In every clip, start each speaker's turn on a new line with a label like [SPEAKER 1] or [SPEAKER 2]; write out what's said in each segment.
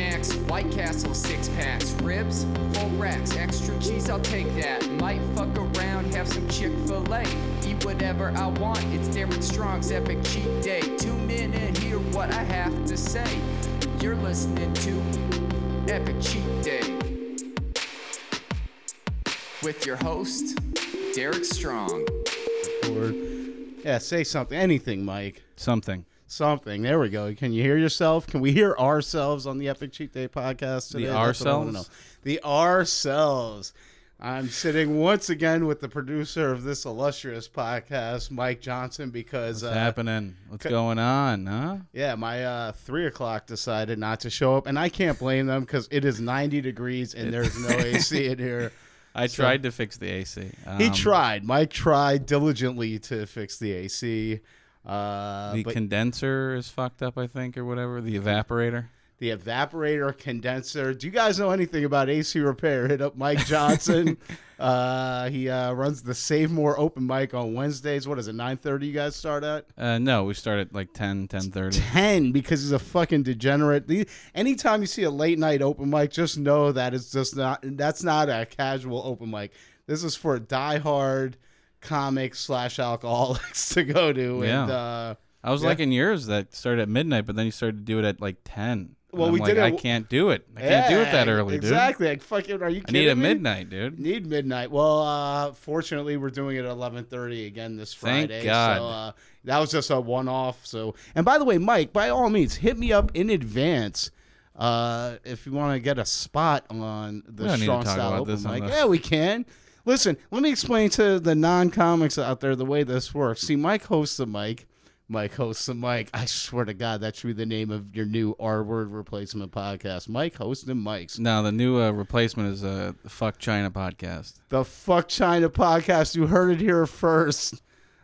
[SPEAKER 1] White Castle six packs, ribs, full racks, extra cheese, I'll take that. Might fuck around, have some Chick fil A. Eat whatever I want, it's Darren Strong's epic cheat day. Tune in and hear what I have to say. You're listening to Epic Cheat Day with your host, Derek Strong.
[SPEAKER 2] Or, yeah, say something, anything, Mike.
[SPEAKER 3] Something.
[SPEAKER 2] Something. There we go. Can you hear yourself? Can we hear ourselves on the Epic Cheat Day podcast today?
[SPEAKER 3] The
[SPEAKER 2] That's what I wanna
[SPEAKER 3] ourselves?
[SPEAKER 2] know. The ourselves. I'm sitting once again with the producer of this illustrious podcast, Mike Johnson, because
[SPEAKER 3] What's
[SPEAKER 2] uh,
[SPEAKER 3] happening? What's going on, huh?
[SPEAKER 2] yeah, my uh, three o'clock decided not to show up, and I can't blame them because it is 90 degrees and there's no AC in here.
[SPEAKER 3] I tried to fix the AC.
[SPEAKER 2] He
[SPEAKER 3] Um,
[SPEAKER 2] tried. Mike tried diligently to fix the AC. Uh,
[SPEAKER 3] The
[SPEAKER 2] but
[SPEAKER 3] condenser is fucked up, I think, or whatever. The evaporator.
[SPEAKER 2] the evaporator condenser. Do you guys know anything about AC repair? Hit up Mike Johnson. uh, he uh, runs the Save More open mic on Wednesdays. What is it? Nine thirty? You guys start at
[SPEAKER 3] Uh, no, we start at like 10, 10.30.
[SPEAKER 2] ten because he's a fucking degenerate. The, anytime you see a late night open mic, just know that it's just not. That's not a casual open mic. This is for diehard comics slash alcoholics to go to
[SPEAKER 3] Yeah.
[SPEAKER 2] and. Uh,
[SPEAKER 3] I was
[SPEAKER 2] Yeah.
[SPEAKER 3] liking yours that started at midnight, but then you started to do it at like 10. And
[SPEAKER 2] Well,
[SPEAKER 3] I'm
[SPEAKER 2] we
[SPEAKER 3] like,
[SPEAKER 2] did it-
[SPEAKER 3] I can't do it. I can't do it that
[SPEAKER 2] Yeah,
[SPEAKER 3] early,
[SPEAKER 2] exactly. Like fucking, are you
[SPEAKER 3] dude. I need
[SPEAKER 2] kidding
[SPEAKER 3] a
[SPEAKER 2] me?
[SPEAKER 3] midnight, dude.
[SPEAKER 2] Need midnight. Well, uh, fortunately, we're doing it at eleven thirty again this
[SPEAKER 3] Thank
[SPEAKER 2] Friday.
[SPEAKER 3] God.
[SPEAKER 2] So uh, that was just a one-off. So, and by the way, Mike, by all means, hit me up in advance uh, if you want to get a spot on the
[SPEAKER 3] We don't need to
[SPEAKER 2] strong
[SPEAKER 3] talk
[SPEAKER 2] style
[SPEAKER 3] about
[SPEAKER 2] open
[SPEAKER 3] this on
[SPEAKER 2] mic.
[SPEAKER 3] the-
[SPEAKER 2] Yeah, we can. Listen, let me explain to the non-comics out there the way this works. See, Mike hosts the mic. Mike hosts the mic. I swear to God, that should be the name of your new R-word replacement podcast. Mike hosts the mics.
[SPEAKER 3] No, the new uh, replacement is uh, the Fuck China podcast.
[SPEAKER 2] the Fuck China podcast. You heard it here first.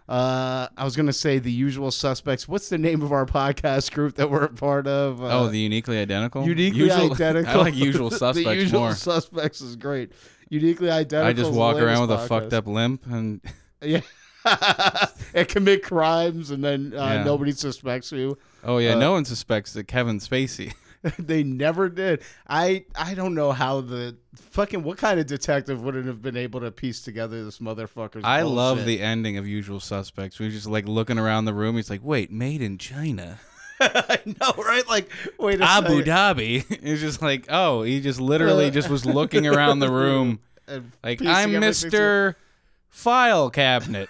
[SPEAKER 2] Uh, I was gonna say the usual suspects. What's the name of our podcast group that we're a part of? Uh,
[SPEAKER 3] Oh, the uniquely identical.
[SPEAKER 2] uniquely
[SPEAKER 3] Usual-
[SPEAKER 2] identical.
[SPEAKER 3] I like usual suspects
[SPEAKER 2] the usual
[SPEAKER 3] more.
[SPEAKER 2] suspects is great. Uniquely identical.
[SPEAKER 3] I just
[SPEAKER 2] is the
[SPEAKER 3] walk around
[SPEAKER 2] latest
[SPEAKER 3] with a fucked
[SPEAKER 2] podcast.
[SPEAKER 3] up limp and
[SPEAKER 2] Yeah. and commit crimes, and then uh,
[SPEAKER 3] Yeah.
[SPEAKER 2] nobody suspects you.
[SPEAKER 3] oh
[SPEAKER 2] Uh,
[SPEAKER 3] yeah, no one suspects that Kevin Spacey.
[SPEAKER 2] they never did. I I don't know how the fucking what kind of detective wouldn't have been able to piece together this motherfucker's.
[SPEAKER 3] I love
[SPEAKER 2] bullshit.
[SPEAKER 3] the ending of Usual Suspects. We are just like looking around the room. He's like, "Wait, made in China,
[SPEAKER 2] I know, right? Like, wait a second.
[SPEAKER 3] Abu Dhabi." It's just like, oh, he just literally just was looking around the room.
[SPEAKER 2] and
[SPEAKER 3] Like,
[SPEAKER 2] piecing
[SPEAKER 3] I'm
[SPEAKER 2] everything together.
[SPEAKER 3] Mister File Cabinet.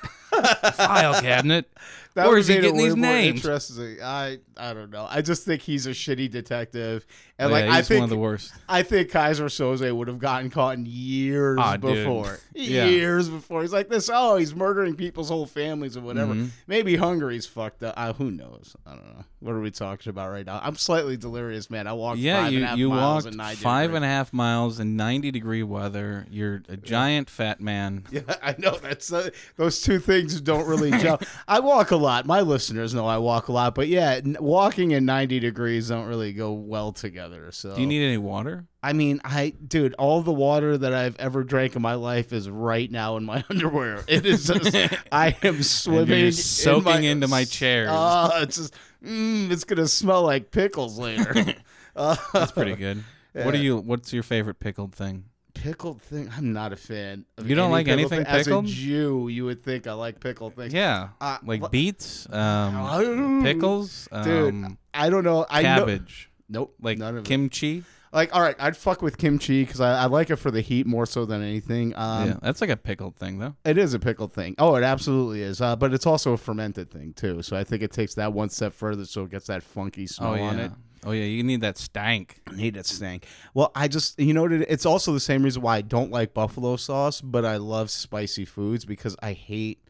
[SPEAKER 3] File Cabinet.
[SPEAKER 2] That
[SPEAKER 3] Where
[SPEAKER 2] would
[SPEAKER 3] is he
[SPEAKER 2] made it
[SPEAKER 3] getting these
[SPEAKER 2] way more
[SPEAKER 3] names?
[SPEAKER 2] Interesting. I I don't know. I just think he's a shitty detective, and
[SPEAKER 3] Oh, Yeah,
[SPEAKER 2] like
[SPEAKER 3] he's
[SPEAKER 2] I think
[SPEAKER 3] one of the worst.
[SPEAKER 2] I think Kaiser Soze would have gotten caught in years
[SPEAKER 3] Ah, dude.
[SPEAKER 2] before.
[SPEAKER 3] Yeah.
[SPEAKER 2] Years before. He's like this. Oh, he's murdering people's whole families or whatever.
[SPEAKER 3] Mm-hmm.
[SPEAKER 2] Maybe Hungary's fucked up. Uh, who knows? I don't know. What are we talking about right now? I'm slightly delirious, man. I walked
[SPEAKER 3] Yeah,
[SPEAKER 2] five
[SPEAKER 3] you,
[SPEAKER 2] and a half
[SPEAKER 3] you
[SPEAKER 2] miles
[SPEAKER 3] walked
[SPEAKER 2] in 90
[SPEAKER 3] five
[SPEAKER 2] degrees.
[SPEAKER 3] and a half miles in 90 degree weather. You're a giant fat man.
[SPEAKER 2] Yeah, I know that's uh, those two things don't really jump. I walk a lot. My listeners know I walk a lot, but yeah, n- walking and 90 degrees don't really go well together. So
[SPEAKER 3] Do you need any water?
[SPEAKER 2] I mean, I dude, all the water that I've ever drank in my life is right now in my underwear. It is just I am swimming
[SPEAKER 3] just soaking
[SPEAKER 2] in my,
[SPEAKER 3] into my chair.
[SPEAKER 2] Oh, it's just mm, it's going to smell like pickles later. uh,
[SPEAKER 3] That's pretty good. What are you? What's your favorite pickled thing?
[SPEAKER 2] pickled thing. I'm not a fan. Of
[SPEAKER 3] You don't
[SPEAKER 2] any
[SPEAKER 3] like
[SPEAKER 2] pickled
[SPEAKER 3] anything
[SPEAKER 2] thing.
[SPEAKER 3] pickled?
[SPEAKER 2] As a Jew, you would think I like pickled things.
[SPEAKER 3] Yeah,
[SPEAKER 2] Uh,
[SPEAKER 3] like
[SPEAKER 2] what-
[SPEAKER 3] beets,
[SPEAKER 2] Oh.
[SPEAKER 3] um, pickles,
[SPEAKER 2] dude.
[SPEAKER 3] um,
[SPEAKER 2] I don't know. I Know,
[SPEAKER 3] cabbage,
[SPEAKER 2] nope.
[SPEAKER 3] like
[SPEAKER 2] none of it.
[SPEAKER 3] kimchi.
[SPEAKER 2] Like, all right, I'd fuck with kimchi because I, I like it for the heat more so than anything. Um,
[SPEAKER 3] yeah, that's like a pickled thing though.
[SPEAKER 2] It is a pickled thing. Oh, it absolutely is. Uh, but it's also a fermented thing too. So I think it takes that one step further, so it gets that funky smell
[SPEAKER 3] Oh yeah.
[SPEAKER 2] on it.
[SPEAKER 3] Oh yeah, you need that stank.
[SPEAKER 2] I need that stank. Well, I just you know what it, it's also the same reason why I don't like buffalo sauce, but I love spicy foods because I hate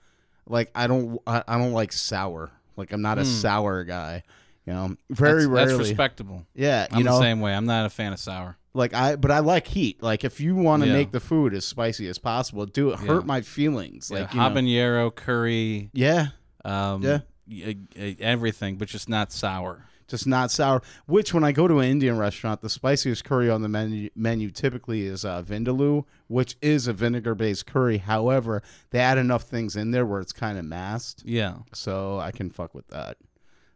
[SPEAKER 2] like I don't I, I don't like sour. Like I'm not a sour guy. You know, very
[SPEAKER 3] Hmm. That's,
[SPEAKER 2] rarely.
[SPEAKER 3] that's respectable.
[SPEAKER 2] yeah, you
[SPEAKER 3] I'm
[SPEAKER 2] know,
[SPEAKER 3] the same way. I'm not a fan of sour.
[SPEAKER 2] like I, but I like heat. Like if you want to
[SPEAKER 3] Yeah.
[SPEAKER 2] make the food as spicy as possible, do it. Hurt
[SPEAKER 3] Yeah.
[SPEAKER 2] my feelings.
[SPEAKER 3] Like
[SPEAKER 2] Like you know-
[SPEAKER 3] habanero curry,
[SPEAKER 2] yeah,
[SPEAKER 3] um,
[SPEAKER 2] Yeah.
[SPEAKER 3] y- y- everything, but just not sour.
[SPEAKER 2] just not sour. Which when I go to an Indian restaurant, the spiciest curry on the menu, menu typically is uh, vindaloo, which is a vinegar-based curry. However, they add enough things in there where it's kind of masked,
[SPEAKER 3] Yeah.
[SPEAKER 2] so I can fuck with that.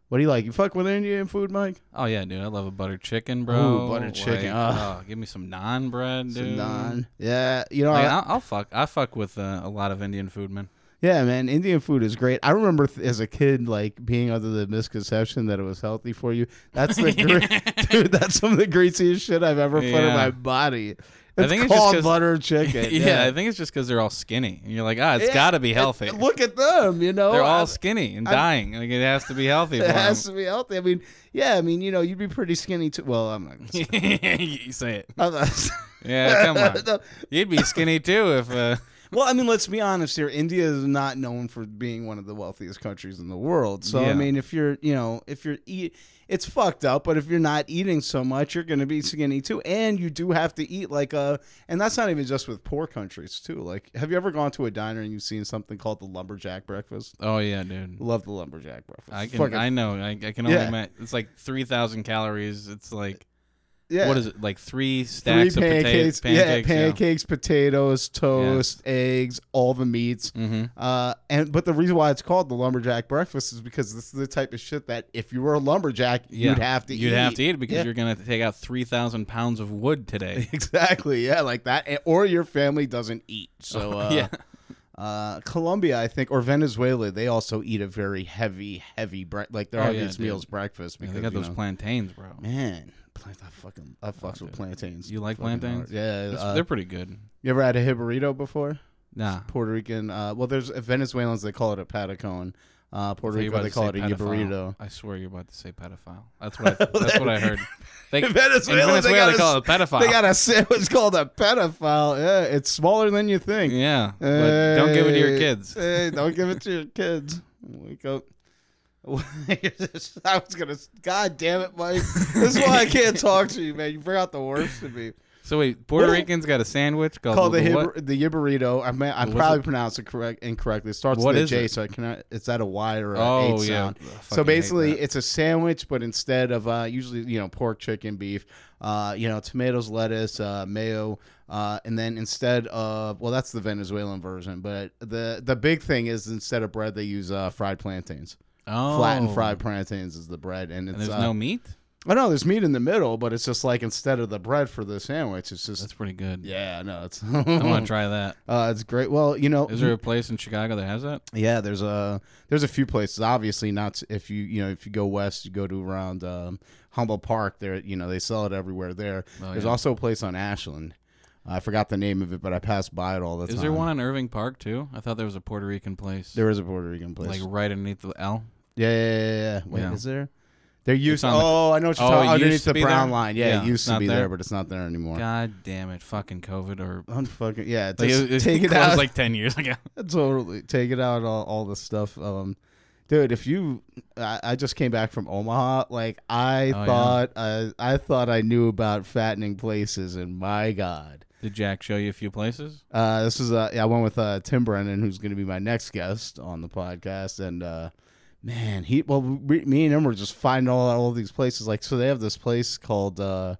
[SPEAKER 2] What do you like? You fuck with Indian food, Mike?
[SPEAKER 3] Oh yeah, dude, I love a butter chicken, bro.
[SPEAKER 2] Ooh, butter chicken,
[SPEAKER 3] Like,
[SPEAKER 2] ah.
[SPEAKER 3] oh, give me some naan bread,
[SPEAKER 2] Some
[SPEAKER 3] dude.
[SPEAKER 2] naan. Yeah, you know,
[SPEAKER 3] Mm. Like,
[SPEAKER 2] I-
[SPEAKER 3] I'll, I'll fuck. I fuck with uh, a lot of Indian food, man.
[SPEAKER 2] yeah, man. Indian food is great. I remember th- as a kid, like being under the misconception that it was healthy for you. That's the great, dude. That's some of the greasiest shit I've ever put in
[SPEAKER 3] Yeah.
[SPEAKER 2] my body. It's
[SPEAKER 3] think it's just
[SPEAKER 2] called
[SPEAKER 3] 'cause-
[SPEAKER 2] butter chicken.
[SPEAKER 3] yeah. I think it's just because they're all skinny, and you're like, ah, it's
[SPEAKER 2] Yeah,
[SPEAKER 3] got to be
[SPEAKER 2] and
[SPEAKER 3] healthy.
[SPEAKER 2] Look at them, you know.
[SPEAKER 3] they're all
[SPEAKER 2] I-
[SPEAKER 3] skinny and
[SPEAKER 2] I'm-
[SPEAKER 3] dying. Like it has to be healthy. For
[SPEAKER 2] It has
[SPEAKER 3] 'em.
[SPEAKER 2] to be healthy. I mean, yeah. I mean, you know, you'd be pretty skinny too. Well, I'm not. Gonna
[SPEAKER 3] you say it.
[SPEAKER 2] I'm not-
[SPEAKER 3] Yeah, come on.
[SPEAKER 2] No.
[SPEAKER 3] You'd be skinny too if. Uh,
[SPEAKER 2] Well, I mean, let's be honest here. India is not known for being one of the wealthiest countries in the world. So, I
[SPEAKER 3] Yeah.
[SPEAKER 2] mean, if you're, you know, if you're eat, it's fucked up. But if you're not eating so much, you're going to be skinny too. And you do have to eat like a, and that's not even just with poor countries too. Like, have you ever gone to a diner and you've seen something called the lumberjack breakfast?
[SPEAKER 3] oh yeah, dude.
[SPEAKER 2] Love the lumberjack breakfast.
[SPEAKER 3] I can.
[SPEAKER 2] Fucking-
[SPEAKER 3] I know. I, I can only.
[SPEAKER 2] Yeah.
[SPEAKER 3] ima- it's like three thousand calories. It's like
[SPEAKER 2] yeah.
[SPEAKER 3] what is it? Like
[SPEAKER 2] Three
[SPEAKER 3] three stacks of
[SPEAKER 2] pancakes,
[SPEAKER 3] potatoes. Pancakes.
[SPEAKER 2] yeah, pancakes, potatoes, toast, eggs, all the meats.
[SPEAKER 3] Mm-hmm.
[SPEAKER 2] Uh, and but the reason why it's called the lumberjack breakfast is because this is the type of shit that if you were a lumberjack, you'd have to
[SPEAKER 3] you'd
[SPEAKER 2] eat.
[SPEAKER 3] have to eat it because
[SPEAKER 2] Yeah.
[SPEAKER 3] you're gonna take out three thousand pounds of wood today.
[SPEAKER 2] exactly yeah like that And- or your family doesn't eat so uh,
[SPEAKER 3] Oh, yeah,
[SPEAKER 2] uh Colombia I think or Venezuela they also eat a very heavy heavy bre- like their
[SPEAKER 3] Oh, yeah,
[SPEAKER 2] heaviest
[SPEAKER 3] dude.
[SPEAKER 2] meals breakfast
[SPEAKER 3] Yeah,
[SPEAKER 2] because
[SPEAKER 3] they got
[SPEAKER 2] you
[SPEAKER 3] those
[SPEAKER 2] know,
[SPEAKER 3] plantains, bro.
[SPEAKER 2] man plant I fucking I fucks with
[SPEAKER 3] dude.
[SPEAKER 2] plantains
[SPEAKER 3] You like
[SPEAKER 2] Fucking hard.
[SPEAKER 3] plantains?
[SPEAKER 2] yeah
[SPEAKER 3] That's-
[SPEAKER 2] uh,
[SPEAKER 3] they're pretty good.
[SPEAKER 2] you ever had a hibarito before
[SPEAKER 3] Nah,
[SPEAKER 2] Puerto Rican uh well there's Venezuelans they call it a patacon uh Puerto
[SPEAKER 3] So you're
[SPEAKER 2] Rico
[SPEAKER 3] about
[SPEAKER 2] they
[SPEAKER 3] to
[SPEAKER 2] call it
[SPEAKER 3] say
[SPEAKER 2] a hibarito.
[SPEAKER 3] pedophile. I swear you're about to say pedophile. That's what I, that's what I heard. They,
[SPEAKER 2] In Venezuela,
[SPEAKER 3] in
[SPEAKER 2] they
[SPEAKER 3] Venezuela
[SPEAKER 2] got
[SPEAKER 3] they,
[SPEAKER 2] a-
[SPEAKER 3] call it pedophile.
[SPEAKER 2] They got a sandwich called a pedophile. Yeah, it's smaller than you think.
[SPEAKER 3] yeah, but don't give it to your
[SPEAKER 2] Hey,
[SPEAKER 3] kids.
[SPEAKER 2] hey, don't give it to your kids. Wake up. I was gonna. God damn it, Mike. This is why I can't talk to you, man. You bring out the worst in me.
[SPEAKER 3] So wait, Puerto
[SPEAKER 2] What?
[SPEAKER 3] Ricans got a sandwich called,
[SPEAKER 2] Called the
[SPEAKER 3] the
[SPEAKER 2] hib-
[SPEAKER 3] Uh, what?
[SPEAKER 2] the yibarito. I mean, I
[SPEAKER 3] What's
[SPEAKER 2] probably pronounced it correct incorrectly. It starts
[SPEAKER 3] What
[SPEAKER 2] with a
[SPEAKER 3] is
[SPEAKER 2] J,
[SPEAKER 3] it?
[SPEAKER 2] so I cannot. Is that a Y or a
[SPEAKER 3] Oh,
[SPEAKER 2] H
[SPEAKER 3] yeah.
[SPEAKER 2] sound?
[SPEAKER 3] I
[SPEAKER 2] So
[SPEAKER 3] fucking hate
[SPEAKER 2] basically,
[SPEAKER 3] that.
[SPEAKER 2] it's a sandwich, but instead of uh, usually you know pork, chicken, beef, uh, you know tomatoes, lettuce, uh, mayo, uh, and then instead of well, that's the Venezuelan version. But the the big thing is instead of bread, they use uh, fried plantains.
[SPEAKER 3] Oh.
[SPEAKER 2] Flattened fried plantains is the bread, and it's
[SPEAKER 3] And there's
[SPEAKER 2] uh,
[SPEAKER 3] no meat.
[SPEAKER 2] I know there's meat in the middle, but it's just like instead of the bread for the sandwich, it's just
[SPEAKER 3] That's pretty good.
[SPEAKER 2] yeah, no, it's
[SPEAKER 3] I want to try that.
[SPEAKER 2] uh, it's great. Well, you know,
[SPEAKER 3] Is there a place in Chicago that has that?
[SPEAKER 2] yeah, there's a there's a few places. Obviously, not if you you know if you go west, you go to around um, Humble Park. There, you know, they sell it everywhere. There,
[SPEAKER 3] Oh,
[SPEAKER 2] there's
[SPEAKER 3] yeah.
[SPEAKER 2] also a place on Ashland. I forgot the name of it, but I passed by it all the
[SPEAKER 3] Is
[SPEAKER 2] time.
[SPEAKER 3] there one on Irving Park too? I thought there was a Puerto Rican place.
[SPEAKER 2] There is a Puerto Rican place.
[SPEAKER 3] like right underneath the L.
[SPEAKER 2] yeah, yeah, yeah, yeah. Wait,
[SPEAKER 3] Yeah.
[SPEAKER 2] is there? There used.
[SPEAKER 3] on the-
[SPEAKER 2] Oh, I know what you're
[SPEAKER 3] Oh,
[SPEAKER 2] talking.
[SPEAKER 3] it used
[SPEAKER 2] Underneath
[SPEAKER 3] to
[SPEAKER 2] the
[SPEAKER 3] be
[SPEAKER 2] brown
[SPEAKER 3] there?
[SPEAKER 2] line. Yeah,
[SPEAKER 3] Yeah,
[SPEAKER 2] it used
[SPEAKER 3] it's
[SPEAKER 2] to
[SPEAKER 3] not
[SPEAKER 2] be there.
[SPEAKER 3] there.
[SPEAKER 2] but it's not there anymore.
[SPEAKER 3] God damn it, fucking COVID or
[SPEAKER 2] Unfucking yeah.
[SPEAKER 3] like,
[SPEAKER 2] just
[SPEAKER 3] it, it
[SPEAKER 2] take it
[SPEAKER 3] closed
[SPEAKER 2] out.
[SPEAKER 3] like ten years ago.
[SPEAKER 2] totally take it out all, all the stuff um dude if you I, I just came back from omaha like i
[SPEAKER 3] Oh, yeah.
[SPEAKER 2] thought uh, I, I thought i knew about fattening places and my god
[SPEAKER 3] Did Jack show you a few places?
[SPEAKER 2] uh this is uh yeah, i went with uh tim brennan who's going to be my next guest on the podcast and uh man he well we, me and him were just finding all all these places like so they have this place called uh,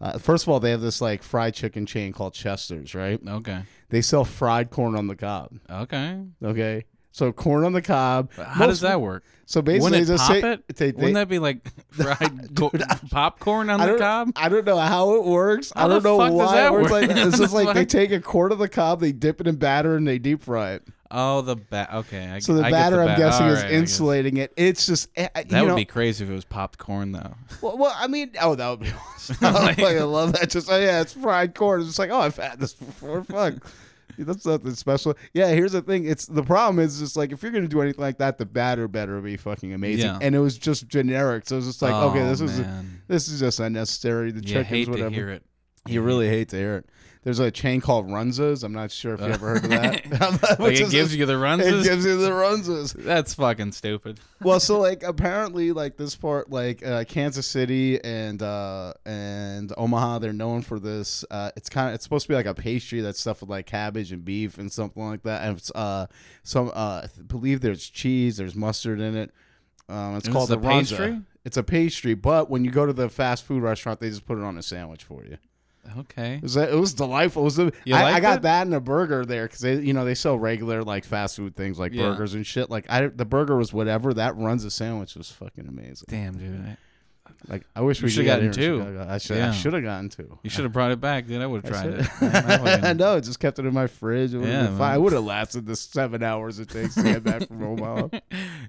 [SPEAKER 2] uh first of all they have this like fried chicken chain called chester's right
[SPEAKER 3] Okay,
[SPEAKER 2] they sell fried corn on the cob
[SPEAKER 3] okay.
[SPEAKER 2] Okay. So corn on the cob.
[SPEAKER 3] But how does
[SPEAKER 2] Most-
[SPEAKER 3] that work?
[SPEAKER 2] So basically,
[SPEAKER 3] Wouldn't it
[SPEAKER 2] just
[SPEAKER 3] pop
[SPEAKER 2] say,
[SPEAKER 3] it?
[SPEAKER 2] they- they-
[SPEAKER 3] Wouldn't that be like fried co- popcorn on
[SPEAKER 2] I
[SPEAKER 3] the
[SPEAKER 2] don't,
[SPEAKER 3] cob?
[SPEAKER 2] I don't know how it works. I
[SPEAKER 3] How the
[SPEAKER 2] don't know
[SPEAKER 3] fuck does
[SPEAKER 2] why
[SPEAKER 3] that
[SPEAKER 2] it works
[SPEAKER 3] work?
[SPEAKER 2] like that. It's just
[SPEAKER 3] That's
[SPEAKER 2] like they
[SPEAKER 3] why-
[SPEAKER 2] take a corn of the cob, they dip it in batter, and they deep fry it.
[SPEAKER 3] Oh, the bat. Okay, I,
[SPEAKER 2] So the
[SPEAKER 3] I get
[SPEAKER 2] batter,
[SPEAKER 3] the
[SPEAKER 2] I'm
[SPEAKER 3] ba-
[SPEAKER 2] guessing,
[SPEAKER 3] All
[SPEAKER 2] is
[SPEAKER 3] right, I guess.
[SPEAKER 2] insulating it. It's just eh, eh, you
[SPEAKER 3] That would
[SPEAKER 2] know,
[SPEAKER 3] be crazy if it was popcorn though.
[SPEAKER 2] well, well, I mean, oh, that would be awesome. I fucking love that. Just oh yeah, it's fried corn. It's just like oh, I've had this before. Fuck. That's nothing special. Yeah, here's the thing. It's the problem is just like if you're gonna do anything like that, the batter better be fucking amazing.
[SPEAKER 3] Yeah.
[SPEAKER 2] And it was just generic, so it was just like, okay,
[SPEAKER 3] Oh,
[SPEAKER 2] this is
[SPEAKER 3] man.
[SPEAKER 2] this is just unnecessary. The
[SPEAKER 3] You
[SPEAKER 2] chickens,
[SPEAKER 3] hate
[SPEAKER 2] whatever.
[SPEAKER 3] to hear it.
[SPEAKER 2] You really hate to hear it. There's a chain called Runzas. I'm not sure if you ever heard of that.
[SPEAKER 3] Like
[SPEAKER 2] Which
[SPEAKER 3] it
[SPEAKER 2] is-
[SPEAKER 3] gives you the runs.
[SPEAKER 2] it gives you the Runzas
[SPEAKER 3] That's fucking stupid.
[SPEAKER 2] well, so like apparently, like this part, like uh, Kansas City and uh, and Omaha, they're known for this. Uh, it's kind of it's supposed to be like a pastry that's stuffed with like cabbage and beef and something like that. And it's uh, some uh, I th- believe there's cheese, there's mustard in it. Um, it's
[SPEAKER 3] And
[SPEAKER 2] called
[SPEAKER 3] this
[SPEAKER 2] the
[SPEAKER 3] is a pastry?
[SPEAKER 2] It's a pastry, but when you go to the fast food restaurant, they just put it on a sandwich for you.
[SPEAKER 3] Okay.
[SPEAKER 2] It was, it was delightful. It was the-
[SPEAKER 3] You
[SPEAKER 2] I, I
[SPEAKER 3] liked
[SPEAKER 2] got
[SPEAKER 3] it?
[SPEAKER 2] that and a burger there because they, you know, they sell regular like fast food things like
[SPEAKER 3] Yeah.
[SPEAKER 2] burgers and shit. Like I, the burger was whatever. That runs a sandwich was fucking amazing.
[SPEAKER 3] Damn, dude. I,
[SPEAKER 2] Like I wish
[SPEAKER 3] You
[SPEAKER 2] we
[SPEAKER 3] shoulda
[SPEAKER 2] could get
[SPEAKER 3] gotten
[SPEAKER 2] it here in
[SPEAKER 3] two.
[SPEAKER 2] Chicago. I should,
[SPEAKER 3] Yeah.
[SPEAKER 2] I should have gotten two.
[SPEAKER 3] you should have brought it back, dude. I would have tried
[SPEAKER 2] should-
[SPEAKER 3] it. Man, that would've
[SPEAKER 2] I
[SPEAKER 3] been-
[SPEAKER 2] know. Just kept it in my fridge. It would
[SPEAKER 3] Yeah,
[SPEAKER 2] have been
[SPEAKER 3] man.
[SPEAKER 2] fine. It would have lasted the seven hours it takes to get back from Omaha.
[SPEAKER 3] Yeah,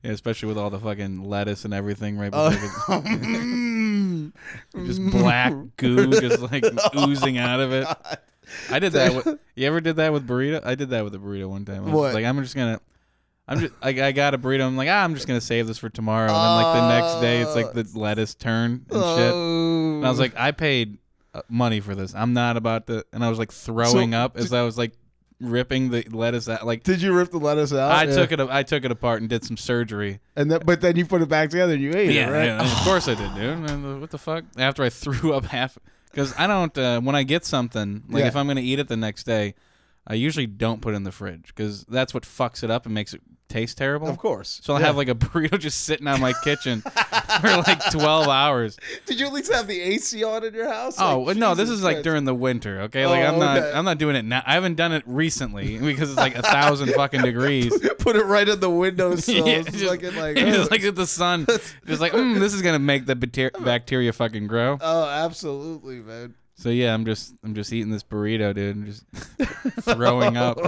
[SPEAKER 3] especially with all the fucking lettuce and everything right before
[SPEAKER 2] Oh, mm.
[SPEAKER 3] the- just black goo just like oozing
[SPEAKER 2] Oh
[SPEAKER 3] out of it. I did that. With, you ever did that with burrito? I did that with a burrito one time. I was just
[SPEAKER 2] What?
[SPEAKER 3] Like I'm just gonna. I'm just like I got a burrito. I'm like ah, I'm just gonna save this for tomorrow. And then like the next day, it's like
[SPEAKER 2] Oh.
[SPEAKER 3] the lettuce turn and shit. And I was like, I paid uh, money for this. I'm not about to. And I was like throwing
[SPEAKER 2] So,
[SPEAKER 3] up as I was like ripping the lettuce out. Like
[SPEAKER 2] Did you rip the lettuce out?
[SPEAKER 3] I took it. I took it apart and did some surgery.
[SPEAKER 2] and then, but then you put it back together and you ate it, right?
[SPEAKER 3] of course I did, dude. Man, What the fuck? After I threw up half, because I don't. Uh, when I get something, like
[SPEAKER 2] Yeah.
[SPEAKER 3] if I'm gonna eat it the next day, I usually don't put it in the fridge because that's what fucks it up and makes it taste terrible.
[SPEAKER 2] Of course.
[SPEAKER 3] So I'll
[SPEAKER 2] Yeah.
[SPEAKER 3] have like a burrito just sitting on my kitchen for like twelve hours.
[SPEAKER 2] Did you at least have the AC on in your house?
[SPEAKER 3] Oh
[SPEAKER 2] Like,
[SPEAKER 3] no, this
[SPEAKER 2] Jesus
[SPEAKER 3] is like
[SPEAKER 2] Christ.
[SPEAKER 3] during the winter. Okay, like
[SPEAKER 2] Oh,
[SPEAKER 3] I'm not.
[SPEAKER 2] okay.
[SPEAKER 3] I'm not doing it now. I haven't done it recently because it's like a thousand fucking degrees.
[SPEAKER 2] Put it right in the windowsill.
[SPEAKER 3] Yeah,
[SPEAKER 2] It's
[SPEAKER 3] just,
[SPEAKER 2] fucking like, oh,
[SPEAKER 3] just like at the sun, just like mm, this is gonna make the bacter- bacteria fucking grow.
[SPEAKER 2] oh, absolutely, man.
[SPEAKER 3] So yeah, I'm just I'm just eating this burrito, dude, and just throwing up.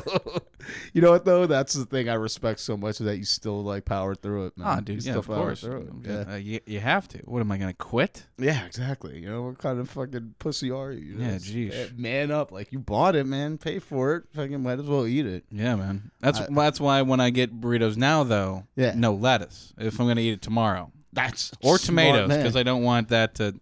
[SPEAKER 2] You know what though? That's the thing I respect so much is that you still like power through it, man.
[SPEAKER 3] Ah,
[SPEAKER 2] You
[SPEAKER 3] dude, yeah,
[SPEAKER 2] still
[SPEAKER 3] of
[SPEAKER 2] power
[SPEAKER 3] course.
[SPEAKER 2] through it.
[SPEAKER 3] Yeah,
[SPEAKER 2] Yeah.
[SPEAKER 3] uh, you, you have to. What am I gonna quit?
[SPEAKER 2] Yeah, exactly. You know what kind of fucking pussy are you? you know?
[SPEAKER 3] Yeah,
[SPEAKER 2] It's-
[SPEAKER 3] jeesh.
[SPEAKER 2] eh, Man up, like you bought it, man. Pay for it. Fucking might as well eat it.
[SPEAKER 3] Yeah, man. That's
[SPEAKER 2] I-
[SPEAKER 3] that's why when I get burritos now, though,
[SPEAKER 2] Yeah.
[SPEAKER 3] no lettuce. If I'm gonna eat it tomorrow,
[SPEAKER 2] That's
[SPEAKER 3] or
[SPEAKER 2] smart
[SPEAKER 3] tomatoes,
[SPEAKER 2] man.
[SPEAKER 3] because I don't want that to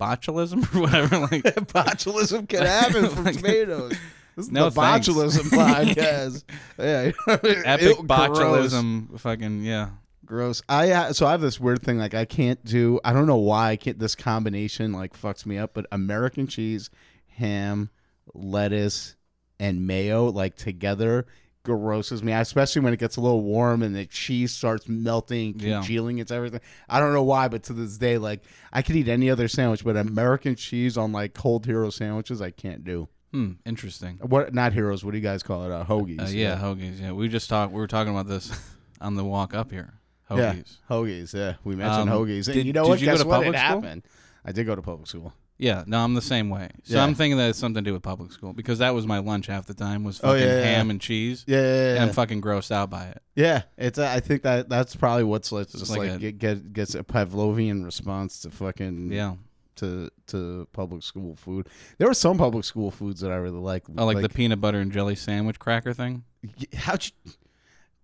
[SPEAKER 3] botulism or whatever. Like,
[SPEAKER 2] botulism can happen from
[SPEAKER 3] Like-
[SPEAKER 2] tomatoes. This is
[SPEAKER 3] No,
[SPEAKER 2] the
[SPEAKER 3] thanks.
[SPEAKER 2] botulism podcast. yeah,
[SPEAKER 3] epic
[SPEAKER 2] Ew,
[SPEAKER 3] botulism. Fucking yeah.
[SPEAKER 2] Gross. I uh, so I have this weird thing like I can't do. I don't know why I can't. This combination like fucks me up. But American cheese, ham, lettuce, and mayo like together grosses me. out, Especially when it gets a little warm and the cheese starts melting,
[SPEAKER 3] Yeah.
[SPEAKER 2] congealing. It's everything. I don't know why, but to this day, like I could eat any other sandwich, but American cheese on like cold hero sandwiches, I can't do.
[SPEAKER 3] Hmm. Interesting.
[SPEAKER 2] What not heroes? What do you guys call it? Uh, hoagies.
[SPEAKER 3] Uh, yeah, hoagies. Yeah, we just talked. We were talking about this on the walk up here. Hoagies.
[SPEAKER 2] Yeah, hoagies. Yeah, we mentioned
[SPEAKER 3] Um,
[SPEAKER 2] hoagies, and
[SPEAKER 3] did-
[SPEAKER 2] you know
[SPEAKER 3] did
[SPEAKER 2] what?
[SPEAKER 3] you go
[SPEAKER 2] Guess
[SPEAKER 3] to
[SPEAKER 2] what?
[SPEAKER 3] public
[SPEAKER 2] it
[SPEAKER 3] school?
[SPEAKER 2] happened. I did go to public school.
[SPEAKER 3] Yeah, no, I'm the same way. So
[SPEAKER 2] Yeah.
[SPEAKER 3] I'm thinking that it's something to do with public school because that was my lunch half the time was
[SPEAKER 2] Oh,
[SPEAKER 3] fucking
[SPEAKER 2] yeah, yeah,
[SPEAKER 3] ham
[SPEAKER 2] yeah.
[SPEAKER 3] and cheese,
[SPEAKER 2] Yeah, yeah,
[SPEAKER 3] and
[SPEAKER 2] yeah.
[SPEAKER 3] I'm fucking grossed out by it.
[SPEAKER 2] yeah it's. Uh, I think that that's probably what's like, just
[SPEAKER 3] like
[SPEAKER 2] like,
[SPEAKER 3] a-
[SPEAKER 2] get, get gets a Pavlovian response to fucking
[SPEAKER 3] Yeah,
[SPEAKER 2] to to public school food. There were some public school foods that I really liked.
[SPEAKER 3] oh, like, the peanut butter and jelly sandwich cracker thing.
[SPEAKER 2] the how'd you,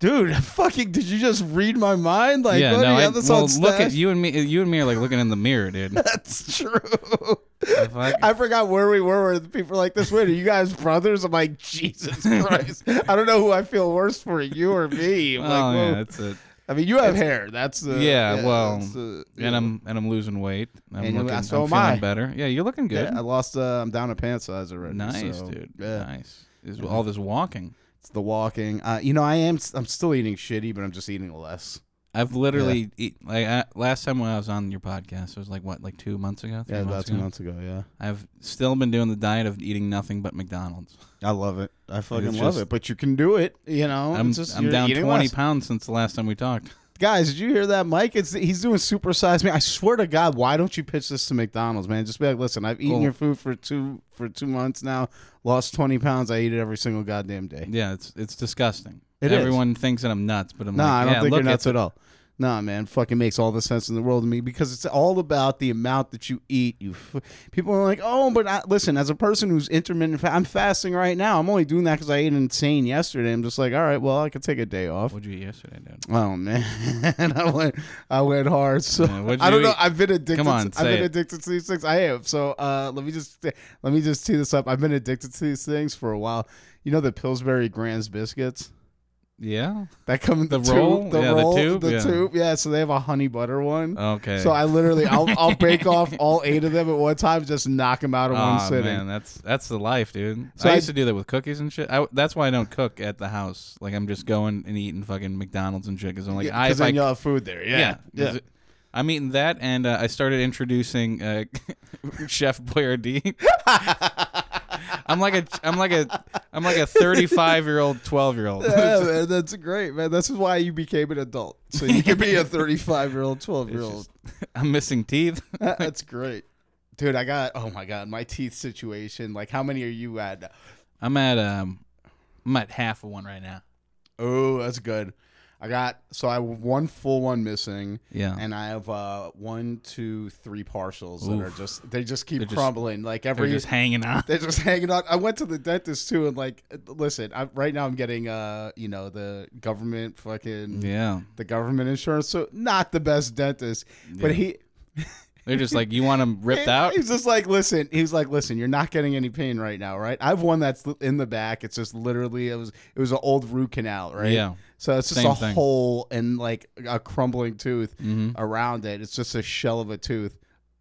[SPEAKER 2] dude? Fucking, did you just read my mind? Like,
[SPEAKER 3] yeah,
[SPEAKER 2] buddy,
[SPEAKER 3] no,
[SPEAKER 2] I
[SPEAKER 3] I,
[SPEAKER 2] have this
[SPEAKER 3] well,
[SPEAKER 2] on
[SPEAKER 3] look at
[SPEAKER 2] stash.
[SPEAKER 3] you and me. You and me are like looking in the mirror, dude.
[SPEAKER 2] That's true.
[SPEAKER 3] The fuck?
[SPEAKER 2] I forgot where we were. Where the people were like, "This wait, are you guys brothers?" I'm like, Jesus Christ! I don't know who I feel worse for, you or me. I'm
[SPEAKER 3] oh
[SPEAKER 2] like,
[SPEAKER 3] yeah,
[SPEAKER 2] whoa.
[SPEAKER 3] that's it.
[SPEAKER 2] I mean, you have hair. That's the
[SPEAKER 3] Yeah, well,
[SPEAKER 2] that's uh, the-
[SPEAKER 3] And I'm and I'm losing weight. I'm
[SPEAKER 2] And you- uh,
[SPEAKER 3] looking.
[SPEAKER 2] so
[SPEAKER 3] I'm
[SPEAKER 2] am
[SPEAKER 3] feeling
[SPEAKER 2] I.
[SPEAKER 3] better. Yeah, you're looking good.
[SPEAKER 2] yeah, I lost. Uh, I'm down a pant size already.
[SPEAKER 3] nice,
[SPEAKER 2] so,
[SPEAKER 3] dude.
[SPEAKER 2] Yeah,
[SPEAKER 3] Nice. Is all this walking?
[SPEAKER 2] it's the walking. Uh, you know, I am. I'm still eating shitty, but I'm just eating less.
[SPEAKER 3] I've literally eat, like I, last time when I was on your podcast, it was like what, like two months ago. Three
[SPEAKER 2] Yeah,
[SPEAKER 3] months
[SPEAKER 2] about two
[SPEAKER 3] ago?
[SPEAKER 2] months ago. Yeah,
[SPEAKER 3] I've still been doing the diet of eating nothing but McDonald's.
[SPEAKER 2] I love it. I fucking
[SPEAKER 3] it's
[SPEAKER 2] love
[SPEAKER 3] just-
[SPEAKER 2] it. But you can do it. You know,
[SPEAKER 3] I'm,
[SPEAKER 2] It's just,
[SPEAKER 3] I'm
[SPEAKER 2] you're
[SPEAKER 3] down
[SPEAKER 2] eating
[SPEAKER 3] 20
[SPEAKER 2] less.
[SPEAKER 3] pounds since the last time we talked.
[SPEAKER 2] Guys, did you hear that, Mike? It's he's doing supersize me. I swear to God, why don't you pitch this to McDonald's, man? Just be like, listen, I've eaten
[SPEAKER 3] Cool.
[SPEAKER 2] your food for two for two months now, lost twenty pounds. I eat it every single goddamn day.
[SPEAKER 3] Yeah, it's it's disgusting.
[SPEAKER 2] It is.
[SPEAKER 3] Everyone thinks that I'm nuts, but I'm
[SPEAKER 2] Nah,
[SPEAKER 3] like,
[SPEAKER 2] I don't
[SPEAKER 3] yeah,
[SPEAKER 2] think
[SPEAKER 3] look,
[SPEAKER 2] you're nuts
[SPEAKER 3] it's-
[SPEAKER 2] at all. Nah, man, fucking makes all the sense in the world to me because it's all about the amount that you eat. You f- people are like, oh, but I, listen, as a person who's intermittent, fa- I'm fasting right now. I'm only doing that because I ate insane yesterday. I'm just like, all right, well, I could take a day off.
[SPEAKER 3] What'd you eat yesterday, dude?
[SPEAKER 2] Oh man, I went, I went hard. So
[SPEAKER 3] Yeah, what'd
[SPEAKER 2] I don't
[SPEAKER 3] you
[SPEAKER 2] know.
[SPEAKER 3] eat?
[SPEAKER 2] I've been addicted.
[SPEAKER 3] Come on,
[SPEAKER 2] to, I've
[SPEAKER 3] say
[SPEAKER 2] been
[SPEAKER 3] it.
[SPEAKER 2] addicted to these things. I am. So uh, let me just let me just tee this up. I've been addicted to these things for a while. You know the Pillsbury Grands biscuits
[SPEAKER 3] Yeah.
[SPEAKER 2] that come in the,
[SPEAKER 3] The
[SPEAKER 2] tube-
[SPEAKER 3] roll?
[SPEAKER 2] the
[SPEAKER 3] Yeah, the
[SPEAKER 2] roll,
[SPEAKER 3] tube?
[SPEAKER 2] the
[SPEAKER 3] Yeah.
[SPEAKER 2] tube. Yeah. So they have a honey butter one.
[SPEAKER 3] Okay.
[SPEAKER 2] So I literally, I'll, I'll bake off all eight of them at one time, just knock them out in one
[SPEAKER 3] Aw,
[SPEAKER 2] sitting.
[SPEAKER 3] Ah, man, that's that's the life, dude.
[SPEAKER 2] So
[SPEAKER 3] I
[SPEAKER 2] I-
[SPEAKER 3] used to do that with cookies and shit. I, that's why I don't cook at the house. Like I'm just going and eating fucking McDonald's and shit because I'm like,
[SPEAKER 2] Yeah,
[SPEAKER 3] I,
[SPEAKER 2] 'cause
[SPEAKER 3] if
[SPEAKER 2] then
[SPEAKER 3] I
[SPEAKER 2] you'll have food there. Yeah,
[SPEAKER 3] yeah, 'cause
[SPEAKER 2] yeah.
[SPEAKER 3] it- I'm eating that, and uh, I started introducing uh, Chef Boyardee. I'm like a I'm like a I'm like a 35 year old 12 year old.
[SPEAKER 2] Yeah, man, that's great, man. That's why you became an adult, so you could be a 35 year old, 12 year old.
[SPEAKER 3] I'm missing teeth.
[SPEAKER 2] That's great, dude. I got oh my god, my teeth situation. Like, how many are you at? now?
[SPEAKER 3] I'm at um I'm at half of one right now.
[SPEAKER 2] Oh, that's good. I got so I have one full one missing.
[SPEAKER 3] Yeah.
[SPEAKER 2] And I have uh one, two, three partials that
[SPEAKER 3] Oof.
[SPEAKER 2] are just they just keep
[SPEAKER 3] They're just-
[SPEAKER 2] crumbling. like
[SPEAKER 3] They're
[SPEAKER 2] every
[SPEAKER 3] just hanging on.
[SPEAKER 2] they're just hanging on. I went to the dentist too, and like, listen, I, right now I'm getting, uh, you know, the government fucking,
[SPEAKER 3] Yeah.
[SPEAKER 2] the government insurance. So not the best dentist, but he
[SPEAKER 3] They're just like you want them ripped out.
[SPEAKER 2] He's just like, listen. He was like, listen. You're not getting any pain right now, right? I have one that's li- in the back. It's just literally it was it was an old root canal, right?
[SPEAKER 3] Yeah.
[SPEAKER 2] So it's just
[SPEAKER 3] Same
[SPEAKER 2] a
[SPEAKER 3] thing.
[SPEAKER 2] hole and like a crumbling tooth
[SPEAKER 3] Mm-hmm.
[SPEAKER 2] around it. It's just a shell of a tooth.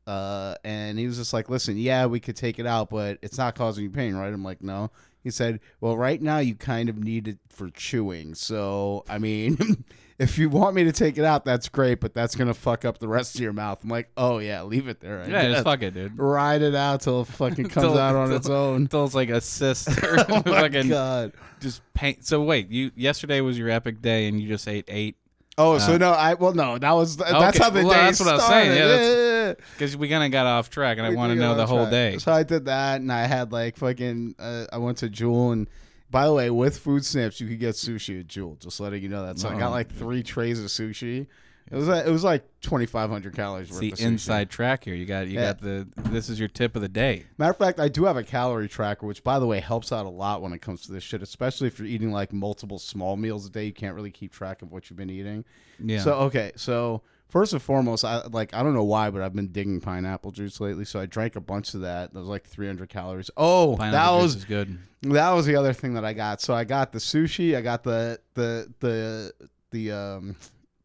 [SPEAKER 2] Uh, and he was just like, listen, yeah, we could take it out, but it's not causing you pain, right? I'm like, no. He said, well, right now you kind of need it for chewing. So I mean. If you want me to take it out, that's great, but that's gonna fuck up the rest of your mouth. I'm like, oh yeah, leave it there. I
[SPEAKER 3] Yeah,
[SPEAKER 2] guess
[SPEAKER 3] just fuck it, dude.
[SPEAKER 2] ride it out till it fucking comes
[SPEAKER 3] Till-
[SPEAKER 2] out on
[SPEAKER 3] till-
[SPEAKER 2] its own.
[SPEAKER 3] Until it's like a sister.
[SPEAKER 2] Oh my
[SPEAKER 3] fucking
[SPEAKER 2] god!
[SPEAKER 3] just paint. So wait, you yesterday was your epic day, and you just ate eight
[SPEAKER 2] Oh, so no, I well no, that was that's how the
[SPEAKER 3] Well,
[SPEAKER 2] day
[SPEAKER 3] that's what
[SPEAKER 2] started.
[SPEAKER 3] I was saying. Yeah, that's-
[SPEAKER 2] Yeah, yeah, yeah.
[SPEAKER 3] because we kind of got off track, and I
[SPEAKER 2] We
[SPEAKER 3] want to
[SPEAKER 2] did
[SPEAKER 3] know
[SPEAKER 2] get
[SPEAKER 3] the
[SPEAKER 2] off
[SPEAKER 3] whole
[SPEAKER 2] track.
[SPEAKER 3] day.
[SPEAKER 2] So I did that, and I had like fucking. Uh, I went to Jewel, and by the way, with food stamps, you could get sushi at Jewel. Just letting you know that. So I
[SPEAKER 3] Oh.
[SPEAKER 2] got like three trays of sushi. It was like, it was like twenty five hundred calories worth
[SPEAKER 3] It's the
[SPEAKER 2] of sushi.
[SPEAKER 3] inside track here. You got you
[SPEAKER 2] Yeah.
[SPEAKER 3] got the. This is your tip of the day.
[SPEAKER 2] Matter of fact, I do have a calorie tracker, which, by the way, helps out a lot when it comes to this shit, especially if you're eating like multiple small meals a day. You can't really keep track of what you've been eating.
[SPEAKER 3] Yeah.
[SPEAKER 2] So, oh, okay. So, first and foremost, I like, I don't know why, but I've been digging pineapple juice lately. So, I drank a bunch of that. That was like 300 calories. Oh,
[SPEAKER 3] Pineapple
[SPEAKER 2] that
[SPEAKER 3] juice
[SPEAKER 2] was
[SPEAKER 3] is good.
[SPEAKER 2] that was the other thing that I got. So I got the sushi. I got the the the the um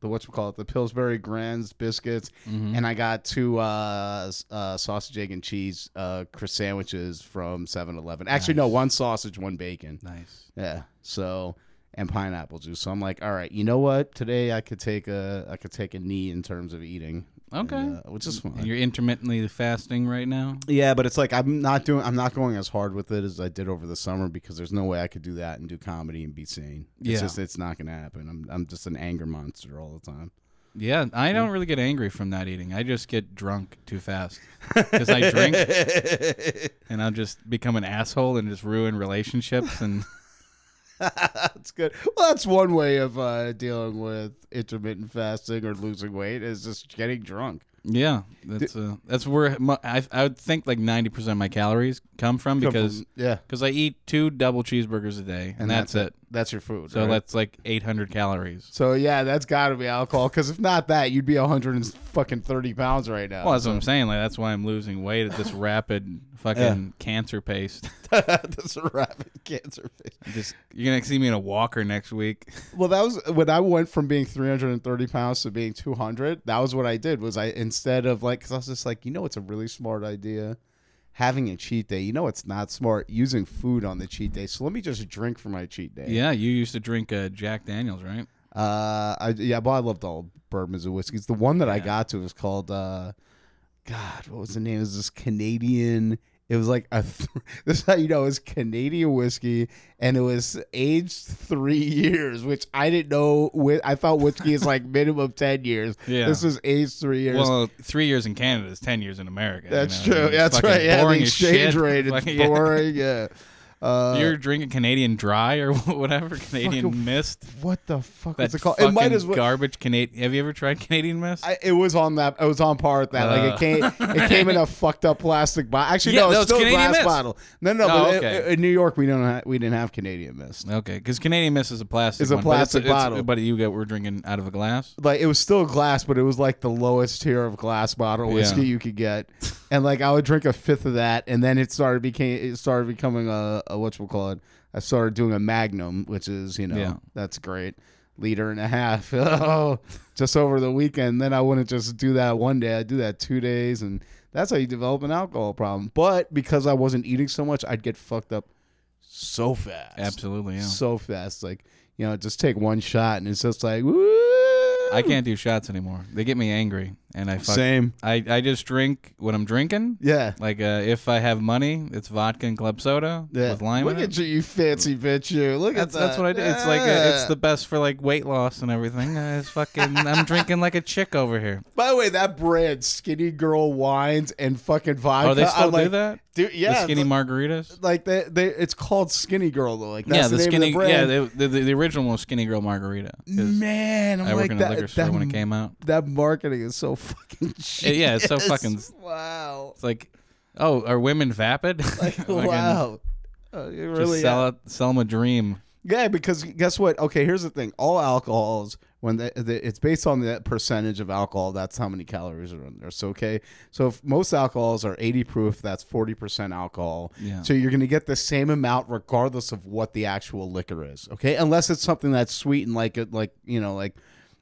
[SPEAKER 2] the what's we call it the Pillsbury Grands biscuits,
[SPEAKER 3] Mm-hmm.
[SPEAKER 2] and I got two uh, s- uh sausage egg and cheese uh crisp sandwiches from 7-Eleven. Actually, no, one sausage, one bacon.
[SPEAKER 3] Nice.
[SPEAKER 2] Yeah. So and pineapple juice. So I'm like, all right, you know what? Today I could take a I could take a knee in terms of eating.
[SPEAKER 3] Okay.
[SPEAKER 2] And, uh, which is fine.
[SPEAKER 3] And you're intermittently fasting right now.
[SPEAKER 2] Yeah, but it's like I'm not doing I'm not going as hard with it as I did over the summer because there's no way I could do that and do comedy and be sane. It's
[SPEAKER 3] Yeah.
[SPEAKER 2] just it's not gonna happen. I'm I'm just an anger monster all the time.
[SPEAKER 3] Yeah, I don't really get angry from not eating. I just get drunk too fast because I drink, and I'll just become an asshole and just ruin relationships. And
[SPEAKER 2] That's good. Well, that's one way of uh, dealing with intermittent fasting or losing weight is just getting drunk.
[SPEAKER 3] yeah, that's uh, that's where my, I I would think like ninety percent of my calories come from
[SPEAKER 2] Come
[SPEAKER 3] because
[SPEAKER 2] from- yeah,
[SPEAKER 3] because I eat two double cheeseburgers a day, and, that's, it.
[SPEAKER 2] That's your food.
[SPEAKER 3] So
[SPEAKER 2] right?
[SPEAKER 3] that's like eight hundred calories.
[SPEAKER 2] so yeah, that's got to be alcohol because if not that, you'd be 130 pounds right now.
[SPEAKER 3] Well, that's what I'm saying. Like that's why I'm losing weight at this rapid fucking cancer pace.
[SPEAKER 2] that's a rapid cancer.
[SPEAKER 3] Just you're gonna see me in a walker next week.
[SPEAKER 2] Well, that was when I went from being 330 pounds to being 200. That was what I did. Was I instead of like, because I was just like, you know, it's a really smart idea having a cheat day. You know, it's not smart using food on the cheat day. So let me just drink for my cheat day.
[SPEAKER 3] Yeah, you used to drink uh, Jack Daniels, right?
[SPEAKER 2] Uh, I yeah, but I loved all bourbons and whiskeys. The one that I got to was called uh, God, what was the name? It was this Canadian. It was like a th- this is how you know it's Canadian whiskey, and it was aged three years, which I didn't know. With I thought whiskey is like minimum ten years.
[SPEAKER 3] Yeah.
[SPEAKER 2] this was aged three years.
[SPEAKER 3] Well, three years in Canada is ten years in America. you
[SPEAKER 2] that's
[SPEAKER 3] know?
[SPEAKER 2] true.
[SPEAKER 3] It's
[SPEAKER 2] That's
[SPEAKER 3] fucking
[SPEAKER 2] right. Yeah,
[SPEAKER 3] boring
[SPEAKER 2] the
[SPEAKER 3] as
[SPEAKER 2] exchange
[SPEAKER 3] shit.
[SPEAKER 2] rate. It's
[SPEAKER 3] Fucking- yeah.
[SPEAKER 2] boring. Yeah. Uh,
[SPEAKER 3] You're drinking Canadian Dry or whatever Canadian Mist.
[SPEAKER 2] what the fuck
[SPEAKER 3] That's
[SPEAKER 2] is it called?
[SPEAKER 3] fucking
[SPEAKER 2] It might as well.
[SPEAKER 3] garbage Canadian. Have you ever tried Canadian Mist?
[SPEAKER 2] I, it was on that. It was on par with that. like it came, it came in a fucked up plastic bottle. Actually,
[SPEAKER 3] Yeah,
[SPEAKER 2] no, it's
[SPEAKER 3] no, it's
[SPEAKER 2] still a
[SPEAKER 3] Canadian
[SPEAKER 2] glass
[SPEAKER 3] Mist.
[SPEAKER 2] bottle. No, no,
[SPEAKER 3] Oh,
[SPEAKER 2] but
[SPEAKER 3] okay.
[SPEAKER 2] i- i- in New York, we don't. Ha- we didn't have Canadian Mist.
[SPEAKER 3] okay, because Canadian Mist is a plastic.
[SPEAKER 2] It's a
[SPEAKER 3] one, but
[SPEAKER 2] plastic
[SPEAKER 3] it's-
[SPEAKER 2] bottle.
[SPEAKER 3] but you get we're drinking out of a glass.
[SPEAKER 2] Like it was still glass, but it was like the lowest tier of glass bottle whiskey you could get. And like I would drink a fifth of that, and then it started became it started becoming a, a what we'll call it. I started doing a Magnum, which is you know
[SPEAKER 3] Yeah.
[SPEAKER 2] that's great. Liter and a half. Oh, just over the weekend. Then I wouldn't just do that one day. I'd do that two days, and that's how you develop an alcohol problem. But because I wasn't eating so much, I'd get fucked up so fast
[SPEAKER 3] Absolutely. Yeah.
[SPEAKER 2] so fast. Like, you know, just take one shot and it's just like, woo.
[SPEAKER 3] I can't do shots anymore. They get me angry. and I fuck,
[SPEAKER 4] Same.
[SPEAKER 3] I I just drink when I'm drinking.
[SPEAKER 2] Yeah.
[SPEAKER 3] Like uh, if I have money, it's vodka and club soda
[SPEAKER 2] Yeah.
[SPEAKER 3] with lime.
[SPEAKER 4] Look
[SPEAKER 3] in it.
[SPEAKER 4] at you, you fancy bitch. You look
[SPEAKER 3] That's
[SPEAKER 4] at that.
[SPEAKER 3] that's what I do. It's like uh it's the best for like weight loss and everything. Uh, it's fucking. I'm drinking like a chick over here.
[SPEAKER 2] By the way, that brand, Skinny Girl Wines and fucking vodka.
[SPEAKER 3] Oh, they still
[SPEAKER 2] I'm like,
[SPEAKER 3] do that?
[SPEAKER 2] Dude, yeah,
[SPEAKER 3] the skinny
[SPEAKER 2] it's
[SPEAKER 3] margaritas.
[SPEAKER 2] like they, they, it's called Skinny Girl though. Like that's
[SPEAKER 3] yeah,
[SPEAKER 2] the, name
[SPEAKER 3] skinny.
[SPEAKER 2] Of the brand.
[SPEAKER 3] yeah, they, the, the the original was skinny girl margarita. 'cause
[SPEAKER 2] Man, I'm
[SPEAKER 3] I work
[SPEAKER 2] like
[SPEAKER 3] in a
[SPEAKER 2] that,
[SPEAKER 3] liquor store
[SPEAKER 2] that,
[SPEAKER 3] when it came out.
[SPEAKER 2] That marketing is so fucking cheap.
[SPEAKER 3] yeah, it's so fucking-
[SPEAKER 2] wow,
[SPEAKER 3] It's like, oh, are women vapid? Fucking
[SPEAKER 2] wow. Oh, you
[SPEAKER 3] Just
[SPEAKER 2] really
[SPEAKER 3] sell it, sell 'em a dream.
[SPEAKER 2] Yeah, because guess what? Okay, here's the thing: all alcohols, when the, the, it's based on the percentage of alcohol, that's how many calories are in there. So okay, so if most alcohols are 80 proof, that's 40 percent alcohol.
[SPEAKER 3] Yeah.
[SPEAKER 2] So you're going to get the same amount regardless of what the actual liquor is. Okay, unless it's something that's sweetened, like it, like you know, like.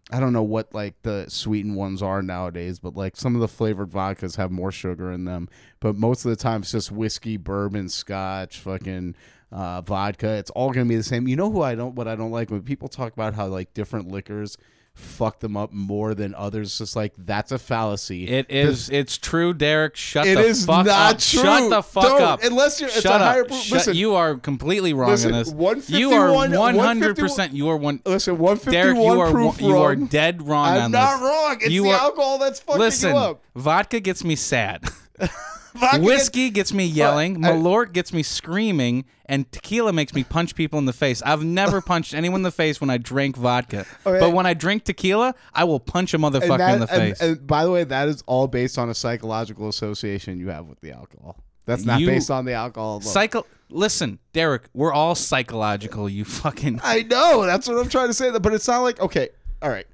[SPEAKER 2] I don't know what like the sweetened ones are nowadays, but like some of the flavored vodkas have more sugar in them. But most of the time, it's just whiskey, bourbon, scotch, fucking uh, vodka. It's all gonna be the same. You know who I don't what I don't like when people talk about how like different liquors fuck them up more than others. It's just like that's a fallacy.
[SPEAKER 3] It is. it's true, Derek. Shut
[SPEAKER 2] It
[SPEAKER 3] the
[SPEAKER 2] is
[SPEAKER 3] fuck
[SPEAKER 2] not
[SPEAKER 3] up.
[SPEAKER 2] true.
[SPEAKER 3] Shut the fuck
[SPEAKER 2] Don't.
[SPEAKER 3] up.
[SPEAKER 2] Unless you're- it's
[SPEAKER 3] Shut
[SPEAKER 2] a
[SPEAKER 3] up.
[SPEAKER 2] higher proof-
[SPEAKER 3] Shut-
[SPEAKER 2] listen.
[SPEAKER 3] you are completely wrong
[SPEAKER 2] Listen,
[SPEAKER 3] in this.
[SPEAKER 2] 151
[SPEAKER 3] You are one hundred percent. You are one.
[SPEAKER 2] Listen, 151
[SPEAKER 3] Derek, you are
[SPEAKER 2] Uh, proof
[SPEAKER 3] one- you are
[SPEAKER 2] rum.
[SPEAKER 3] dead wrong
[SPEAKER 2] I'm
[SPEAKER 3] on this.
[SPEAKER 2] not wrong. It's
[SPEAKER 3] You
[SPEAKER 2] the
[SPEAKER 3] are-
[SPEAKER 2] alcohol that's fucking
[SPEAKER 3] Listen,
[SPEAKER 2] you up.
[SPEAKER 3] vodka gets me sad.
[SPEAKER 2] Vodka
[SPEAKER 3] Whiskey gets me yelling.
[SPEAKER 2] I-
[SPEAKER 3] Malort gets me screaming, and tequila makes me punch people in the face. I've never punched anyone in the face when I drank vodka,
[SPEAKER 2] Okay.
[SPEAKER 3] but when I drink tequila, I will punch a motherfucker in the
[SPEAKER 2] that- and-
[SPEAKER 3] face.
[SPEAKER 2] and by the way, that is all based on a psychological association you have with the alcohol. That's not
[SPEAKER 3] You-
[SPEAKER 2] based on the alcohol. alone.
[SPEAKER 3] Psycho. Listen, Derek, we're all psychological. You fucking.
[SPEAKER 2] I know. That's what I'm trying to say. But it's not like okay, all right.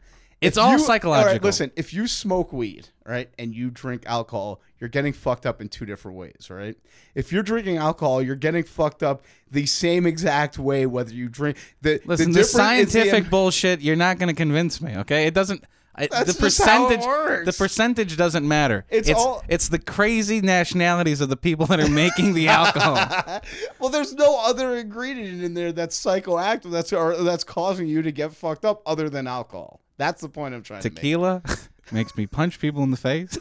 [SPEAKER 3] It's
[SPEAKER 2] If
[SPEAKER 3] all
[SPEAKER 2] you-
[SPEAKER 3] psychological.
[SPEAKER 2] all right, listen, if you smoke weed, right, and you drink alcohol, you're getting fucked up in two different ways, right? If you're drinking alcohol, you're getting fucked up the same exact way whether you drink the
[SPEAKER 3] Listen,
[SPEAKER 2] the
[SPEAKER 3] this
[SPEAKER 2] difference is the-
[SPEAKER 3] scientific bullshit, you're not going to convince me, okay? It doesn't. I,
[SPEAKER 2] That's
[SPEAKER 3] the
[SPEAKER 2] just how it
[SPEAKER 3] percentage,
[SPEAKER 2] works.
[SPEAKER 3] the percentage doesn't matter.
[SPEAKER 2] It's
[SPEAKER 3] it's,
[SPEAKER 2] all-
[SPEAKER 3] it's the crazy nationalities of the people that are making the alcohol.
[SPEAKER 2] well, there's no other ingredient in there that's psychoactive that's or that's causing you to get fucked up other than alcohol. That's the point I'm trying to make.
[SPEAKER 3] Tequila makes me punch people in the face.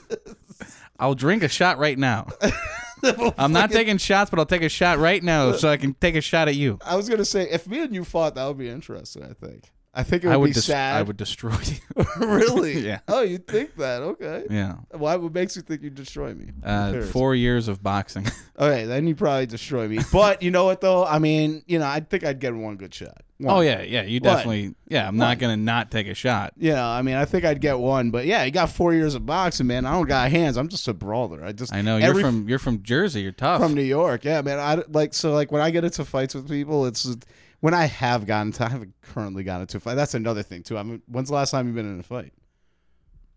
[SPEAKER 3] I'll drink a shot right now. I'm not taking shots, but I'll take a shot right now so I can take a shot at you.
[SPEAKER 2] I was gonna say if me and you fought, that would be interesting. I think. I think it would,
[SPEAKER 3] I would,
[SPEAKER 2] be
[SPEAKER 3] dest-
[SPEAKER 2] sad.
[SPEAKER 3] I would destroy you.
[SPEAKER 2] really.
[SPEAKER 3] Yeah.
[SPEAKER 2] Oh, you think that? Okay.
[SPEAKER 3] yeah.
[SPEAKER 2] Why? What makes you think you destroy me? Who
[SPEAKER 3] Uh,
[SPEAKER 2] cares?
[SPEAKER 3] four years of boxing.
[SPEAKER 2] Okay, then you probably destroy me. But you know what though? I mean, you know, I think I'd get one good shot. One.
[SPEAKER 3] oh yeah, yeah. You
[SPEAKER 2] What?
[SPEAKER 3] definitely. Yeah, I'm not gonna not take a shot.
[SPEAKER 2] You know, I mean, I think I'd get one. But yeah, you got four years of boxing, man. I don't got hands. I'm just a brawler. I just
[SPEAKER 3] I know you're
[SPEAKER 2] every-
[SPEAKER 3] from you're from Jersey. You're tough.
[SPEAKER 2] from New York. Yeah, man. I like so like when I get into fights with people, it's when I have gotten to. I haven't currently gotten into a fight. That's another thing too. I mean, when's the last time you've been in a fight?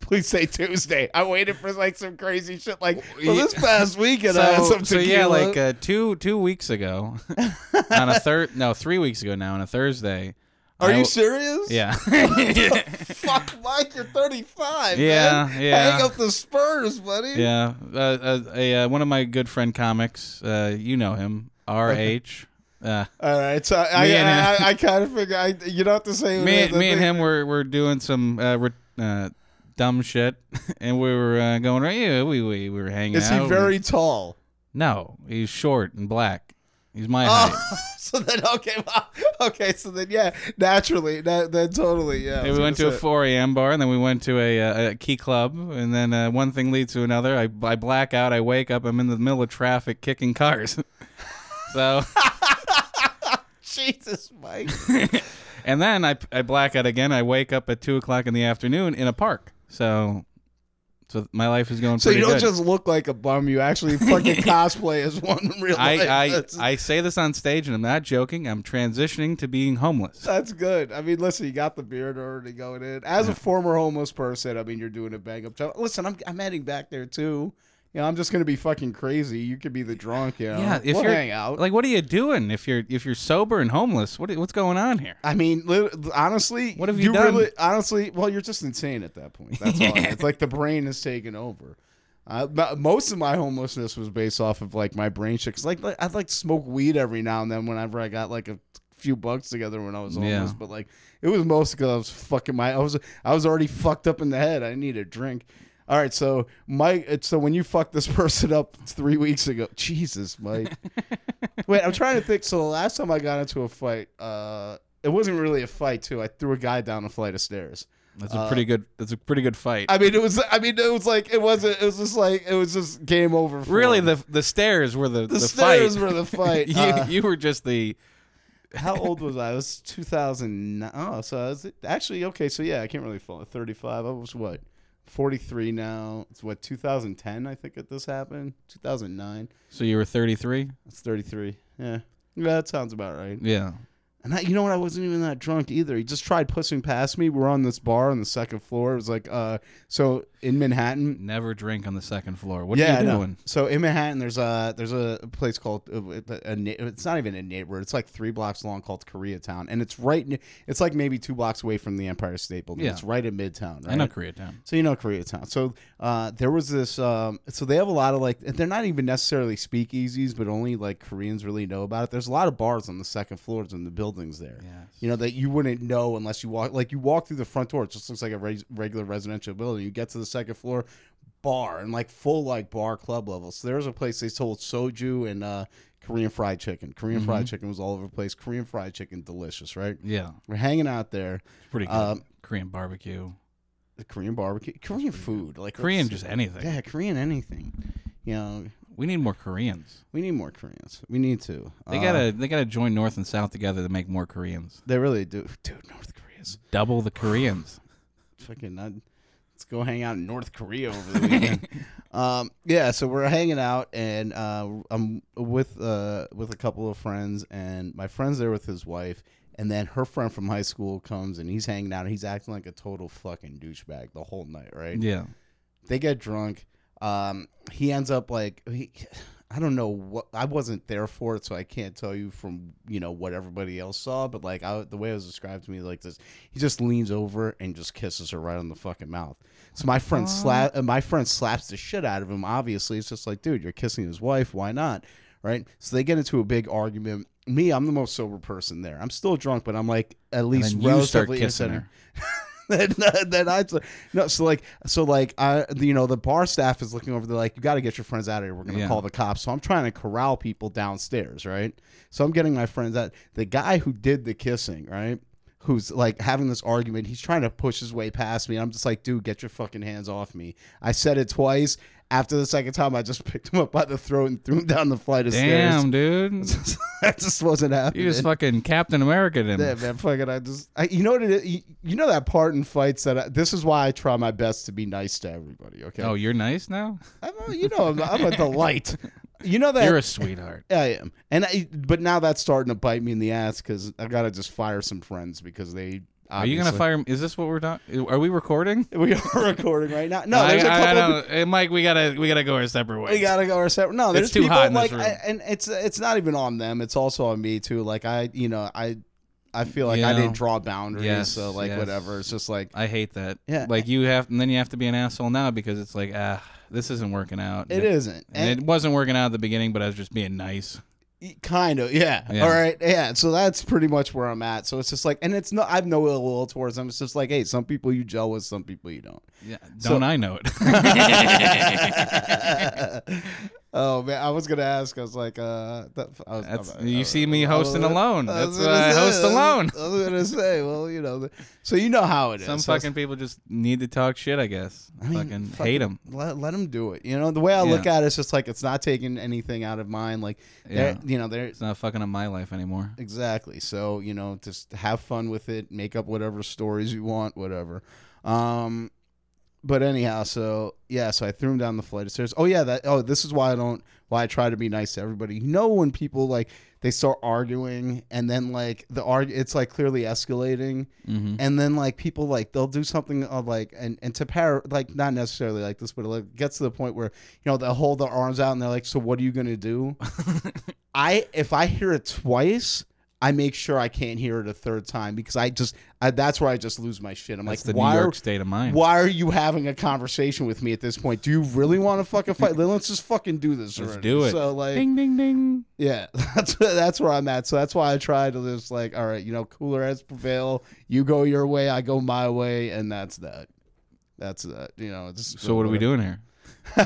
[SPEAKER 2] Please say Tuesday. I waited for like some crazy shit. Like well, this past weekend, I had
[SPEAKER 3] so,
[SPEAKER 2] some
[SPEAKER 3] so yeah,
[SPEAKER 2] tequila.
[SPEAKER 3] like uh, two two weeks ago, on a third no three weeks ago now on a Thursday.
[SPEAKER 2] Are
[SPEAKER 3] I
[SPEAKER 2] you
[SPEAKER 3] w-
[SPEAKER 2] serious?
[SPEAKER 3] Yeah.
[SPEAKER 2] Fuck, Mike, you're 35.
[SPEAKER 3] Yeah,
[SPEAKER 2] man.
[SPEAKER 3] yeah.
[SPEAKER 2] Hang up the Spurs, buddy.
[SPEAKER 3] Yeah, uh, uh, a, uh, one of my good friend comics, uh, you know him, R H. Uh,
[SPEAKER 2] All right, so I,
[SPEAKER 3] Me and
[SPEAKER 2] I,
[SPEAKER 3] him.
[SPEAKER 2] I, I kind of figure I, you don't have to say.
[SPEAKER 3] me,
[SPEAKER 2] what I
[SPEAKER 3] me
[SPEAKER 2] think.
[SPEAKER 3] and him were, were doing some uh, re- uh, dumb shit, and we were uh, going right. Yeah, we, we we were hanging
[SPEAKER 2] Is
[SPEAKER 3] out.
[SPEAKER 2] he very tall?
[SPEAKER 3] No, he's short and black. He's my height.
[SPEAKER 2] Oh, so then okay, well, okay, so then yeah, naturally, that, then totally, yeah. I
[SPEAKER 3] And
[SPEAKER 2] was
[SPEAKER 3] we went to
[SPEAKER 2] gonna
[SPEAKER 3] a 4 a.m. bar, and then we went to a, uh, a key club, and then uh, one thing leads to another. I, I black out. I wake up. I'm in the middle of traffic, kicking cars. so.
[SPEAKER 2] say- Jesus, Mike.
[SPEAKER 3] And then I, I black out again. I wake up at two o'clock in the afternoon in a park. So, so my life is going.
[SPEAKER 2] So you
[SPEAKER 3] pretty
[SPEAKER 2] don't
[SPEAKER 3] good.
[SPEAKER 2] just look like a bum; you actually fucking cosplay as one in real life.
[SPEAKER 3] I,
[SPEAKER 2] That's-
[SPEAKER 3] I I say this on stage, and I'm not joking. I'm transitioning to being homeless.
[SPEAKER 2] That's good. I mean, listen, you got the beard already going in. As a former homeless person, I mean, you're doing a bang up job. Listen, I'm I'm heading back there too. You know, I'm just gonna be fucking crazy. You could be the drunk. You know,
[SPEAKER 3] Yeah, if
[SPEAKER 2] we'll
[SPEAKER 3] you're
[SPEAKER 2] hang out.
[SPEAKER 3] like, what are you doing if you're if you're sober and homeless? What what's going on here?
[SPEAKER 2] I mean, li- honestly,
[SPEAKER 3] What have you done?
[SPEAKER 2] Really, honestly, well, you're just insane at that point. That's all. It's like the brain is taking over. Uh, but most of my homelessness was based off of like my brain shit. 'Cause, like, like I'd like smoke weed every now and then whenever I got like a few bucks together when I was
[SPEAKER 3] Yeah.
[SPEAKER 2] homeless, but like it was mostly because I was fucking my I was I was already fucked up in the head. I need a drink. All right, so Mike, it's- so when you fucked this person up three weeks ago, Jesus, Mike. Wait, I'm trying to think. So the last time I got into a fight, uh, it wasn't really a fight too. I threw a guy down a flight of stairs.
[SPEAKER 3] That's a pretty good. That's a pretty good fight.
[SPEAKER 2] Uh, I mean, it was. I mean, it was like it wasn't. It was just like it was just game over. For
[SPEAKER 3] really,
[SPEAKER 2] him.
[SPEAKER 3] the the stairs were the the,
[SPEAKER 2] the, stairs
[SPEAKER 3] fight.
[SPEAKER 2] were the fight.
[SPEAKER 3] you
[SPEAKER 2] Uh,
[SPEAKER 3] you were just the
[SPEAKER 2] how old was I? It was 2009. Oh, so I was actually okay. So yeah, I can't really fall. 35. I was what 43 now. It's what 2010. I think that this happened. 2009.
[SPEAKER 3] so you were thirty three.
[SPEAKER 2] That's 33. Yeah. Yeah, that sounds about right.
[SPEAKER 3] Yeah.
[SPEAKER 2] And I, you know what? I wasn't even that drunk either. He just tried pushing past me. We were on this bar on the second floor. It was like, uh, so in Manhattan,
[SPEAKER 3] Never drink on the second floor. What
[SPEAKER 2] yeah,
[SPEAKER 3] are you
[SPEAKER 2] I know.
[SPEAKER 3] doing?
[SPEAKER 2] So in Manhattan, there's a there's a place called a, a, na- it's not even a neighborhood. It's like three blocks long called Koreatown, and it's right. ne- It's like maybe two blocks away from the Empire State Building.
[SPEAKER 3] Yeah.
[SPEAKER 2] It's right in Midtown. Right?
[SPEAKER 3] I know Koreatown.
[SPEAKER 2] So you know Koreatown. So uh, there was this. Um, so they have a lot of like. They're not even necessarily speakeasies, but only like Koreans really know about it. There's a lot of bars on the second floors in the buildings there. You know that you wouldn't know unless you walk. Like you walk through the front door, it just looks like a reg- regular residential building. You get to the second floor, bar and like full like bar club level. So there was a place they sold soju and uh, Korean fried chicken. Korean
[SPEAKER 3] Mm-hmm.
[SPEAKER 2] fried chicken was all over the place. Korean fried chicken, delicious, right?
[SPEAKER 3] Yeah,
[SPEAKER 2] We're hanging out there.
[SPEAKER 3] it's pretty good.
[SPEAKER 2] Um,
[SPEAKER 3] Korean barbecue,
[SPEAKER 2] The Korean barbecue, Korean food, like
[SPEAKER 3] Korean,
[SPEAKER 2] that's-
[SPEAKER 3] just anything.
[SPEAKER 2] yeah, Korean anything. You know,
[SPEAKER 3] We need more Koreans.
[SPEAKER 2] we need more Koreans. We need to.
[SPEAKER 3] They
[SPEAKER 2] Uh,
[SPEAKER 3] gotta they gotta join North and South together to make more Koreans.
[SPEAKER 2] They really do, dude. North Korea's
[SPEAKER 3] Double the Koreans.
[SPEAKER 2] fucking. Not, let's go hang out in North Korea over the weekend. um, yeah, so we're hanging out, and uh, I'm with uh, with a couple of friends, and my friend's there with his wife. And then her friend from high school comes and he's hanging out and he's acting like a total fucking douchebag the whole night, right?
[SPEAKER 3] yeah,
[SPEAKER 2] they get drunk um he ends up like he, i don't know what i wasn't there for it so i can't tell you from you know what everybody else saw but like I, the way it was described to me like this he just leans over and just kisses her right on the fucking mouth so my friend slap uh, my friend slaps the shit out of him obviously it's just like dude you're kissing his wife why not right so they get into a big argument me i'm the most sober person there i'm still drunk but i'm like at least
[SPEAKER 3] then you start
[SPEAKER 2] relatively
[SPEAKER 3] kissing
[SPEAKER 2] innocent.
[SPEAKER 3] her.
[SPEAKER 2] then, then I no. So like, so like, I you know the bar staff is looking over. They're like, you got to get your friends out of here. We're gonna
[SPEAKER 3] Yeah.
[SPEAKER 2] call the cops. So I'm trying to corral people downstairs, right? So I'm getting my friends out. The guy who did the kissing, right? Who's like having this argument? He's trying to push his way past me. I'm just like, dude, get your fucking hands off me. I said it twice. After the second time, I just picked him up by the throat and threw him down the flight of
[SPEAKER 3] Damn, dude,
[SPEAKER 2] stairs. that just wasn't happening.
[SPEAKER 3] you just fucking Captain America him.
[SPEAKER 2] Yeah, man, fucking, I just, I, you know what it is? You, you know that part in fights that I, this is why I try my best to be nice to everybody. Okay,
[SPEAKER 3] Oh, you're nice now.
[SPEAKER 2] I'm a, you know, I'm, I'm a delight. You know that
[SPEAKER 3] You're a sweetheart.
[SPEAKER 2] I am, and I, but now that's starting to bite me in the ass because I gotta just fire some friends because they.
[SPEAKER 3] Are you gonna fire? Is this what we're doing? Are we recording?
[SPEAKER 2] We are recording right now. No, there's a
[SPEAKER 3] I- I- I
[SPEAKER 2] couple. of,
[SPEAKER 3] don't- hey, Mike, we gotta we gotta go our separate ways.
[SPEAKER 2] we gotta go our separate. No, there's
[SPEAKER 3] too
[SPEAKER 2] people
[SPEAKER 3] hot in
[SPEAKER 2] like,
[SPEAKER 3] this room.
[SPEAKER 2] I, and it's it's not even on them. It's also on me too. Like I, you know, I, I feel like
[SPEAKER 3] You
[SPEAKER 2] I
[SPEAKER 3] know.
[SPEAKER 2] didn't draw boundaries.
[SPEAKER 3] Yes,
[SPEAKER 2] so like
[SPEAKER 3] yes.
[SPEAKER 2] whatever. It's just like
[SPEAKER 3] I hate that.
[SPEAKER 2] Yeah.
[SPEAKER 3] Like you have, and then you have to be an asshole now because it's like, ah, this isn't working out.
[SPEAKER 2] it isn't.
[SPEAKER 3] And, it wasn't working out at the beginning, but I was just being nice.
[SPEAKER 2] kind of E, yeah.
[SPEAKER 3] Yeah.
[SPEAKER 2] all right yeah so that's pretty much where i'm at so it's just like and it's not i've no ill will towards them it's just like hey some people you gel with some people you don't
[SPEAKER 3] Yeah. Don't
[SPEAKER 2] So-
[SPEAKER 3] I know it?
[SPEAKER 2] oh man i was gonna ask i was like uh that, I was,
[SPEAKER 3] That's,
[SPEAKER 2] I- I-
[SPEAKER 3] you see me
[SPEAKER 2] I was
[SPEAKER 3] hosting
[SPEAKER 2] gonna-
[SPEAKER 3] alone.
[SPEAKER 2] I was
[SPEAKER 3] That's
[SPEAKER 2] gonna
[SPEAKER 3] why I
[SPEAKER 2] say,
[SPEAKER 3] host alone.
[SPEAKER 2] i was gonna say well you know the- so you know how it is
[SPEAKER 3] Some
[SPEAKER 2] So it's-
[SPEAKER 3] fucking people just need to talk shit, I guess.
[SPEAKER 2] I mean,
[SPEAKER 3] fucking, hate them.
[SPEAKER 2] Let, let them do it. You know, the way I look
[SPEAKER 3] Yeah.
[SPEAKER 2] at it is just like it's not taking anything out of mine. Like, they're
[SPEAKER 3] Yeah.
[SPEAKER 2] you know, they're
[SPEAKER 3] It's not fucking in my life anymore.
[SPEAKER 2] Exactly. So, you know, just have fun with it, make up whatever stories you want, whatever. Um but anyhow, so yeah, so I threw him down the flight of stairs. Oh yeah, that oh, this is why I don't why I try to be nice to everybody. You know when people like they start arguing and then like the arg it's like clearly escalating
[SPEAKER 3] Mm-hmm.
[SPEAKER 2] and then like people like they'll do something of like and and to pair like not necessarily like this but it like, gets to the point where you know they'll hold their arms out and they're like so what are you gonna do i if i hear it twice I make sure I can't hear it a third time because I just I, that's where I just lose my shit. I'm
[SPEAKER 3] That's
[SPEAKER 2] like,
[SPEAKER 3] the
[SPEAKER 2] why
[SPEAKER 3] New
[SPEAKER 2] are,
[SPEAKER 3] York state of mind.
[SPEAKER 2] why are you having a conversation with me at this point? Do you really want to fucking fight? Let's just fucking do this.
[SPEAKER 3] Let's
[SPEAKER 2] already.
[SPEAKER 3] do it.
[SPEAKER 2] So like,
[SPEAKER 3] ding ding ding.
[SPEAKER 2] yeah, that's that's where I'm at. So that's why I try to just like, all right, you know, cooler heads prevail. You go your way, I go my way, and that's that. That's that. You know. It's,
[SPEAKER 3] So what are we doing here?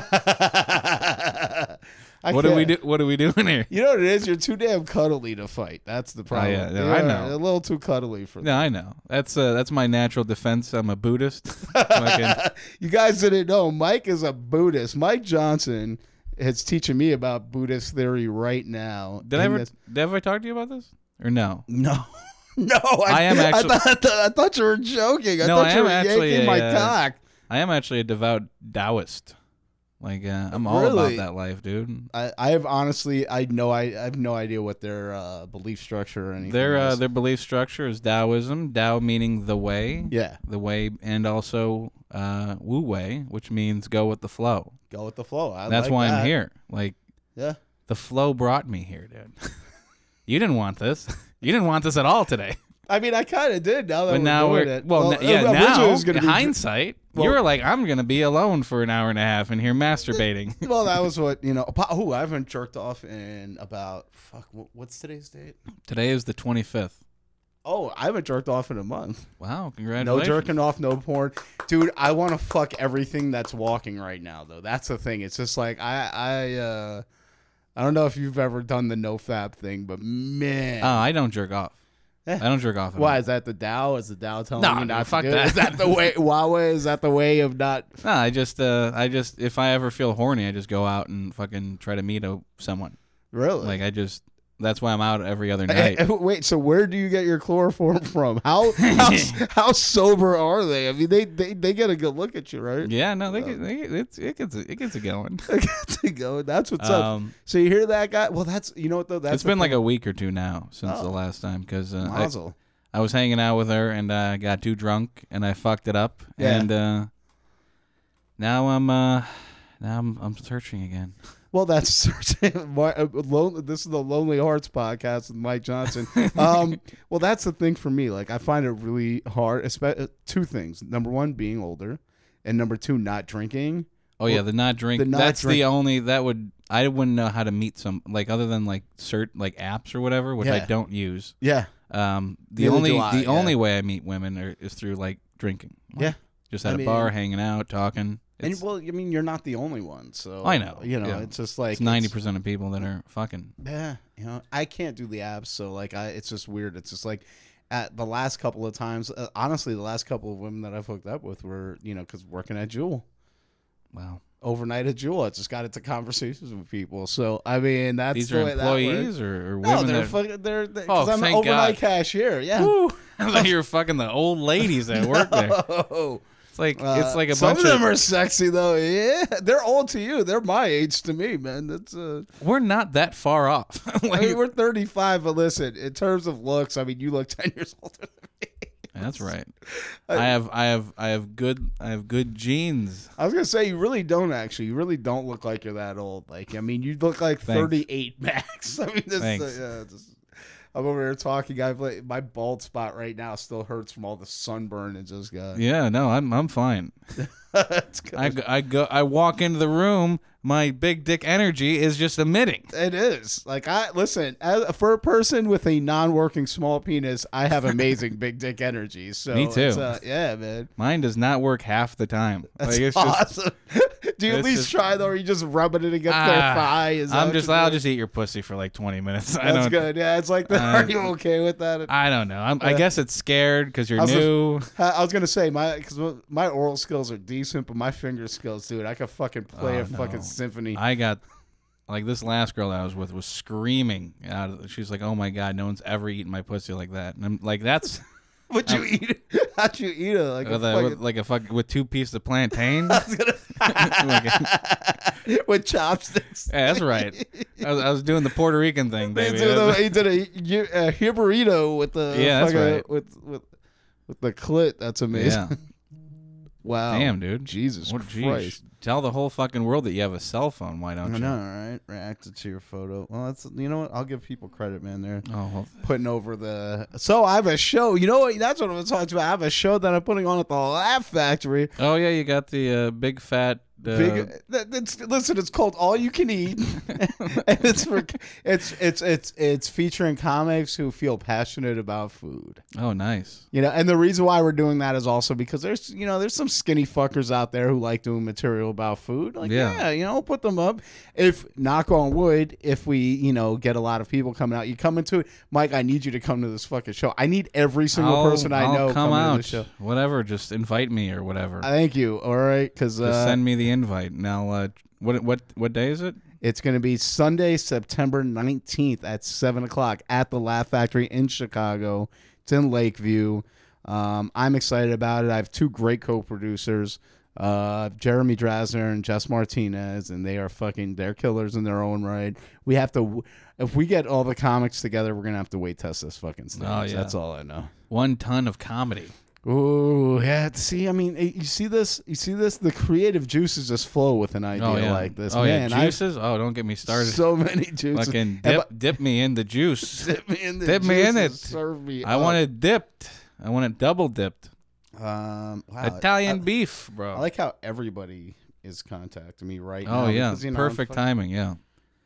[SPEAKER 2] I
[SPEAKER 3] What are we
[SPEAKER 2] can't-
[SPEAKER 3] do? What are we doing here?
[SPEAKER 2] You know what it is? You're too damn cuddly to fight. That's the problem.
[SPEAKER 3] Oh, yeah, no, I
[SPEAKER 2] You're
[SPEAKER 3] know.
[SPEAKER 2] A little too cuddly for
[SPEAKER 3] No, I know. That's uh, that's my natural defense. I'm a Buddhist. Fucking-
[SPEAKER 2] you guys didn't know Mike is a Buddhist. Mike Johnson is teaching me about Buddhist theory right now.
[SPEAKER 3] did I
[SPEAKER 2] And
[SPEAKER 3] ever
[SPEAKER 2] this-
[SPEAKER 3] did I ever talk to you about this or no?
[SPEAKER 2] No. No, I,
[SPEAKER 3] I am actually-
[SPEAKER 2] I thought, I thought you were joking. I
[SPEAKER 3] No,
[SPEAKER 2] thought
[SPEAKER 3] I
[SPEAKER 2] you
[SPEAKER 3] am
[SPEAKER 2] were
[SPEAKER 3] actually
[SPEAKER 2] yanking my
[SPEAKER 3] a, uh,
[SPEAKER 2] cock.
[SPEAKER 3] I am actually a devout Taoist. Like uh, I'm all
[SPEAKER 2] Really?
[SPEAKER 3] about that life, dude.
[SPEAKER 2] I, I have honestly, I know, I, I have no idea what their uh, belief structure or anything.
[SPEAKER 3] Their uh,
[SPEAKER 2] is.
[SPEAKER 3] their belief structure is Taoism. Tao meaning the way,
[SPEAKER 2] yeah,
[SPEAKER 3] the way, and also uh, Wu Wei, which means go with the flow.
[SPEAKER 2] go with the flow. I
[SPEAKER 3] That's
[SPEAKER 2] like
[SPEAKER 3] why
[SPEAKER 2] that.
[SPEAKER 3] I'm here. Like
[SPEAKER 2] Yeah,
[SPEAKER 3] the flow brought me here, dude. you didn't want this. You didn't want this at all today.
[SPEAKER 2] I mean, I kind of did. Now that
[SPEAKER 3] But
[SPEAKER 2] we're
[SPEAKER 3] now
[SPEAKER 2] doing
[SPEAKER 3] we're
[SPEAKER 2] it.
[SPEAKER 3] well, n- yeah.
[SPEAKER 2] originally it
[SPEAKER 3] Now
[SPEAKER 2] was gonna
[SPEAKER 3] in
[SPEAKER 2] be-
[SPEAKER 3] hindsight, you were like, I'm gonna be alone for an hour and a half in here masturbating.
[SPEAKER 2] well, that was what you know. Oh, I haven't jerked off in about fuck. wh- What's today's date?
[SPEAKER 3] Today is the 25th.
[SPEAKER 2] Oh, I haven't jerked off in a month.
[SPEAKER 3] Wow,
[SPEAKER 2] No
[SPEAKER 3] congratulations.
[SPEAKER 2] jerking off, no porn, dude. I want to fuck everything that's walking right now, though. That's the thing. It's just like I, I, uh, I don't know if you've ever done the no fab thing, but man,
[SPEAKER 3] Oh, I don't jerk off.
[SPEAKER 2] Eh.
[SPEAKER 3] I don't jerk off. At
[SPEAKER 2] why
[SPEAKER 3] Why?
[SPEAKER 2] is that the Dow? Is the Dow telling
[SPEAKER 3] No,
[SPEAKER 2] you not
[SPEAKER 3] fuck
[SPEAKER 2] to do it?
[SPEAKER 3] that.
[SPEAKER 2] Is that the way? Huawei is that the way of not?
[SPEAKER 3] No, I just, uh, I just, if I ever feel horny, I just go out and fucking try to meet a, someone.
[SPEAKER 2] Really?
[SPEAKER 3] Like I just, that's why I'm out every other
[SPEAKER 2] Eh,
[SPEAKER 3] night.
[SPEAKER 2] eh, Wait, so where do you get your chloroform from? How how, how sober are they? I mean, they, they they get a good look at you, right?
[SPEAKER 3] yeah, no, they
[SPEAKER 2] Um,
[SPEAKER 3] get, they get, it's, it gets, it gets it going.
[SPEAKER 2] They get to go. That's what's up.
[SPEAKER 3] Um,
[SPEAKER 2] So you hear that guy? Well, that's you know what though. That's Oh.
[SPEAKER 3] it's been like a week or two now since the last time because uh, I,
[SPEAKER 2] mazel.
[SPEAKER 3] I was hanging out with her and I got too drunk and I fucked it up
[SPEAKER 2] Yeah.
[SPEAKER 3] and uh, now I'm uh, now I'm, I'm searching again.
[SPEAKER 2] Well, that's certain. My- uh, lon- This is the Lonely Hearts podcast with Mike Johnson. Um, well, that's the thing for me. Like, I find it really hard. espe- uh, Two things: number one, being older, and number two, not drinking.
[SPEAKER 3] Oh yeah, the not drink.
[SPEAKER 2] the not
[SPEAKER 3] that's
[SPEAKER 2] drink-
[SPEAKER 3] the only that would I wouldn't know how to meet some like other than like cert like apps or whatever, which
[SPEAKER 2] Yeah.
[SPEAKER 3] I don't use.
[SPEAKER 2] Yeah,
[SPEAKER 3] Um, the
[SPEAKER 2] Neither
[SPEAKER 3] only
[SPEAKER 2] do I,
[SPEAKER 3] the
[SPEAKER 2] yeah.
[SPEAKER 3] only way I meet women are, is through like drinking. Like,
[SPEAKER 2] Yeah.
[SPEAKER 3] just at
[SPEAKER 2] I
[SPEAKER 3] a
[SPEAKER 2] mean-
[SPEAKER 3] bar, hanging out, talking.
[SPEAKER 2] and
[SPEAKER 3] It's
[SPEAKER 2] well, I mean, you're not the only one. So
[SPEAKER 3] I know,
[SPEAKER 2] You know,
[SPEAKER 3] yeah.
[SPEAKER 2] it's just like
[SPEAKER 3] ninety percent of people that are fucking.
[SPEAKER 2] Yeah, you know, I can't do the apps, so like, I it's just weird. It's just like at the last couple of times, uh, honestly, the last couple of women that I've hooked up with were, you know, because working at Jewel
[SPEAKER 3] Wow,
[SPEAKER 2] overnight at Jewel, I just got into conversations with people. So I mean, that's
[SPEAKER 3] these
[SPEAKER 2] the
[SPEAKER 3] are
[SPEAKER 2] way that works.
[SPEAKER 3] employees or, or
[SPEAKER 2] No,
[SPEAKER 3] women.
[SPEAKER 2] they're
[SPEAKER 3] that,
[SPEAKER 2] fucking. They're because
[SPEAKER 3] Oh,
[SPEAKER 2] I'm an
[SPEAKER 3] thank
[SPEAKER 2] overnight
[SPEAKER 3] God.
[SPEAKER 2] cashier. Yeah.
[SPEAKER 3] Woo! I thought you were fucking the old ladies that work there.
[SPEAKER 2] Oh,
[SPEAKER 3] It's like
[SPEAKER 2] uh,
[SPEAKER 3] it's like a
[SPEAKER 2] some
[SPEAKER 3] bunch
[SPEAKER 2] of them
[SPEAKER 3] of
[SPEAKER 2] are sexy though. Yeah, they're old to you. They're my age to me, man. That's uh,
[SPEAKER 3] we're not that far off.
[SPEAKER 2] I
[SPEAKER 3] Like,
[SPEAKER 2] mean, we're 35, but listen, in terms of looks, I mean, you look 10 years older than me.
[SPEAKER 3] that's right. I have I have I have good I have good genes.
[SPEAKER 2] I was gonna say you really don't actually. You really don't look like you're that old. Like I mean, you look like
[SPEAKER 3] Thanks.
[SPEAKER 2] 38 max. I mean, this
[SPEAKER 3] Thanks.
[SPEAKER 2] Is, yeah, this is- I'm over here talking. I've like, my bald spot right now still hurts from all the sunburn it just got.
[SPEAKER 3] Yeah, no, I'm I'm fine.
[SPEAKER 2] It's good.
[SPEAKER 3] I, go- I go I walk into the room, my big dick energy is just emitting.
[SPEAKER 2] it is like I listen as, for a person with a non-working small penis. I have amazing big dick energy. So
[SPEAKER 3] Me too.
[SPEAKER 2] it's, uh, yeah, man.
[SPEAKER 3] Mine does not work half the time. like it's just
[SPEAKER 2] awesome. Do you at
[SPEAKER 3] it's
[SPEAKER 2] least
[SPEAKER 3] just-
[SPEAKER 2] try though, or are you just rubbing it against their
[SPEAKER 3] ah,
[SPEAKER 2] thigh? Is that
[SPEAKER 3] I'm
[SPEAKER 2] what
[SPEAKER 3] just
[SPEAKER 2] you're
[SPEAKER 3] I'll
[SPEAKER 2] doing?
[SPEAKER 3] just eat your pussy for like 20 minutes. I
[SPEAKER 2] That's
[SPEAKER 3] don't
[SPEAKER 2] good. Yeah, it's like,
[SPEAKER 3] I-
[SPEAKER 2] are you okay with that?
[SPEAKER 3] I don't know. I'm, I guess it's scared because you're
[SPEAKER 2] was just-
[SPEAKER 3] new.
[SPEAKER 2] I I was gonna say my because my oral skills are decent, but my finger skills, dude, I could fucking play
[SPEAKER 3] Oh,
[SPEAKER 2] a
[SPEAKER 3] no.
[SPEAKER 2] fucking symphony.
[SPEAKER 3] I got like this last girl that I was with was screaming out of she's like, "Oh my god, no one's ever eaten my pussy like that." And I'm like, "That's
[SPEAKER 2] Would you eat it? How'd you eat it? Like, a
[SPEAKER 3] with a, with, like a fuck with two pieces of plantain." Like, yeah,
[SPEAKER 2] fucking, with chopsticks.
[SPEAKER 3] that's right. I was, I was doing the Puerto Rican thing,
[SPEAKER 2] He
[SPEAKER 3] baby.
[SPEAKER 2] did a, he did a, hu- a huburrito with the
[SPEAKER 3] Yeah, that's
[SPEAKER 2] fucking-
[SPEAKER 3] right.
[SPEAKER 2] with with with the clit. That's amazing.
[SPEAKER 3] Yeah.
[SPEAKER 2] Wow.
[SPEAKER 3] Damn, dude.
[SPEAKER 2] Jesus
[SPEAKER 3] What- geez.
[SPEAKER 2] Christ.
[SPEAKER 3] Oh, Tell the whole fucking world that you have a cell phone. Why don't
[SPEAKER 2] I
[SPEAKER 3] you?
[SPEAKER 2] know, right? Reacted to your photo. Well, that's you know what? I'll give people credit, man. They're
[SPEAKER 3] Oh, well,
[SPEAKER 2] putting over the. So I have a show. You know what? That's what I'm talking about. I have a show that I'm putting on at the Laugh Factory.
[SPEAKER 3] oh yeah, you got the uh, big fat. Uh,
[SPEAKER 2] Big, that- that's- listen, it's called All You Can Eat, and it's for it's it's it's it's featuring comics who feel passionate about food.
[SPEAKER 3] Oh, nice.
[SPEAKER 2] You know, and the reason why we're doing that is also because there's you know there's some skinny fuckers out there who like doing material about food. Like yeah,
[SPEAKER 3] Yeah.
[SPEAKER 2] you know, put them up. If knock on wood, if we you know get a lot of people coming out, you come into it, Mike. I need you to come to this fucking show. I need every single
[SPEAKER 3] I'll-
[SPEAKER 2] person I
[SPEAKER 3] I'll
[SPEAKER 2] know
[SPEAKER 3] come
[SPEAKER 2] coming
[SPEAKER 3] out.
[SPEAKER 2] to the show.
[SPEAKER 3] Whatever, just invite me or whatever.
[SPEAKER 2] I Thank you. All right, because
[SPEAKER 3] Just
[SPEAKER 2] uh,
[SPEAKER 3] send me the invite. Now, uh, what what what day is it?
[SPEAKER 2] it's going to be Sunday, September nineteenth at seven o'clock at the Laugh Factory in Chicago. It's in Lakeview. Um, I'm excited about it. I have two great co-producers, uh, Jeremy Drasner and Jess Martinez, and they are fucking they're killers in their own right. We have to if we get all the comics together, we're gonna have to wait test this fucking stage.
[SPEAKER 3] Oh, yeah.
[SPEAKER 2] That's all I know.
[SPEAKER 3] One ton of comedy.
[SPEAKER 2] Ooh, yeah. See, I mean, eh, you see this, you see this. The creative juices just flow with an idea
[SPEAKER 3] Oh yeah,
[SPEAKER 2] like this.
[SPEAKER 3] Oh
[SPEAKER 2] Man,
[SPEAKER 3] yeah,
[SPEAKER 2] I-
[SPEAKER 3] juices. oh, don't get me started.
[SPEAKER 2] so many juices.
[SPEAKER 3] Fucking
[SPEAKER 2] And
[SPEAKER 3] dip, dip me in the
[SPEAKER 2] bu-
[SPEAKER 3] juice.
[SPEAKER 2] dip me in the
[SPEAKER 3] dip me in
[SPEAKER 2] juices,
[SPEAKER 3] it.
[SPEAKER 2] Serve me.
[SPEAKER 3] I
[SPEAKER 2] up.
[SPEAKER 3] want it dipped. I want it double dipped.
[SPEAKER 2] Um, wow.
[SPEAKER 3] Italian
[SPEAKER 2] I,
[SPEAKER 3] beef, bro.
[SPEAKER 2] I like how everybody is contacting me right now.
[SPEAKER 3] oh yeah,
[SPEAKER 2] because, you know, I'm
[SPEAKER 3] perfect
[SPEAKER 2] fuck-
[SPEAKER 3] timing. Yeah,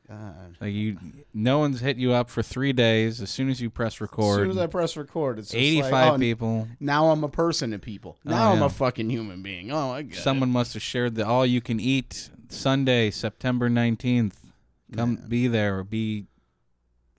[SPEAKER 2] God.
[SPEAKER 3] like you, no one's hit you up for three days. As soon as you press
[SPEAKER 2] As soon
[SPEAKER 3] record,
[SPEAKER 2] as I press record, it's just like,
[SPEAKER 3] eighty-five
[SPEAKER 2] oh,
[SPEAKER 3] people.
[SPEAKER 2] Now I'm a person to people. Now I'm
[SPEAKER 3] yeah.
[SPEAKER 2] a fucking human being. Oh, I get
[SPEAKER 3] Someone must have shared the all you can eat Sunday, September nineteenth. Come be there or be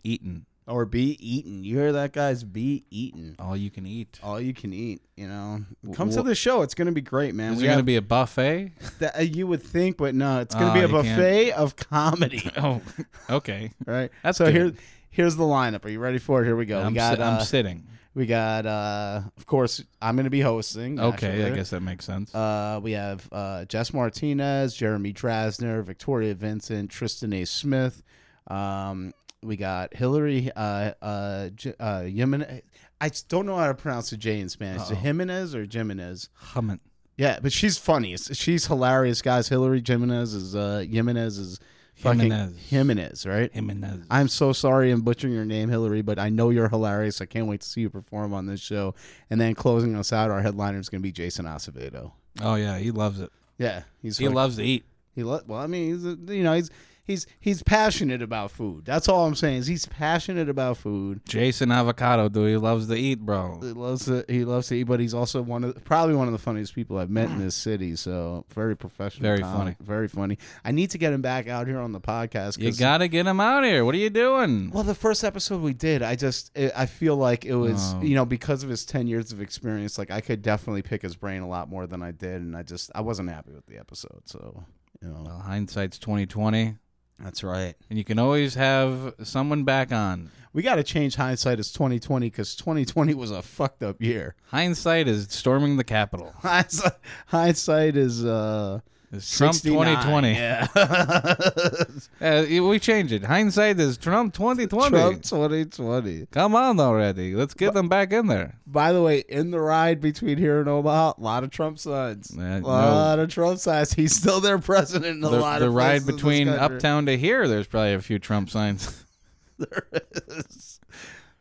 [SPEAKER 3] eaten.
[SPEAKER 2] it. Or be eaten. You hear that, guys? Be eaten.
[SPEAKER 3] All you can eat.
[SPEAKER 2] All you can eat. You know, come to
[SPEAKER 3] wh-
[SPEAKER 2] the show. It's gonna be great, man.
[SPEAKER 3] Is
[SPEAKER 2] we
[SPEAKER 3] there going to
[SPEAKER 2] have
[SPEAKER 3] be a buffet?
[SPEAKER 2] that, uh, you would think, but no, it's gonna
[SPEAKER 3] Oh,
[SPEAKER 2] be a
[SPEAKER 3] you can't.
[SPEAKER 2] buffet of comedy.
[SPEAKER 3] oh, okay.
[SPEAKER 2] Right.
[SPEAKER 3] That's
[SPEAKER 2] so
[SPEAKER 3] good.
[SPEAKER 2] here, here's the lineup. Are you ready for it? Here we go.
[SPEAKER 3] I'm,
[SPEAKER 2] we got.
[SPEAKER 3] si-
[SPEAKER 2] uh,
[SPEAKER 3] I'm sitting.
[SPEAKER 2] we got. Uh, of course, I'm going to be hosting.
[SPEAKER 3] Okay, I
[SPEAKER 2] naturally.
[SPEAKER 3] guess that makes sense.
[SPEAKER 2] Uh, we have uh, Jess Martinez, Jeremy Drasner, Victoria Vincent, Tristan A. Smith. Um, we got Hillary uh, uh, J- uh, Jimenez. I just don't know how to pronounce the J in Spanish. Is it Jimenez or Jimenez?
[SPEAKER 3] Humming.
[SPEAKER 2] Yeah, but she's funny. It's- She's hilarious, guys. Hillary Jimenez is uh, Jimenez is fucking
[SPEAKER 3] Jimenez.
[SPEAKER 2] Jimenez right?
[SPEAKER 3] Jimenez.
[SPEAKER 2] I'm so sorry I'm butchering your name, Hillary, but I know you're hilarious. I can't wait to see you perform on this show. And then closing us out, our headliner is going to be Jason Acevedo.
[SPEAKER 3] Oh yeah, he loves it.
[SPEAKER 2] Yeah, he's
[SPEAKER 3] He
[SPEAKER 2] fucking-
[SPEAKER 3] loves to eat.
[SPEAKER 2] he lo- well, I mean, he's a- you know he's he's he's passionate about food. That's all I'm saying. Is he's passionate about food.
[SPEAKER 3] Jason Avocado, dude, he loves to eat, bro.
[SPEAKER 2] He loves to he loves to eat, but he's also one of probably one of the funniest people I've met in this city. So very professional,
[SPEAKER 3] Very
[SPEAKER 2] comic, very funny. I need to get him back out here on the podcast.
[SPEAKER 3] You
[SPEAKER 2] 'cause-
[SPEAKER 3] gotta get him out here. What are you doing?
[SPEAKER 2] Well, the first episode we did, I just eh, i I feel like it was
[SPEAKER 3] Oh.
[SPEAKER 2] you know because of his ten years of experience, like I could definitely pick his brain a lot more than I did, and I just I wasn't happy with the episode. So you know
[SPEAKER 3] Well, hindsight's twenty twenty,
[SPEAKER 2] that's right.
[SPEAKER 3] and you can always have someone back on.
[SPEAKER 2] We got to change hindsight as twenty twenty because twenty twenty was a fucked up year.
[SPEAKER 3] Hindsight is storming the Capitol.
[SPEAKER 2] Hindsight, hindsight is uh
[SPEAKER 3] It's Trump
[SPEAKER 2] 69.
[SPEAKER 3] twenty twenty.
[SPEAKER 2] Yeah,
[SPEAKER 3] Uh, we change it. Hindsight is Trump twenty twenty.
[SPEAKER 2] Trump twenty twenty.
[SPEAKER 3] Come on already. Let's get them back in there.
[SPEAKER 2] By the way, in the ride between here and Omaha, a lot of Trump signs.
[SPEAKER 3] Uh,
[SPEAKER 2] A
[SPEAKER 3] no.
[SPEAKER 2] lot of Trump signs. He's still their president in a
[SPEAKER 3] the
[SPEAKER 2] lot
[SPEAKER 3] the
[SPEAKER 2] of
[SPEAKER 3] ride
[SPEAKER 2] places in this
[SPEAKER 3] between
[SPEAKER 2] country.
[SPEAKER 3] uptown to here, there's probably a few Trump signs.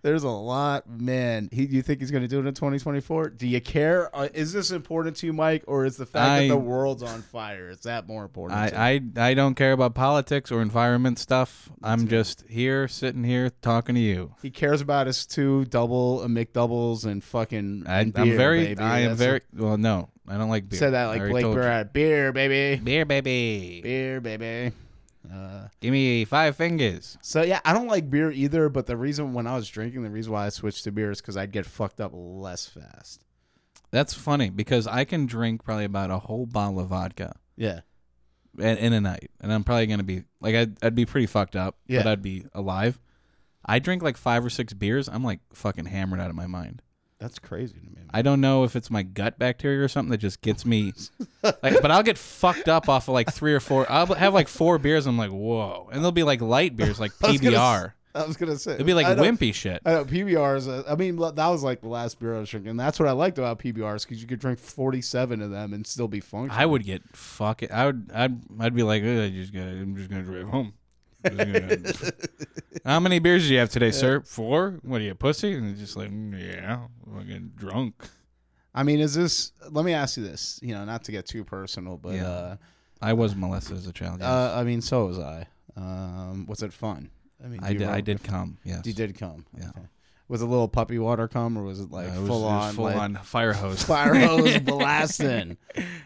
[SPEAKER 2] There's a lot, man. He, you think he's going to do it in 2024? Do you care? Uh, is this important to you, Mike, or is the fact
[SPEAKER 3] I-
[SPEAKER 2] that the world's on fire is that more important? to you?
[SPEAKER 3] I, I I don't care about politics or environment stuff. I'm just here, sitting here, talking to you.
[SPEAKER 2] he cares about his two double uh, McDoubles and fucking.
[SPEAKER 3] I,
[SPEAKER 2] and
[SPEAKER 3] I'm
[SPEAKER 2] beer,
[SPEAKER 3] very.
[SPEAKER 2] baby.
[SPEAKER 3] I am
[SPEAKER 2] That's
[SPEAKER 3] very. Well, no, I don't like
[SPEAKER 2] what-
[SPEAKER 3] beer.
[SPEAKER 2] said that
[SPEAKER 3] I
[SPEAKER 2] like
[SPEAKER 3] already
[SPEAKER 2] Blake
[SPEAKER 3] told you.
[SPEAKER 2] Barrett. Beer, baby.
[SPEAKER 3] Beer, baby.
[SPEAKER 2] Beer, baby. Uh,
[SPEAKER 3] Give me five fingers.
[SPEAKER 2] So yeah, I don't like beer either. But the reason when I was drinking, the reason why I switched to beer is because I'd get fucked up less fast.
[SPEAKER 3] That's funny because I can drink probably about a whole bottle of vodka
[SPEAKER 2] Yeah,
[SPEAKER 3] in, in a night, and I'm probably gonna be like I'd, I'd be pretty fucked up, but
[SPEAKER 2] Yeah.
[SPEAKER 3] I'd be alive. I drink like five or six beers. I'm like fucking hammered out of my mind.
[SPEAKER 2] that's crazy to me.
[SPEAKER 3] I don't know if it's my gut bacteria or something that just gets me. like, but I'll get fucked up off of like three or four. I'll have like four beers. I'm like, whoa, and they'll be like light beers, like
[SPEAKER 2] I was gonna
[SPEAKER 3] PBR.
[SPEAKER 2] I was gonna say
[SPEAKER 3] It'd be
[SPEAKER 2] I
[SPEAKER 3] like
[SPEAKER 2] know-
[SPEAKER 3] wimpy shit.
[SPEAKER 2] I know PBR is. A, I mean, lo- that was like the last beer I was drinking. That's what I liked about PBRs because you could drink forty-seven of them and still be functional.
[SPEAKER 3] I would get fucking. I would. I'd. I'd be like, "Ugh, I just got. I'm just gonna drive home. I'm just gonna- How many beers did you have today, sir? Four. What are you, a pussy? And it's just like, "Mm, yeah, fucking drunk.
[SPEAKER 2] I mean, is this? Let me ask you this. You know, not to get too personal, but
[SPEAKER 3] Yeah.
[SPEAKER 2] uh,
[SPEAKER 3] I was molested as a child. Yes.
[SPEAKER 2] uh, I mean, so was I. Um, was it fun? I mean, do
[SPEAKER 3] I
[SPEAKER 2] you
[SPEAKER 3] did. I
[SPEAKER 2] remember-
[SPEAKER 3] did come. Yes.
[SPEAKER 2] You did come.
[SPEAKER 3] Yeah.
[SPEAKER 2] Okay. Was it little puppy water cum, or was it like
[SPEAKER 3] Uh, it was-
[SPEAKER 2] full
[SPEAKER 3] it was
[SPEAKER 2] on,
[SPEAKER 3] full
[SPEAKER 2] like,
[SPEAKER 3] on fire hose.
[SPEAKER 2] fire hose blasting?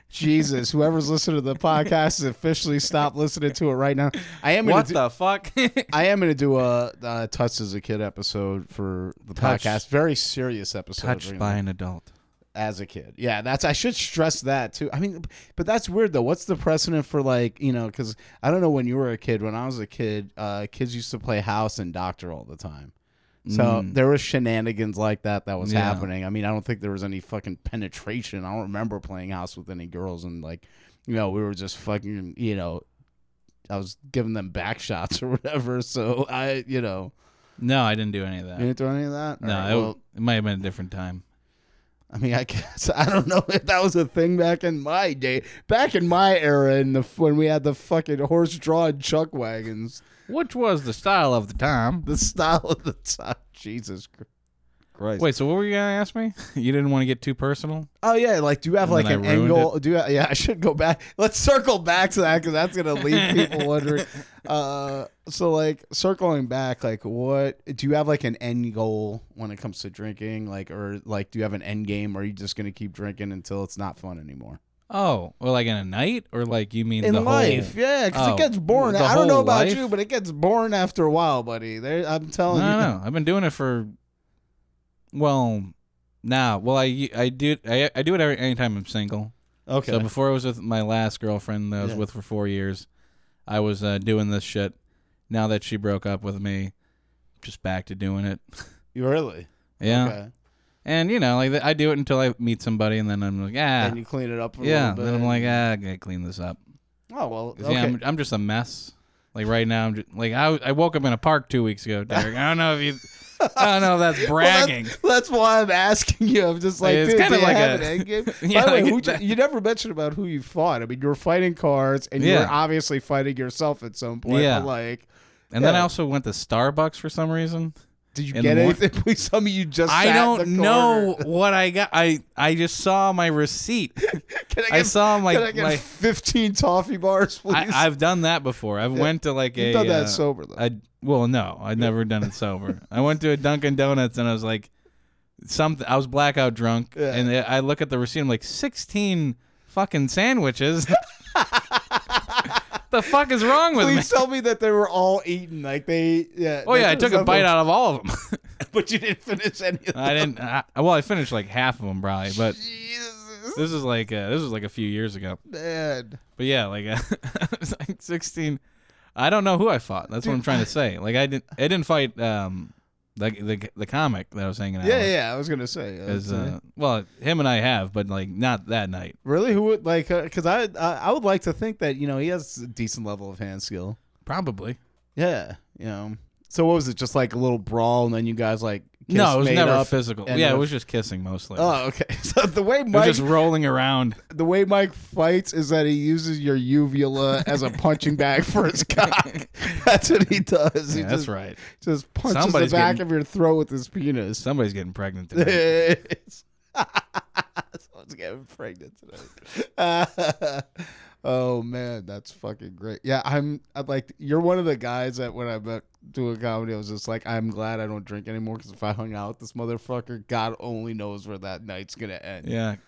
[SPEAKER 2] Jesus, whoever's listening to the podcast has officially stopped listening to it right now. I am gonna
[SPEAKER 3] what
[SPEAKER 2] do-
[SPEAKER 3] the fuck?
[SPEAKER 2] I am going to do a uh, touched as a kid episode for the
[SPEAKER 3] Touched.
[SPEAKER 2] podcast. Very serious episode.
[SPEAKER 3] Touched
[SPEAKER 2] We're
[SPEAKER 3] by
[SPEAKER 2] gonna-
[SPEAKER 3] an adult.
[SPEAKER 2] as a kid. Yeah, that's I should stress that too. I mean, but that's weird though. What's the precedent for like you know? Because I don't know when you were a kid. When I was a kid, uh, kids used to play house and doctor all the time. So there was shenanigans like that that was
[SPEAKER 3] Hmm. Yeah.
[SPEAKER 2] happening. I mean, I don't think there was any fucking penetration. I don't remember playing house with any girls and like, you know, we were just fucking, you know, I was giving them back shots or whatever. So I, you know,
[SPEAKER 3] No, I didn't do any of that.
[SPEAKER 2] you didn't do any of that.
[SPEAKER 3] no,
[SPEAKER 2] All right,
[SPEAKER 3] it,
[SPEAKER 2] well,
[SPEAKER 3] it might have been a different time.
[SPEAKER 2] I mean, I guess I don't know if that was a thing back in my day, back in my era, in the when we had the fucking horse-drawn chuck wagons,
[SPEAKER 3] Which was the style of the time.
[SPEAKER 2] the style of the time. Jesus Chr- Christ!
[SPEAKER 3] Wait, so what were you gonna ask me? You didn't want to get too personal.
[SPEAKER 2] oh yeah, like do you have
[SPEAKER 3] And
[SPEAKER 2] like
[SPEAKER 3] then
[SPEAKER 2] an
[SPEAKER 3] I ruined
[SPEAKER 2] angle? Do you yeah? I should go back. Let's circle back to that because that's gonna leave people wondering. Uh, so like circling back, like what do you have like an end goal when it comes to drinking? Like or like do you have an end game? Or are you just gonna keep drinking until it's not fun anymore?
[SPEAKER 3] Oh, well, like in a night, or like you mean
[SPEAKER 2] in
[SPEAKER 3] the
[SPEAKER 2] life.
[SPEAKER 3] Whole,
[SPEAKER 2] yeah, 'cause yeah, because
[SPEAKER 3] oh,
[SPEAKER 2] it gets boring.
[SPEAKER 3] the
[SPEAKER 2] I don't know
[SPEAKER 3] whole
[SPEAKER 2] about
[SPEAKER 3] life?
[SPEAKER 2] you, but it gets boring after a while, buddy. There, I'm
[SPEAKER 3] I
[SPEAKER 2] telling
[SPEAKER 3] don't
[SPEAKER 2] you.
[SPEAKER 3] know. I've been doing it for. Well, now, well, I I do I, I do it every anytime I'm single.
[SPEAKER 2] Okay.
[SPEAKER 3] So before I was with my last girlfriend that I was
[SPEAKER 2] Yeah.
[SPEAKER 3] with for four years, I was uh, doing this shit. Now that she broke up with me, just back to doing it.
[SPEAKER 2] you really?
[SPEAKER 3] yeah,
[SPEAKER 2] Okay.
[SPEAKER 3] and you know, like I do it until I meet somebody, and then I'm like, ah,
[SPEAKER 2] And you clean it up a
[SPEAKER 3] yeah.
[SPEAKER 2] little bit.
[SPEAKER 3] Then I'm like, ah, I gotta clean this up.
[SPEAKER 2] oh well.
[SPEAKER 3] 'Cause,
[SPEAKER 2] Okay.
[SPEAKER 3] Yeah, I'm, I'm just a mess. Like right now, I'm just, like I, I woke up in a park two weeks ago, Derek. I don't know if you, I don't know if that's
[SPEAKER 2] Well,
[SPEAKER 3] bragging.
[SPEAKER 2] that's, that's why I'm asking you. I'm just like,
[SPEAKER 3] It's
[SPEAKER 2] dude,
[SPEAKER 3] kinda
[SPEAKER 2] do you
[SPEAKER 3] like
[SPEAKER 2] have
[SPEAKER 3] a-
[SPEAKER 2] an endgame? By
[SPEAKER 3] Yeah,
[SPEAKER 2] the
[SPEAKER 3] I
[SPEAKER 2] way,
[SPEAKER 3] get
[SPEAKER 2] who you,
[SPEAKER 3] that.
[SPEAKER 2] you never mentioned about who you fought. I mean, you were fighting cards, and you
[SPEAKER 3] Yeah.
[SPEAKER 2] were obviously fighting yourself at some point.
[SPEAKER 3] Yeah.
[SPEAKER 2] But like,
[SPEAKER 3] and then I
[SPEAKER 2] yeah.
[SPEAKER 3] also went to Starbucks for some reason.
[SPEAKER 2] did you
[SPEAKER 3] In
[SPEAKER 2] get
[SPEAKER 3] the mor-
[SPEAKER 2] anything? Please, some of you just.
[SPEAKER 3] I
[SPEAKER 2] sat in
[SPEAKER 3] don't
[SPEAKER 2] the
[SPEAKER 3] know
[SPEAKER 2] corner.
[SPEAKER 3] what I got. I I just saw my receipt.
[SPEAKER 2] Can I,
[SPEAKER 3] I
[SPEAKER 2] get-
[SPEAKER 3] saw my
[SPEAKER 2] can I get
[SPEAKER 3] my.
[SPEAKER 2] 15 toffee bars, please?
[SPEAKER 3] I, I've done that before. I've went to like a.
[SPEAKER 2] You've done that
[SPEAKER 3] uh,
[SPEAKER 2] sober though.
[SPEAKER 3] I well no, I'd never done it sober. I went to a Dunkin' Donuts and I was like, something. I was blackout drunk,
[SPEAKER 2] Yeah.
[SPEAKER 3] and I look at the receipt. I'm like, sixteen fucking sandwiches. the fuck is wrong with
[SPEAKER 2] Please
[SPEAKER 3] me?
[SPEAKER 2] tell me that they were all eaten. Like they, yeah.
[SPEAKER 3] Oh yeah, I took a bite out of all of them.
[SPEAKER 2] but you didn't finish any of them.
[SPEAKER 3] I didn't. I, well, I finished like half of them probably, but
[SPEAKER 2] Jesus,
[SPEAKER 3] this is like uh, this was like a few years ago.
[SPEAKER 2] man.
[SPEAKER 3] But yeah, like uh, I was like sixteen. I don't know who I fought. That's what I'm trying to say. Like I didn't. I didn't fight um the the, the comic that I was hanging out.
[SPEAKER 2] Yeah,
[SPEAKER 3] with.
[SPEAKER 2] yeah. I was gonna say. uh,
[SPEAKER 3] As, uh, well, him and I have, but like not that night.
[SPEAKER 2] really, who would like? Because I, I, I would like to think that you know he has a decent level of hand skill.
[SPEAKER 3] Probably.
[SPEAKER 2] Yeah, you know. So what was it? Just like a little brawl, and then you guys like kissed,
[SPEAKER 3] no, it was
[SPEAKER 2] made
[SPEAKER 3] never
[SPEAKER 2] up,
[SPEAKER 3] physical.
[SPEAKER 2] and
[SPEAKER 3] Yeah, it
[SPEAKER 2] then-
[SPEAKER 3] was just kissing mostly.
[SPEAKER 2] Oh, okay. So the way
[SPEAKER 3] it was
[SPEAKER 2] Mike,
[SPEAKER 3] just rolling around.
[SPEAKER 2] the way Mike fights is that he uses your uvula as a punching bag for his cock. That's what he does. He
[SPEAKER 3] Yeah, that's
[SPEAKER 2] just-
[SPEAKER 3] right.
[SPEAKER 2] just punches
[SPEAKER 3] Somebody's
[SPEAKER 2] the back
[SPEAKER 3] getting-
[SPEAKER 2] of your throat with his penis.
[SPEAKER 3] Somebody's getting pregnant today.
[SPEAKER 2] Someone's getting pregnant tonight. oh man, that's fucking great. Yeah, I'm. I'd like you're one of the guys that when I met doing comedy, I was just like, I'm glad I don't drink anymore because if I hung out with this motherfucker, God only knows where that night's gonna end.
[SPEAKER 3] yeah.
[SPEAKER 2] it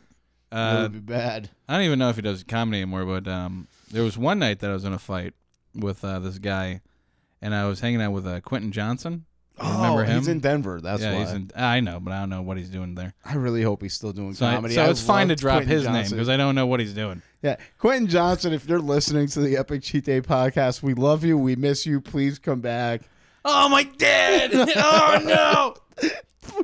[SPEAKER 3] Uh,
[SPEAKER 2] would be bad.
[SPEAKER 3] I don't even know if he does comedy anymore, but um, there was one night that I was in a fight with uh, this guy, and I was hanging out with uh, Quentin Johnson. You remember
[SPEAKER 2] oh,
[SPEAKER 3] him?
[SPEAKER 2] he's in Denver. That's
[SPEAKER 3] yeah,
[SPEAKER 2] why.
[SPEAKER 3] he's in. I know, but I don't know what he's doing there.
[SPEAKER 2] I really hope he's still doing
[SPEAKER 3] So, I-
[SPEAKER 2] comedy.
[SPEAKER 3] so
[SPEAKER 2] I
[SPEAKER 3] it's fine to
[SPEAKER 2] loved
[SPEAKER 3] drop
[SPEAKER 2] Quentin
[SPEAKER 3] his name
[SPEAKER 2] Johnson.
[SPEAKER 3] because I don't know what he's doing.
[SPEAKER 2] Yeah. Quentin Johnson, if you're listening to the Epic Cheat Day podcast, we love you. We miss you. Please come back.
[SPEAKER 3] Oh my dad! oh no!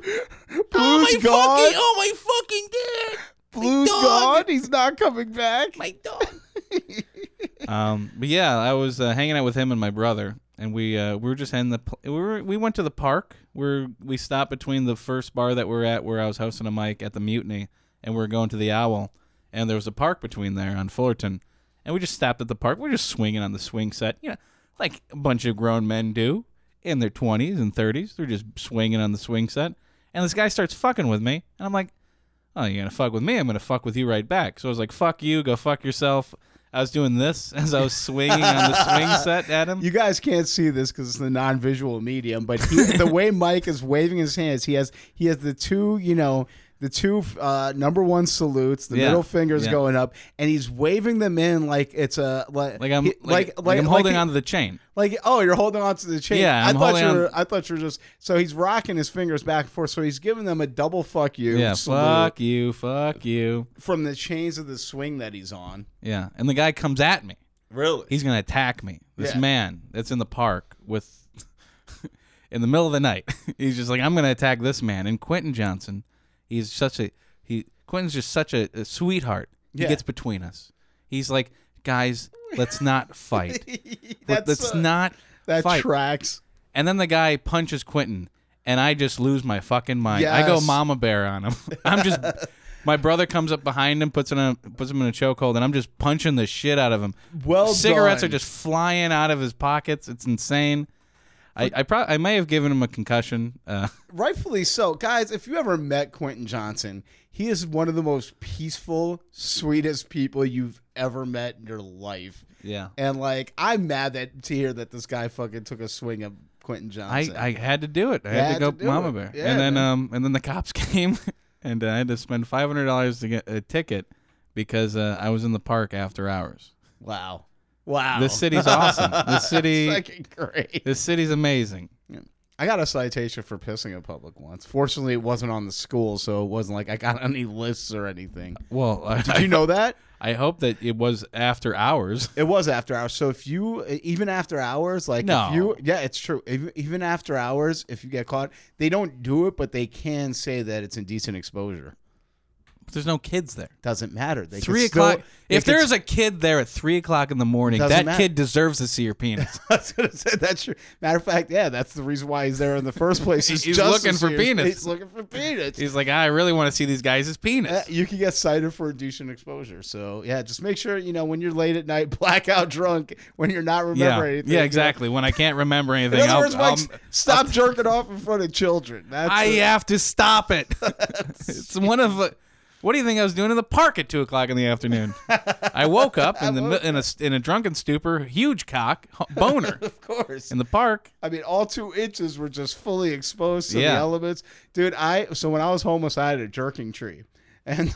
[SPEAKER 2] Blue's gone.
[SPEAKER 3] oh my fucking dad!
[SPEAKER 2] Blue's
[SPEAKER 3] dog.
[SPEAKER 2] gone. He's not coming back.
[SPEAKER 3] Um, but yeah, I was uh, hanging out with him and my brother, and we uh, we were just in the pl- we were, we went to the park. We are we stopped between the first bar that we we're at, where I was hosting a mic at the Mutiny, and we are going to the Owl, and there was a park between there on Fullerton, and we just stopped at the park. We are just swinging on the swing set, you know, like a bunch of grown men do in their twenties and thirties. They're just swinging on the swing set, and this guy starts fucking with me, and I'm like, "Oh, you're gonna fuck with me? I'm gonna fuck with you right back." So I was like, "Fuck you, go fuck yourself." I was doing this as I was swinging on the swing set at him.
[SPEAKER 2] You guys can't see this because it's the non-visual medium, but he, the way Mike is waving his hands, he has he has the two, you know, the two uh, number one salutes, the
[SPEAKER 3] Yeah.
[SPEAKER 2] middle fingers
[SPEAKER 3] Yeah.
[SPEAKER 2] going up, and he's waving them in like it's a like
[SPEAKER 3] Like I'm
[SPEAKER 2] he-
[SPEAKER 3] like, like I'm holding
[SPEAKER 2] he-
[SPEAKER 3] on to the chain.
[SPEAKER 2] Like oh, you're holding on to the chain.
[SPEAKER 3] Yeah,
[SPEAKER 2] I
[SPEAKER 3] I'm
[SPEAKER 2] thought you
[SPEAKER 3] holding
[SPEAKER 2] were. I thought you were just. So he's rocking his fingers back and forth. So he's giving them a double fuck you.
[SPEAKER 3] Yeah,
[SPEAKER 2] salute
[SPEAKER 3] fuck you, fuck you.
[SPEAKER 2] from the chains of the swing that he's on.
[SPEAKER 3] Yeah, and the guy comes at me.
[SPEAKER 2] Really?
[SPEAKER 3] He's gonna attack me. This
[SPEAKER 2] Yeah.
[SPEAKER 3] man that's in the park with, in the middle of the night. He's just like, I'm gonna attack this man. And Quentin Johnson, he's such a he. Quentin's just such a, a sweetheart. He
[SPEAKER 2] Yeah.
[SPEAKER 3] gets between us. He's like, guys, let's not fight.
[SPEAKER 2] That's,
[SPEAKER 3] let's
[SPEAKER 2] uh,
[SPEAKER 3] not
[SPEAKER 2] That
[SPEAKER 3] fight.
[SPEAKER 2] tracks.
[SPEAKER 3] And then the guy punches Quentin, and I just lose my fucking mind. I go
[SPEAKER 2] Yes.
[SPEAKER 3] mama bear on him. I'm just. My brother comes up behind him, puts him in a, puts him in a chokehold, and I'm just punching the shit out of him.
[SPEAKER 2] Well
[SPEAKER 3] cigarettes
[SPEAKER 2] done.
[SPEAKER 3] are just flying out of his pockets. It's insane. I I, pro- I may have given him a concussion. Uh,
[SPEAKER 2] rightfully so guys if you ever met quentin johnson he is one of the most peaceful sweetest people you've ever met in your life
[SPEAKER 3] yeah,
[SPEAKER 2] and like i'm mad that to hear that this guy fucking took a swing at quentin
[SPEAKER 3] I,
[SPEAKER 2] johnson
[SPEAKER 3] I had to do it. I had,
[SPEAKER 2] had
[SPEAKER 3] to go
[SPEAKER 2] to do
[SPEAKER 3] mama
[SPEAKER 2] it.
[SPEAKER 3] bear.
[SPEAKER 2] Yeah,
[SPEAKER 3] and then
[SPEAKER 2] man.
[SPEAKER 3] um and then the cops came, and I had to spend five hundred dollars to get a ticket because uh, I was in the park after hours.
[SPEAKER 2] wow wow
[SPEAKER 3] This city's awesome. The city.
[SPEAKER 2] fucking great
[SPEAKER 3] This city's amazing.
[SPEAKER 2] i got a citation for pissing in public once fortunately it wasn't on the school so it wasn't like i got any lists or anything
[SPEAKER 3] Well, I,
[SPEAKER 2] did you know that
[SPEAKER 3] I hope that it was after hours.
[SPEAKER 2] It was after hours. So if you even after hours, like
[SPEAKER 3] No.
[SPEAKER 2] if you yeah, it's true. If, even after hours, if you get caught, they don't do it, but they can say that it's indecent exposure.
[SPEAKER 3] There's no kids there.
[SPEAKER 2] Doesn't matter. They can
[SPEAKER 3] Three
[SPEAKER 2] still-
[SPEAKER 3] o'clock.
[SPEAKER 2] they
[SPEAKER 3] If
[SPEAKER 2] can
[SPEAKER 3] there is a kid there at three o'clock in the morning,
[SPEAKER 2] Doesn't
[SPEAKER 3] that
[SPEAKER 2] matter.
[SPEAKER 3] kid deserves to see your penis.
[SPEAKER 2] I was gonna say that's true. Matter of fact, yeah, that's the reason why he's there in the first place. is
[SPEAKER 3] He's
[SPEAKER 2] just to
[SPEAKER 3] looking for
[SPEAKER 2] see-
[SPEAKER 3] penis.
[SPEAKER 2] He's looking for penis.
[SPEAKER 3] He's like, I really want to see these guys' penis.
[SPEAKER 2] Uh, you can get cited for indecent exposure. So yeah, just make sure you know when you're late at night, blackout drunk, when you're not
[SPEAKER 3] yeah,
[SPEAKER 2] remembering anything.
[SPEAKER 3] yeah,
[SPEAKER 2] you know.
[SPEAKER 3] exactly. When I can't remember anything,
[SPEAKER 2] In other
[SPEAKER 3] I'll-
[SPEAKER 2] words, Mike,
[SPEAKER 3] I'll-
[SPEAKER 2] stop jerking off in front of children. That's
[SPEAKER 3] I
[SPEAKER 2] it.
[SPEAKER 3] have to stop it. it's one of. the- What do you think I was doing in the park at two o'clock in the afternoon? I woke up in the mi- in a in a drunken stupor, huge cock boner
[SPEAKER 2] Of course.
[SPEAKER 3] in the park.
[SPEAKER 2] I mean, all two inches were just fully exposed to
[SPEAKER 3] Yeah.
[SPEAKER 2] the elements. Dude, I so when I was homeless, I had a jerking tree, and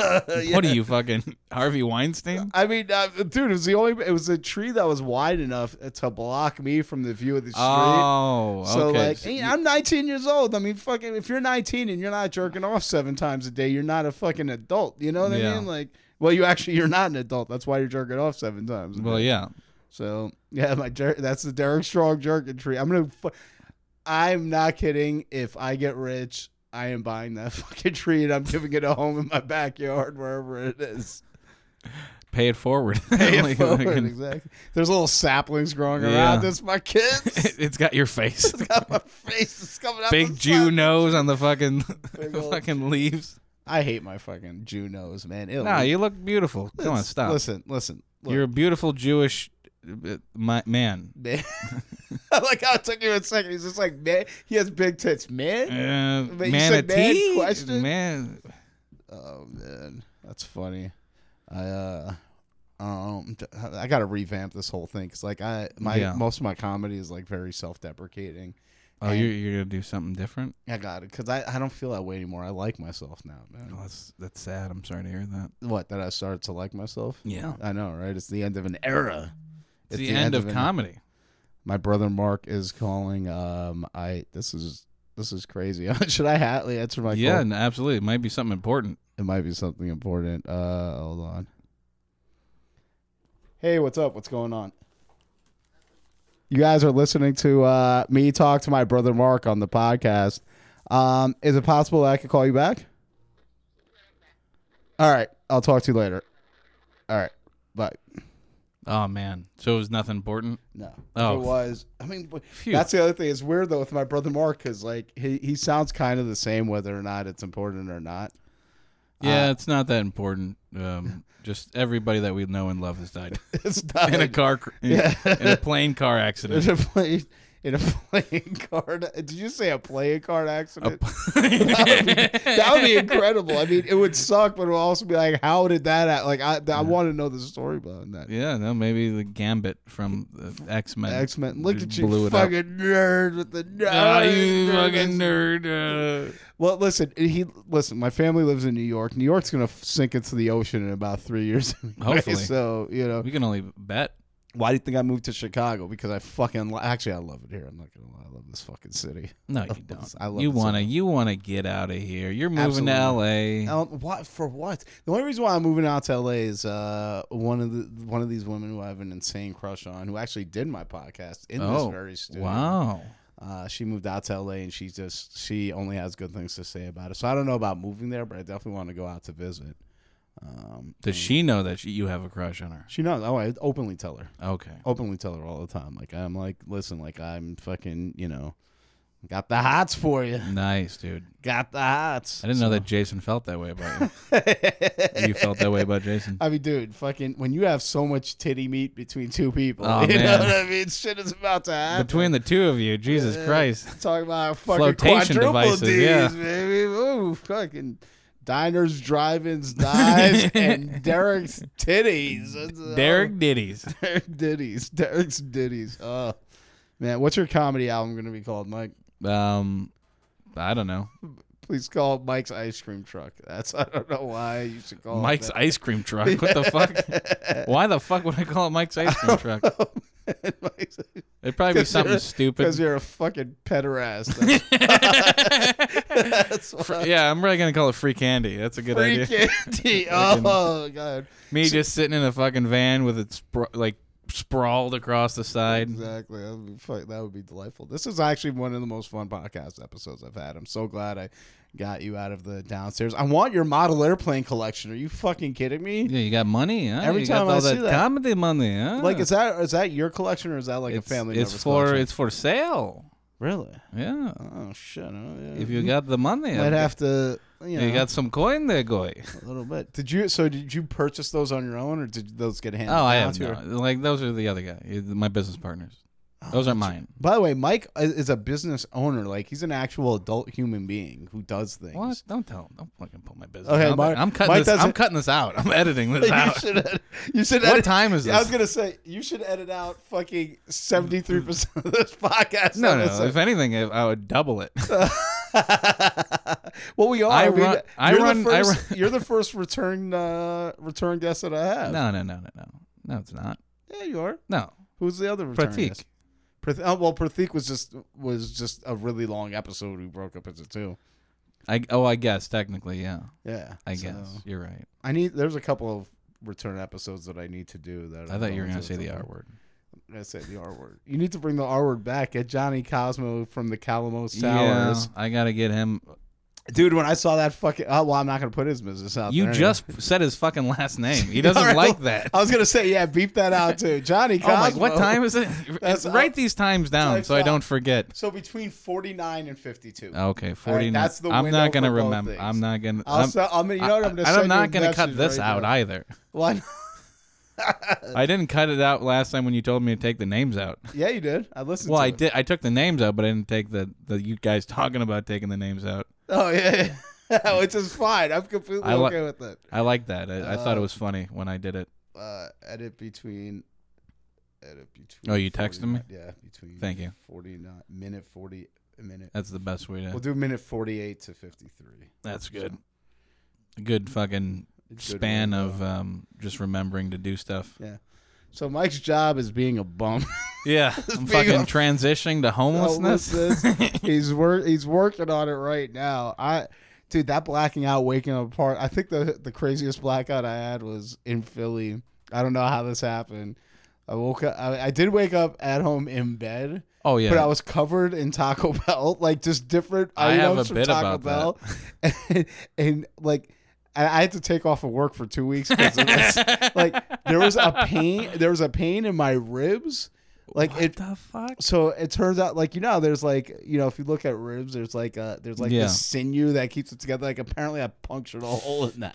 [SPEAKER 3] What are you fucking Harvey Weinstein?
[SPEAKER 2] I mean, uh, dude, it was the only it was a tree that was wide enough to block me from the view of the street.
[SPEAKER 3] Oh,
[SPEAKER 2] so
[SPEAKER 3] okay.
[SPEAKER 2] like,
[SPEAKER 3] So
[SPEAKER 2] hey,
[SPEAKER 3] you-
[SPEAKER 2] I'm 19 years old. I mean, fucking, if you're 19 and you're not jerking off seven times a day, you're not a fucking adult. You know what I
[SPEAKER 3] Yeah.
[SPEAKER 2] mean? Like, well, you actually you're not an adult. That's why you're jerking off seven times. a
[SPEAKER 3] well,
[SPEAKER 2] day.
[SPEAKER 3] yeah.
[SPEAKER 2] So yeah, my jer- that's the Derek Strong jerkin tree. I'm gonna. Fu- I'm not kidding. If I get rich, I am buying that fucking tree and I'm giving it a home in my backyard, wherever it is.
[SPEAKER 3] Pay it forward.
[SPEAKER 2] Pay it
[SPEAKER 3] Like,
[SPEAKER 2] forward,
[SPEAKER 3] like,
[SPEAKER 2] exactly. There's little saplings growing
[SPEAKER 3] Yeah.
[SPEAKER 2] around. That's my kids.
[SPEAKER 3] It's got your face.
[SPEAKER 2] Got my face is coming out. the
[SPEAKER 3] Big Jew
[SPEAKER 2] sap-
[SPEAKER 3] nose on the fucking
[SPEAKER 2] old-
[SPEAKER 3] fucking leaves.
[SPEAKER 2] I hate my fucking Jew nose, man. Ew.
[SPEAKER 3] Nah, you look beautiful. Come on,
[SPEAKER 2] Let's-
[SPEAKER 3] stop.
[SPEAKER 2] Listen, listen. Look,
[SPEAKER 3] You're a beautiful Jewish uh, my, man.
[SPEAKER 2] man. I like how it took you a second. He's just like man. He has big tits, man.
[SPEAKER 3] Uh,
[SPEAKER 2] But you said
[SPEAKER 3] manatee?
[SPEAKER 2] man question?
[SPEAKER 3] Man.
[SPEAKER 2] Oh man, that's funny. I uh, um, d- I gotta revamp this whole thing because like I my
[SPEAKER 3] Yeah.
[SPEAKER 2] most of my comedy is like very self deprecating.
[SPEAKER 3] Oh, you're, you're gonna do something different.
[SPEAKER 2] I got it because I I don't feel that way anymore. I like myself now, man.
[SPEAKER 3] Oh, that's that's sad. I'm sorry to hear that.
[SPEAKER 2] What that I started to like myself.
[SPEAKER 3] Yeah,
[SPEAKER 2] I know, right? It's the end of an era.
[SPEAKER 3] it's the, end, of
[SPEAKER 2] an-
[SPEAKER 3] comedy.
[SPEAKER 2] My brother Mark is calling. Um, I this is this is crazy. Should I hat answer my
[SPEAKER 3] yeah,
[SPEAKER 2] call?
[SPEAKER 3] no, absolutely. It might be something important.
[SPEAKER 2] It might be something important. Uh, hold on. Hey, what's up? What's going on? You guys are listening to uh, me talk to my brother Mark on the podcast. Um, is it possible that I could call you back? All right, I'll talk to you later. All right, bye.
[SPEAKER 3] Oh man, so it was nothing important.
[SPEAKER 2] No.
[SPEAKER 3] Oh.
[SPEAKER 2] It was. I mean, but
[SPEAKER 3] Phew.
[SPEAKER 2] that's the other thing. It's weird though with my brother Mark because like he, he sounds kind of the same whether or not it's important or not.
[SPEAKER 3] Yeah, it's not that important. Um, just everybody that we know and love has died
[SPEAKER 2] It's not.
[SPEAKER 3] in a
[SPEAKER 2] like-
[SPEAKER 3] car, cr- in, in a plane car accident.
[SPEAKER 2] in a plane in a playing card. Did you say a playing card accident? that would be incredible. I mean, it would suck, but it would also be like, how did that? Act? Like, I, I want to know the story behind that.
[SPEAKER 3] yeah, no, maybe the Gambit from X Men.
[SPEAKER 2] X Men. Look at
[SPEAKER 3] blew
[SPEAKER 2] you,
[SPEAKER 3] it up.
[SPEAKER 2] fucking nerd with the
[SPEAKER 3] Oh,
[SPEAKER 2] nerd.
[SPEAKER 3] you fucking nerd! Uh,
[SPEAKER 2] Well, listen. He listen. My family lives in New York. New York's gonna f- sink into the ocean in about three years. anyway,
[SPEAKER 3] Hopefully.
[SPEAKER 2] So you know,
[SPEAKER 3] Uh, we can only bet.
[SPEAKER 2] why do you think I moved to Chicago? Because I fucking li- actually I love it here. I'm not gonna lie. I love this fucking city.
[SPEAKER 3] No, you don't.
[SPEAKER 2] I love
[SPEAKER 3] you
[SPEAKER 2] it so
[SPEAKER 3] want to. You want to get out of here. You're moving
[SPEAKER 2] Absolutely. Oh,
[SPEAKER 3] to L.A.
[SPEAKER 2] I don't- What Um, for? What? The only reason why I'm moving out to LA is uh, one of the one of these women who I have an insane crush on, who actually did my podcast in
[SPEAKER 3] oh,
[SPEAKER 2] this very studio.
[SPEAKER 3] wow.
[SPEAKER 2] Uh, she moved out to LA, and she just she only has good things to say about it. So I don't know about moving there, but I definitely want to go out to visit. Um,
[SPEAKER 3] Does she know that she, you have a crush on her?
[SPEAKER 2] she knows. Oh, I openly tell her.
[SPEAKER 3] Okay.
[SPEAKER 2] Openly tell her all the time. Like I'm like, listen, like I'm fucking, you know, got the hots for you.
[SPEAKER 3] Nice, dude.
[SPEAKER 2] Got the hots.
[SPEAKER 3] I didn't know that Jason felt that way about you. you felt that way about Jason.
[SPEAKER 2] I mean, dude, fucking when you have so much titty meat between two people,
[SPEAKER 3] Oh,
[SPEAKER 2] you know
[SPEAKER 3] man.
[SPEAKER 2] what I mean? Shit is about to happen.
[SPEAKER 3] Between the two of you, Jesus Christ.
[SPEAKER 2] Talking about fucking
[SPEAKER 3] Flotation
[SPEAKER 2] quadruple
[SPEAKER 3] devices,
[SPEAKER 2] Ds,
[SPEAKER 3] yeah.
[SPEAKER 2] baby. Ooh, fucking diners, drive-ins, dives, and Derek's titties. That's, uh,
[SPEAKER 3] Derek Ditties.
[SPEAKER 2] Derek ditties. Derek's ditties. Oh. Man, what's your comedy album gonna be called, Mike?
[SPEAKER 3] Um, I don't know.
[SPEAKER 2] Please call it Mike's Ice Cream Truck. That's I don't know why you should call
[SPEAKER 3] Mike's
[SPEAKER 2] it
[SPEAKER 3] ice cream truck. What the fuck? Why the fuck would I call it Mike's ice
[SPEAKER 2] Oh.
[SPEAKER 3] cream truck?
[SPEAKER 2] that. Mike's
[SPEAKER 3] It'd probably be something stupid.
[SPEAKER 2] because you're a fucking pederast. That's, that's why.
[SPEAKER 3] yeah, I'm really gonna call it free candy. That's a good idea.
[SPEAKER 2] Freaking Oh god.
[SPEAKER 3] Me just sitting in a fucking van with it spra- like sprawled across the side.
[SPEAKER 2] Exactly. That would, be, fuck, that would be delightful. This is actually one of the most fun podcast episodes I've had. I'm so glad I got you out of the downstairs. I want your model airplane collection. Are you fucking kidding me?
[SPEAKER 3] Yeah, you got money. Huh?
[SPEAKER 2] Every
[SPEAKER 3] you
[SPEAKER 2] time
[SPEAKER 3] got
[SPEAKER 2] I
[SPEAKER 3] all
[SPEAKER 2] see that-
[SPEAKER 3] comedy money. Huh?
[SPEAKER 2] Like is that is that your collection or is that like
[SPEAKER 3] it's,
[SPEAKER 2] a family
[SPEAKER 3] It's
[SPEAKER 2] member's
[SPEAKER 3] for
[SPEAKER 2] collection?
[SPEAKER 3] it's for sale.
[SPEAKER 2] really.
[SPEAKER 3] Yeah,
[SPEAKER 2] Oh shit. Oh, yeah.
[SPEAKER 3] if you got the money,
[SPEAKER 2] might have to you know
[SPEAKER 3] you got some coin there, guy.
[SPEAKER 2] a little bit. Did you so did you purchase those on your own or did those get handed
[SPEAKER 3] Oh, I
[SPEAKER 2] down
[SPEAKER 3] have
[SPEAKER 2] to you?
[SPEAKER 3] no. Like those are the other guy, my business partners.
[SPEAKER 2] Oh,
[SPEAKER 3] Those aren't mine.
[SPEAKER 2] By the way, Mike i- is a business owner. Like he's an actual adult human being who does things.
[SPEAKER 3] What? Don't tell. Don't fucking put my business.
[SPEAKER 2] Okay,
[SPEAKER 3] out
[SPEAKER 2] Mike-
[SPEAKER 3] there. I'm cutting
[SPEAKER 2] Mike
[SPEAKER 3] this.
[SPEAKER 2] doesn't-
[SPEAKER 3] I'm cutting this out. I'm editing this
[SPEAKER 2] You
[SPEAKER 3] out.
[SPEAKER 2] should. You should.
[SPEAKER 3] What
[SPEAKER 2] edit,
[SPEAKER 3] time is this?
[SPEAKER 2] I was gonna say you should edit out fucking seventy three percent of this podcast.
[SPEAKER 3] no, no.
[SPEAKER 2] episode.
[SPEAKER 3] If anything, I, I would double it.
[SPEAKER 2] well, we are.
[SPEAKER 3] I
[SPEAKER 2] I mean,
[SPEAKER 3] run- I
[SPEAKER 2] you're
[SPEAKER 3] run-
[SPEAKER 2] The
[SPEAKER 3] I
[SPEAKER 2] first, You're the first return uh, return guest that I have.
[SPEAKER 3] no, no, no, no, no. No, it's not.
[SPEAKER 2] Yeah, you are.
[SPEAKER 3] No,
[SPEAKER 2] Who's the other return
[SPEAKER 3] Pratik.
[SPEAKER 2] guest? Pratik. Oh, well, Pratik was just was just a really long episode. We broke up into two.
[SPEAKER 3] I oh, I guess technically, yeah.
[SPEAKER 2] Yeah,
[SPEAKER 3] I
[SPEAKER 2] so-
[SPEAKER 3] guess you're right.
[SPEAKER 2] I need. There's a couple of return episodes that I need to do. That
[SPEAKER 3] I thought you were
[SPEAKER 2] going
[SPEAKER 3] gonna
[SPEAKER 2] to
[SPEAKER 3] say the R word.
[SPEAKER 2] I said the R word. You need to bring the R word back. Get Johnny Cosmo from the Calamos
[SPEAKER 3] Yeah,
[SPEAKER 2] Towers.
[SPEAKER 3] I gotta get him.
[SPEAKER 2] Dude, when I saw that fucking. Oh, well, I'm not going to put his business out
[SPEAKER 3] You
[SPEAKER 2] there.
[SPEAKER 3] just said his fucking last name. He doesn't
[SPEAKER 2] All right,
[SPEAKER 3] like
[SPEAKER 2] well,
[SPEAKER 3] that.
[SPEAKER 2] I was going to say, yeah, beep that out too. Johnny
[SPEAKER 3] Oh
[SPEAKER 2] Cosmo.
[SPEAKER 3] my! What time is it?
[SPEAKER 2] That's-
[SPEAKER 3] Write these times down
[SPEAKER 2] Time's
[SPEAKER 3] so I
[SPEAKER 2] out.
[SPEAKER 3] don't forget.
[SPEAKER 2] So between 49 and 52.
[SPEAKER 3] Okay,
[SPEAKER 2] All right,
[SPEAKER 3] forty.
[SPEAKER 2] that's the
[SPEAKER 3] I'm not
[SPEAKER 2] window
[SPEAKER 3] gonna
[SPEAKER 2] for both
[SPEAKER 3] remember.
[SPEAKER 2] things.
[SPEAKER 3] I'm not gonna.
[SPEAKER 2] I'll
[SPEAKER 3] I'm-
[SPEAKER 2] se- I mean, you know what? I'm gonna
[SPEAKER 3] I-
[SPEAKER 2] send
[SPEAKER 3] I'm
[SPEAKER 2] you a
[SPEAKER 3] not gonna cut
[SPEAKER 2] message
[SPEAKER 3] this
[SPEAKER 2] right
[SPEAKER 3] out
[SPEAKER 2] now.
[SPEAKER 3] either.
[SPEAKER 2] Well, I-
[SPEAKER 3] I didn't cut it out last time when you told me to take the names out.
[SPEAKER 2] yeah, you did. I listened
[SPEAKER 3] Well,
[SPEAKER 2] to
[SPEAKER 3] I
[SPEAKER 2] it.
[SPEAKER 3] did. I took the names out, but I didn't take the the you guys talking about taking the names out.
[SPEAKER 2] Oh, yeah. yeah. Which is fine. I'm completely
[SPEAKER 3] I li-
[SPEAKER 2] okay with it.
[SPEAKER 3] I like that. I, I thought it was funny when I did it.
[SPEAKER 2] Uh, edit between. Edit between.
[SPEAKER 3] Oh, you texted me?
[SPEAKER 2] 49 Yeah, between.
[SPEAKER 3] Thank you.
[SPEAKER 2] 49 minute 40 a minute
[SPEAKER 3] That's the best way to.
[SPEAKER 2] we'll do minute 48 to 53
[SPEAKER 3] that's good. A good fucking
[SPEAKER 2] Good
[SPEAKER 3] span
[SPEAKER 2] window.
[SPEAKER 3] of um, just remembering to do stuff.
[SPEAKER 2] yeah so mike's job is being a bum
[SPEAKER 3] Yeah, I'm
[SPEAKER 2] being
[SPEAKER 3] fucking
[SPEAKER 2] a-
[SPEAKER 3] transitioning to homelessness.
[SPEAKER 2] Homelessness. he's work he's working on it right now i dude that blacking out waking up part i think the the craziest blackout i had was in philly i don't know how this happened i woke up i, I did wake up at home in bed
[SPEAKER 3] oh yeah,
[SPEAKER 2] But I was covered in Taco Bell, like just different
[SPEAKER 3] I
[SPEAKER 2] items
[SPEAKER 3] have a
[SPEAKER 2] from
[SPEAKER 3] bit
[SPEAKER 2] Taco
[SPEAKER 3] about
[SPEAKER 2] Bell, and, like I I had to take off of work for two weeks because like there was a pain. There was a pain in my ribs. Like
[SPEAKER 3] what
[SPEAKER 2] it.
[SPEAKER 3] the fuck?
[SPEAKER 2] So it turns out, like you know, there's like you know, if you look at ribs, there's like a there's like
[SPEAKER 3] Yeah.
[SPEAKER 2] this sinew that keeps it together. Like apparently, I punctured a hole in that.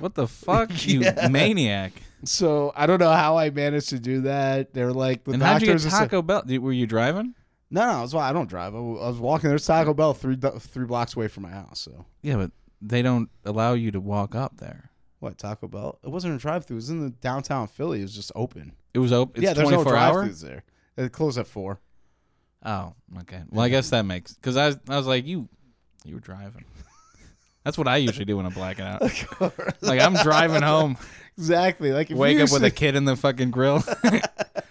[SPEAKER 3] what the fuck, you maniac!
[SPEAKER 2] So I don't know how I managed to do that. They're like the
[SPEAKER 3] and how'd
[SPEAKER 2] doctors.
[SPEAKER 3] you get
[SPEAKER 2] are so-
[SPEAKER 3] Taco Bell? Did- Were you driving?
[SPEAKER 2] no, no, that's why I don't drive. I w- I was walking. There's Taco Bell three do- three blocks away from my house. So
[SPEAKER 3] Yeah, but they don't allow you to walk up there.
[SPEAKER 2] what Taco Bell? It wasn't a drive through. It was in the downtown Philly. It was just open.
[SPEAKER 3] It was open. It's
[SPEAKER 2] yeah, there's no
[SPEAKER 3] 24
[SPEAKER 2] drive
[SPEAKER 3] hour.
[SPEAKER 2] throughs there. It closed at four.
[SPEAKER 3] Oh, okay. Well, I guess that makes because I was, I was like you, you were driving. That's what I usually do when I'm blacking out. like I'm driving home,
[SPEAKER 2] Exactly. Like if
[SPEAKER 3] wake
[SPEAKER 2] you
[SPEAKER 3] up with a
[SPEAKER 2] sit-
[SPEAKER 3] kid in the fucking grill.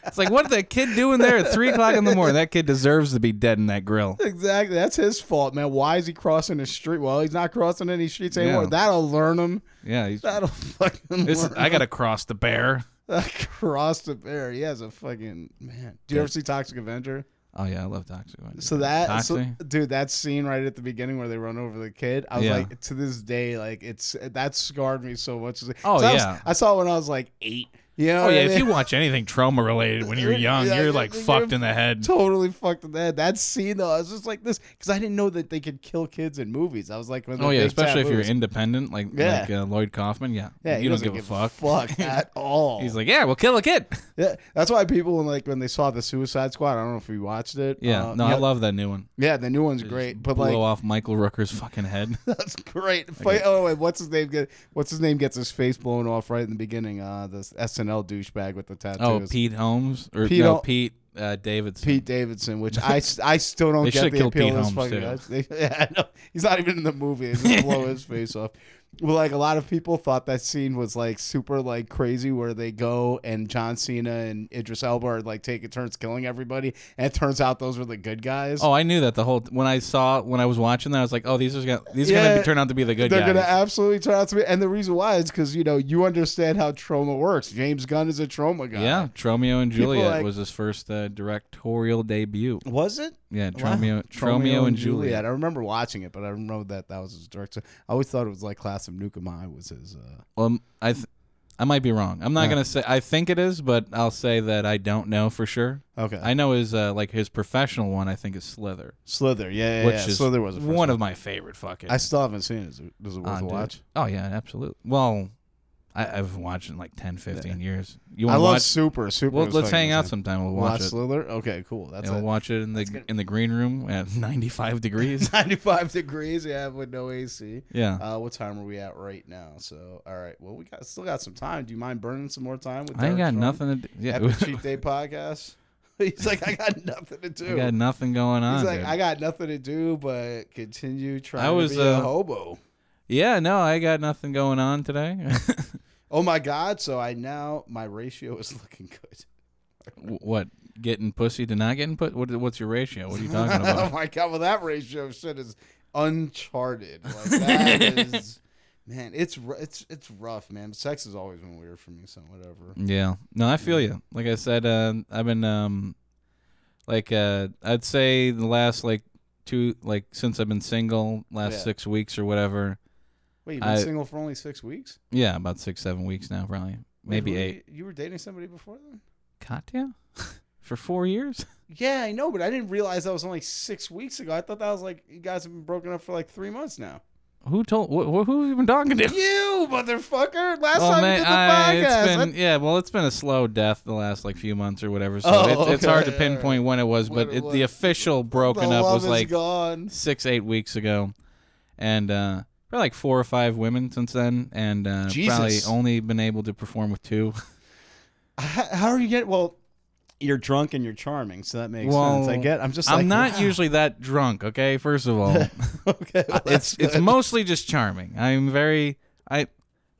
[SPEAKER 3] it's like what did that kid doing there at three o'clock in the morning? That kid deserves to be dead in that grill.
[SPEAKER 2] Exactly. That's his fault, man. Why is he crossing the street? Well, he's not crossing any streets anymore.
[SPEAKER 3] Yeah.
[SPEAKER 2] That'll learn him.
[SPEAKER 3] Yeah, he's,
[SPEAKER 2] That'll fucking.
[SPEAKER 3] this
[SPEAKER 2] learn
[SPEAKER 3] I
[SPEAKER 2] him.
[SPEAKER 3] gotta cross the bear.
[SPEAKER 2] cross the bear. He has a fucking man. Do you ever see Toxic Avenger?
[SPEAKER 3] Oh yeah, I love toxic. Avenger.
[SPEAKER 2] So that, so,
[SPEAKER 3] toxic.
[SPEAKER 2] dude, that scene right at the beginning where they run over the kid, I was
[SPEAKER 3] Yeah.
[SPEAKER 2] like, to this day, like it's that scarred me so much. It's like-
[SPEAKER 3] Oh,
[SPEAKER 2] 'cause I was-
[SPEAKER 3] yeah.
[SPEAKER 2] I saw it when I was like eight. You know
[SPEAKER 3] oh
[SPEAKER 2] what
[SPEAKER 3] yeah,
[SPEAKER 2] I
[SPEAKER 3] if
[SPEAKER 2] mean?
[SPEAKER 3] you watch anything trauma related when you're young,
[SPEAKER 2] Yeah,
[SPEAKER 3] you're
[SPEAKER 2] yeah,
[SPEAKER 3] like
[SPEAKER 2] you're
[SPEAKER 3] fucked in the head.
[SPEAKER 2] totally fucked with that. That scene though, I was just like this because I didn't know that they could kill kids in movies. I was like, when
[SPEAKER 3] Oh
[SPEAKER 2] the
[SPEAKER 3] yeah,
[SPEAKER 2] big bad
[SPEAKER 3] especially if you're
[SPEAKER 2] movies-
[SPEAKER 3] independent, like
[SPEAKER 2] Yeah.
[SPEAKER 3] like uh, Lloyd Kaufman. Yeah,
[SPEAKER 2] yeah, he
[SPEAKER 3] you don't
[SPEAKER 2] doesn't
[SPEAKER 3] give, a fuck.
[SPEAKER 2] fuck at all.
[SPEAKER 3] He's like, yeah, we'll kill a kid.
[SPEAKER 2] yeah, that's why people when like when they saw the Suicide Squad, I don't know if you watched it.
[SPEAKER 3] Yeah,
[SPEAKER 2] uh,
[SPEAKER 3] no, I love that new one.
[SPEAKER 2] Yeah, the new one's great, but
[SPEAKER 3] Blow
[SPEAKER 2] like
[SPEAKER 3] off Michael Rooker's fucking head. Oh,
[SPEAKER 2] That's great. Fight, oh, and what's his name? Get what's his name gets his face blown off right in the beginning. Uh, this SNL douchebag with the tattoos.
[SPEAKER 3] oh, Pete Holmes or
[SPEAKER 2] Pete
[SPEAKER 3] no
[SPEAKER 2] Hol-
[SPEAKER 3] Pete uh, Davidson.
[SPEAKER 2] Pete Davidson, which I, s- I still don't
[SPEAKER 3] They
[SPEAKER 2] get
[SPEAKER 3] should've
[SPEAKER 2] the
[SPEAKER 3] killed
[SPEAKER 2] appeal
[SPEAKER 3] Pete
[SPEAKER 2] of this
[SPEAKER 3] Holmes,
[SPEAKER 2] fucking
[SPEAKER 3] too.
[SPEAKER 2] guy. They- yeah, I know. He's not even in the movie. They just blow his face off. Well, like a lot of people thought that scene was like super like crazy, where they go and John Cena and Idris Elba are like taking turns killing everybody, and it turns out those were the good guys.
[SPEAKER 3] Oh, I knew that the whole when I saw when I was watching that, I was like, oh, these are gonna these are
[SPEAKER 2] Yeah.
[SPEAKER 3] gonna be, turn out to be the good
[SPEAKER 2] They're
[SPEAKER 3] guys.
[SPEAKER 2] gonna absolutely turn out to be, and the reason why is because you know you understand how trauma works. James Gunn is a trauma guy.
[SPEAKER 3] yeah, Tromeo and
[SPEAKER 2] People
[SPEAKER 3] Juliet
[SPEAKER 2] like-
[SPEAKER 3] was his first uh, directorial debut.
[SPEAKER 2] was it?
[SPEAKER 3] Yeah, Tromeo, Tromeo and Juliet.
[SPEAKER 2] I remember watching it, but I don't know that that was his director. I always thought it was like Class of Nukem High was his. Uh,
[SPEAKER 3] Um, I, th- I might be wrong. I'm not gonna say. I think it is, but I'll say that I don't know for sure.
[SPEAKER 2] okay,
[SPEAKER 3] I know his uh, like his professional one. I think is Slither,
[SPEAKER 2] Slither. Yeah, yeah,
[SPEAKER 3] which
[SPEAKER 2] yeah.
[SPEAKER 3] is
[SPEAKER 2] Slither was the first
[SPEAKER 3] one, of my favorite fucking.
[SPEAKER 2] I still haven't seen it. Is it, is it worth
[SPEAKER 3] on,
[SPEAKER 2] a
[SPEAKER 3] dude.
[SPEAKER 2] watch?
[SPEAKER 3] Oh yeah, absolutely. Well, I, I've watched in like 10, 15 years. You
[SPEAKER 2] I
[SPEAKER 3] want to
[SPEAKER 2] love
[SPEAKER 3] watch?
[SPEAKER 2] Super. Super.
[SPEAKER 3] Well,
[SPEAKER 2] was
[SPEAKER 3] let's
[SPEAKER 2] fucking
[SPEAKER 3] hang out
[SPEAKER 2] insane.
[SPEAKER 3] sometime. We'll
[SPEAKER 2] Watch
[SPEAKER 3] watch, it.
[SPEAKER 2] Slither. Okay, cool. That's
[SPEAKER 3] And we'll
[SPEAKER 2] it.
[SPEAKER 3] watch it in the in the green room at 95 degrees.
[SPEAKER 2] 95 degrees. Yeah, with no AC.
[SPEAKER 3] yeah.
[SPEAKER 2] Uh, what time are we at right now? So, all right. Well, we got still got some time. Do you mind burning some more time with?
[SPEAKER 3] I ain't got
[SPEAKER 2] Derek Chauvin?
[SPEAKER 3] nothing to do. Yeah.
[SPEAKER 2] Epic Cheat Day podcast. He's like, I got nothing to do.
[SPEAKER 3] I got nothing going on.
[SPEAKER 2] He's like,
[SPEAKER 3] dude.
[SPEAKER 2] I got nothing to do but continue trying
[SPEAKER 3] was,
[SPEAKER 2] to be a
[SPEAKER 3] uh,
[SPEAKER 2] hobo.
[SPEAKER 3] yeah, no, I got nothing going on today.
[SPEAKER 2] Oh my god! So I now my ratio is looking good.
[SPEAKER 3] what? Getting pussy to not getting put? What, what's your ratio? What are you talking
[SPEAKER 2] oh
[SPEAKER 3] about?
[SPEAKER 2] my god! Well, that ratio of shit is uncharted. Like that is, man. It's ru- it's it's rough, man. Sex has always been weird for me, so whatever.
[SPEAKER 3] yeah. No, I feel you. Like I said, uh, I've been um, like uh, I'd say the last like two like since I've been single last
[SPEAKER 2] Yeah.
[SPEAKER 3] six weeks or whatever.
[SPEAKER 2] Wait, you've been
[SPEAKER 3] I-
[SPEAKER 2] single for only six weeks?
[SPEAKER 3] Yeah, about six seven weeks now, probably
[SPEAKER 2] Wait,
[SPEAKER 3] maybe
[SPEAKER 2] were you-
[SPEAKER 3] eight.
[SPEAKER 2] You, were dating somebody before then?
[SPEAKER 3] Katya for four years.
[SPEAKER 2] Yeah, I know, but I didn't realize that was only six weeks ago. I thought that was like you guys have been broken up for like three months now.
[SPEAKER 3] Who told? Wh- wh- who have you been talking to?
[SPEAKER 2] You motherfucker! Last
[SPEAKER 3] Oh
[SPEAKER 2] time
[SPEAKER 3] man,
[SPEAKER 2] you did the
[SPEAKER 3] I-
[SPEAKER 2] podcast,
[SPEAKER 3] it's
[SPEAKER 2] I-
[SPEAKER 3] been yeah. Well, it's been a slow death the last like few months or whatever. So
[SPEAKER 2] Oh,
[SPEAKER 3] it's, it's
[SPEAKER 2] okay,
[SPEAKER 3] hard to
[SPEAKER 2] all
[SPEAKER 3] pinpoint when it was,
[SPEAKER 2] When
[SPEAKER 3] but
[SPEAKER 2] it
[SPEAKER 3] it,
[SPEAKER 2] was.
[SPEAKER 3] the official broken
[SPEAKER 2] the
[SPEAKER 3] up
[SPEAKER 2] love
[SPEAKER 3] was
[SPEAKER 2] is
[SPEAKER 3] like
[SPEAKER 2] gone.
[SPEAKER 3] six eight weeks ago, and uh, probably like four or five women since then, and uh, probably
[SPEAKER 2] Jesus.
[SPEAKER 3] only been able to perform with two.
[SPEAKER 2] How, how are you getting? Well, you're drunk and you're charming, so that makes
[SPEAKER 3] Well,
[SPEAKER 2] sense. I get. I'm just. like,
[SPEAKER 3] I'm not
[SPEAKER 2] wow.
[SPEAKER 3] usually that drunk. Okay, first of all.
[SPEAKER 2] okay. well,
[SPEAKER 3] it's
[SPEAKER 2] that's
[SPEAKER 3] it's
[SPEAKER 2] good.
[SPEAKER 3] mostly just charming. I'm very I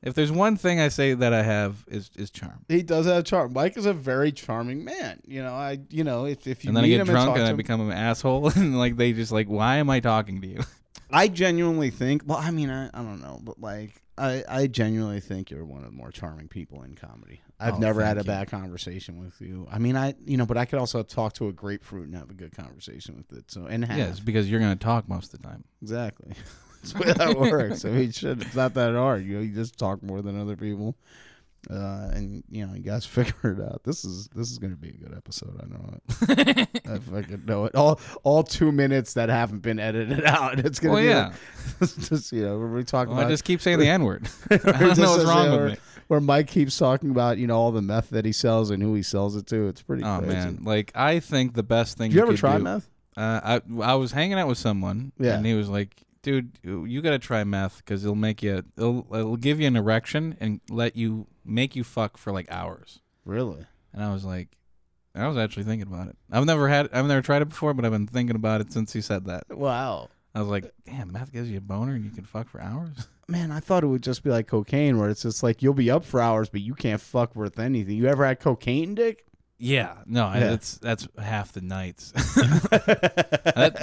[SPEAKER 3] if there's one thing I say that I have is is charm.
[SPEAKER 2] He does have charm. Mike is a very charming man. You know, I. You know, if if you
[SPEAKER 3] And then I
[SPEAKER 2] meet
[SPEAKER 3] get
[SPEAKER 2] him
[SPEAKER 3] drunk
[SPEAKER 2] and,
[SPEAKER 3] and I
[SPEAKER 2] talk to him,
[SPEAKER 3] become an asshole and like they just like why am I talking to you?
[SPEAKER 2] I genuinely think. Well, I mean, I, I don't know, but like. I, I genuinely think you're one of the more charming people in comedy. I've
[SPEAKER 3] Oh,
[SPEAKER 2] never had a
[SPEAKER 3] thank you.
[SPEAKER 2] bad conversation with you. I mean, I you know, but I could also talk to a grapefruit and have a good conversation with it. So and have
[SPEAKER 3] yes, because you're gonna talk most of the time.
[SPEAKER 2] exactly. That's the way that works. I mean, shit, it's not that hard. You know, you just talk more than other people, uh, and you know, you guys figure it out. This is this is gonna be a good episode. I know it. I fucking know it. All all two minutes that haven't been edited out. It's gonna
[SPEAKER 3] Well,
[SPEAKER 2] be
[SPEAKER 3] yeah.
[SPEAKER 2] like- just you know, we're talking
[SPEAKER 3] Well, I
[SPEAKER 2] about
[SPEAKER 3] just keep saying the N word. I
[SPEAKER 2] Or
[SPEAKER 3] don't
[SPEAKER 2] just
[SPEAKER 3] know what's
[SPEAKER 2] as
[SPEAKER 3] wrong
[SPEAKER 2] they
[SPEAKER 3] with
[SPEAKER 2] were-
[SPEAKER 3] me.
[SPEAKER 2] Where Mike keeps talking about, you know, all the meth that he sells and who he sells it to. It's pretty
[SPEAKER 3] Oh
[SPEAKER 2] crazy.
[SPEAKER 3] man, like I think the best thing
[SPEAKER 2] Did you ever
[SPEAKER 3] could
[SPEAKER 2] try
[SPEAKER 3] do-
[SPEAKER 2] meth?
[SPEAKER 3] Uh, I I was hanging out with someone,
[SPEAKER 2] Yeah.
[SPEAKER 3] and he was like, "Dude, you gotta try meth because it'll make you, it'll, it'll give you an erection and let you make you fuck for like hours."
[SPEAKER 2] Really?
[SPEAKER 3] And I was like, I was actually thinking about it. I've never had, I've never tried it before, but I've been thinking about it since he said that.
[SPEAKER 2] Wow.
[SPEAKER 3] I was like, damn, meth gives you a boner and you can fuck for hours.
[SPEAKER 2] Man, I thought it would just be like cocaine where it's just like you'll be up for hours but you can't fuck worth anything. You ever had cocaine dick?
[SPEAKER 3] Yeah, no, I
[SPEAKER 2] Yeah.
[SPEAKER 3] that's that's half the nights. that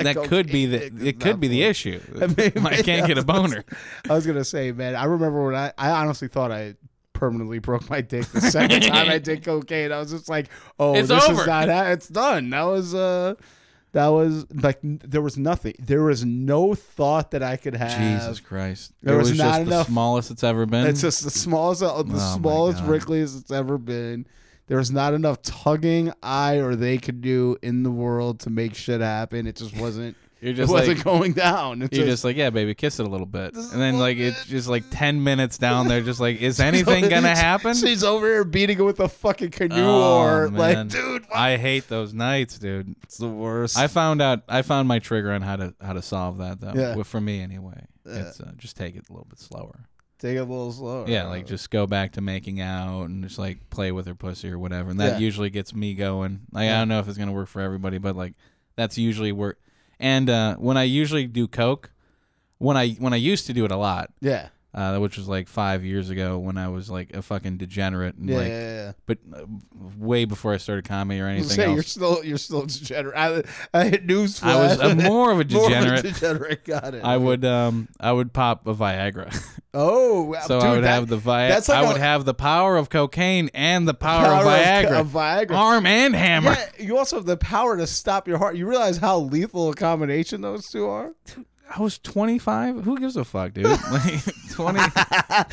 [SPEAKER 3] that could be the
[SPEAKER 2] Cocaine
[SPEAKER 3] it could be the issue. I,
[SPEAKER 2] mean,
[SPEAKER 3] can't get a boner.
[SPEAKER 2] I was gonna say, man, I remember when I, I honestly thought I permanently broke my dick the second time I did cocaine. I was just like, oh,
[SPEAKER 3] It's
[SPEAKER 2] this
[SPEAKER 3] over.
[SPEAKER 2] is not ha- it's done. That was uh that was like n- there was nothing. There was no thought that I could have.
[SPEAKER 3] Jesus Christ,
[SPEAKER 2] there
[SPEAKER 3] it
[SPEAKER 2] was not
[SPEAKER 3] just
[SPEAKER 2] enough-
[SPEAKER 3] the smallest it's ever been.
[SPEAKER 2] It's just the smallest, uh, the
[SPEAKER 3] Oh my
[SPEAKER 2] smallest
[SPEAKER 3] God.
[SPEAKER 2] wrinkliest it's ever been. There's not enough tugging I or they could do in the world to make shit happen. It just wasn't.
[SPEAKER 3] you're
[SPEAKER 2] it
[SPEAKER 3] just
[SPEAKER 2] wasn't
[SPEAKER 3] like
[SPEAKER 2] going down. It's
[SPEAKER 3] you're just like yeah, baby, kiss it a little bit, and then like it's just like ten minutes down there, just like is anything gonna happen?
[SPEAKER 2] She's over here beating it with a fucking canoe
[SPEAKER 3] Oh,
[SPEAKER 2] oar.
[SPEAKER 3] man.
[SPEAKER 2] Like, dude,
[SPEAKER 3] I hate those nights, dude.
[SPEAKER 2] it's the worst.
[SPEAKER 3] I found out I found my trigger on how to how to solve that though.
[SPEAKER 2] Yeah.
[SPEAKER 3] Well, for me anyway, it's uh, just take it a little bit slower.
[SPEAKER 2] Take it a little slower.
[SPEAKER 3] Yeah, like just go back to making out and just like play with her pussy or whatever, and that
[SPEAKER 2] Yeah.
[SPEAKER 3] usually gets me going. Like I don't know if it's gonna work for everybody, but like that's usually work. And uh, when I usually do coke, when I when I used to do it a lot,
[SPEAKER 2] yeah,
[SPEAKER 3] uh, which was like five years ago when I was like a fucking degenerate and
[SPEAKER 2] yeah,
[SPEAKER 3] like,
[SPEAKER 2] yeah, yeah.
[SPEAKER 3] but uh, way before I started comedy or anything
[SPEAKER 2] Say
[SPEAKER 3] else.
[SPEAKER 2] you're still you're still degenerate. I, I hit news.
[SPEAKER 3] I was
[SPEAKER 2] flash.
[SPEAKER 3] a, more of a
[SPEAKER 2] More of a
[SPEAKER 3] degenerate.
[SPEAKER 2] degenerate. Got it.
[SPEAKER 3] I would um I would pop a Viagra.
[SPEAKER 2] Oh, wow.
[SPEAKER 3] so
[SPEAKER 2] dude,
[SPEAKER 3] I would
[SPEAKER 2] that-
[SPEAKER 3] have the Viagra.
[SPEAKER 2] that's like
[SPEAKER 3] I would
[SPEAKER 2] a-
[SPEAKER 3] have the power of cocaine and the power,
[SPEAKER 2] power of
[SPEAKER 3] of Viagra.
[SPEAKER 2] co- of Viagra.
[SPEAKER 3] Arm and hammer.
[SPEAKER 2] Yeah, you also have the power to stop your heart. You realize how lethal a combination those two are.
[SPEAKER 3] I was 25. Who gives a fuck, dude? Like 20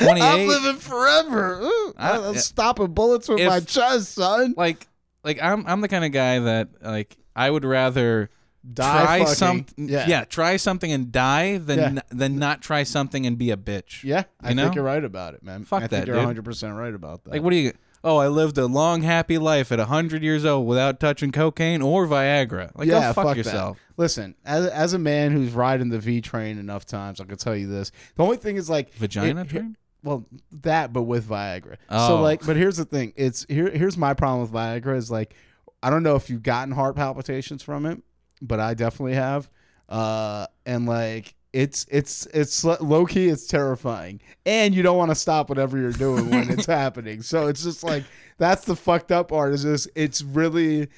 [SPEAKER 3] 28.
[SPEAKER 2] living forever. Ooh,
[SPEAKER 3] I-
[SPEAKER 2] I'm stopping bullets with
[SPEAKER 3] If-
[SPEAKER 2] my chest, son.
[SPEAKER 3] Like like I'm I'm the kind of guy that like I would rather
[SPEAKER 2] Die
[SPEAKER 3] try
[SPEAKER 2] fucking.
[SPEAKER 3] something
[SPEAKER 2] Yeah.
[SPEAKER 3] try something and die than
[SPEAKER 2] Yeah.
[SPEAKER 3] than not try something and be a bitch.
[SPEAKER 2] Yeah, I
[SPEAKER 3] You know?
[SPEAKER 2] think you're right about it, man.
[SPEAKER 3] Fuck
[SPEAKER 2] I
[SPEAKER 3] that,
[SPEAKER 2] think you're
[SPEAKER 3] dude.
[SPEAKER 2] 100 percent right about that.
[SPEAKER 3] Like what do you Oh, I lived a long happy life at 100 years old without touching cocaine or Viagra. Like
[SPEAKER 2] yeah,
[SPEAKER 3] go fuck,
[SPEAKER 2] fuck that.
[SPEAKER 3] yourself.
[SPEAKER 2] Listen, as, as a man who's riding the V train enough times, I can tell you this. The only thing is like
[SPEAKER 3] Vagina
[SPEAKER 2] it-
[SPEAKER 3] train?
[SPEAKER 2] well that but with viagra
[SPEAKER 3] Oh.
[SPEAKER 2] so like but here's the thing it's here here's my problem with viagra is like i don't know if you've gotten heart palpitations from it but i definitely have uh and like it's it's it's low key it's terrifying and you don't want to stop whatever you're doing when it's happening so it's just like that's the fucked up part is this it's really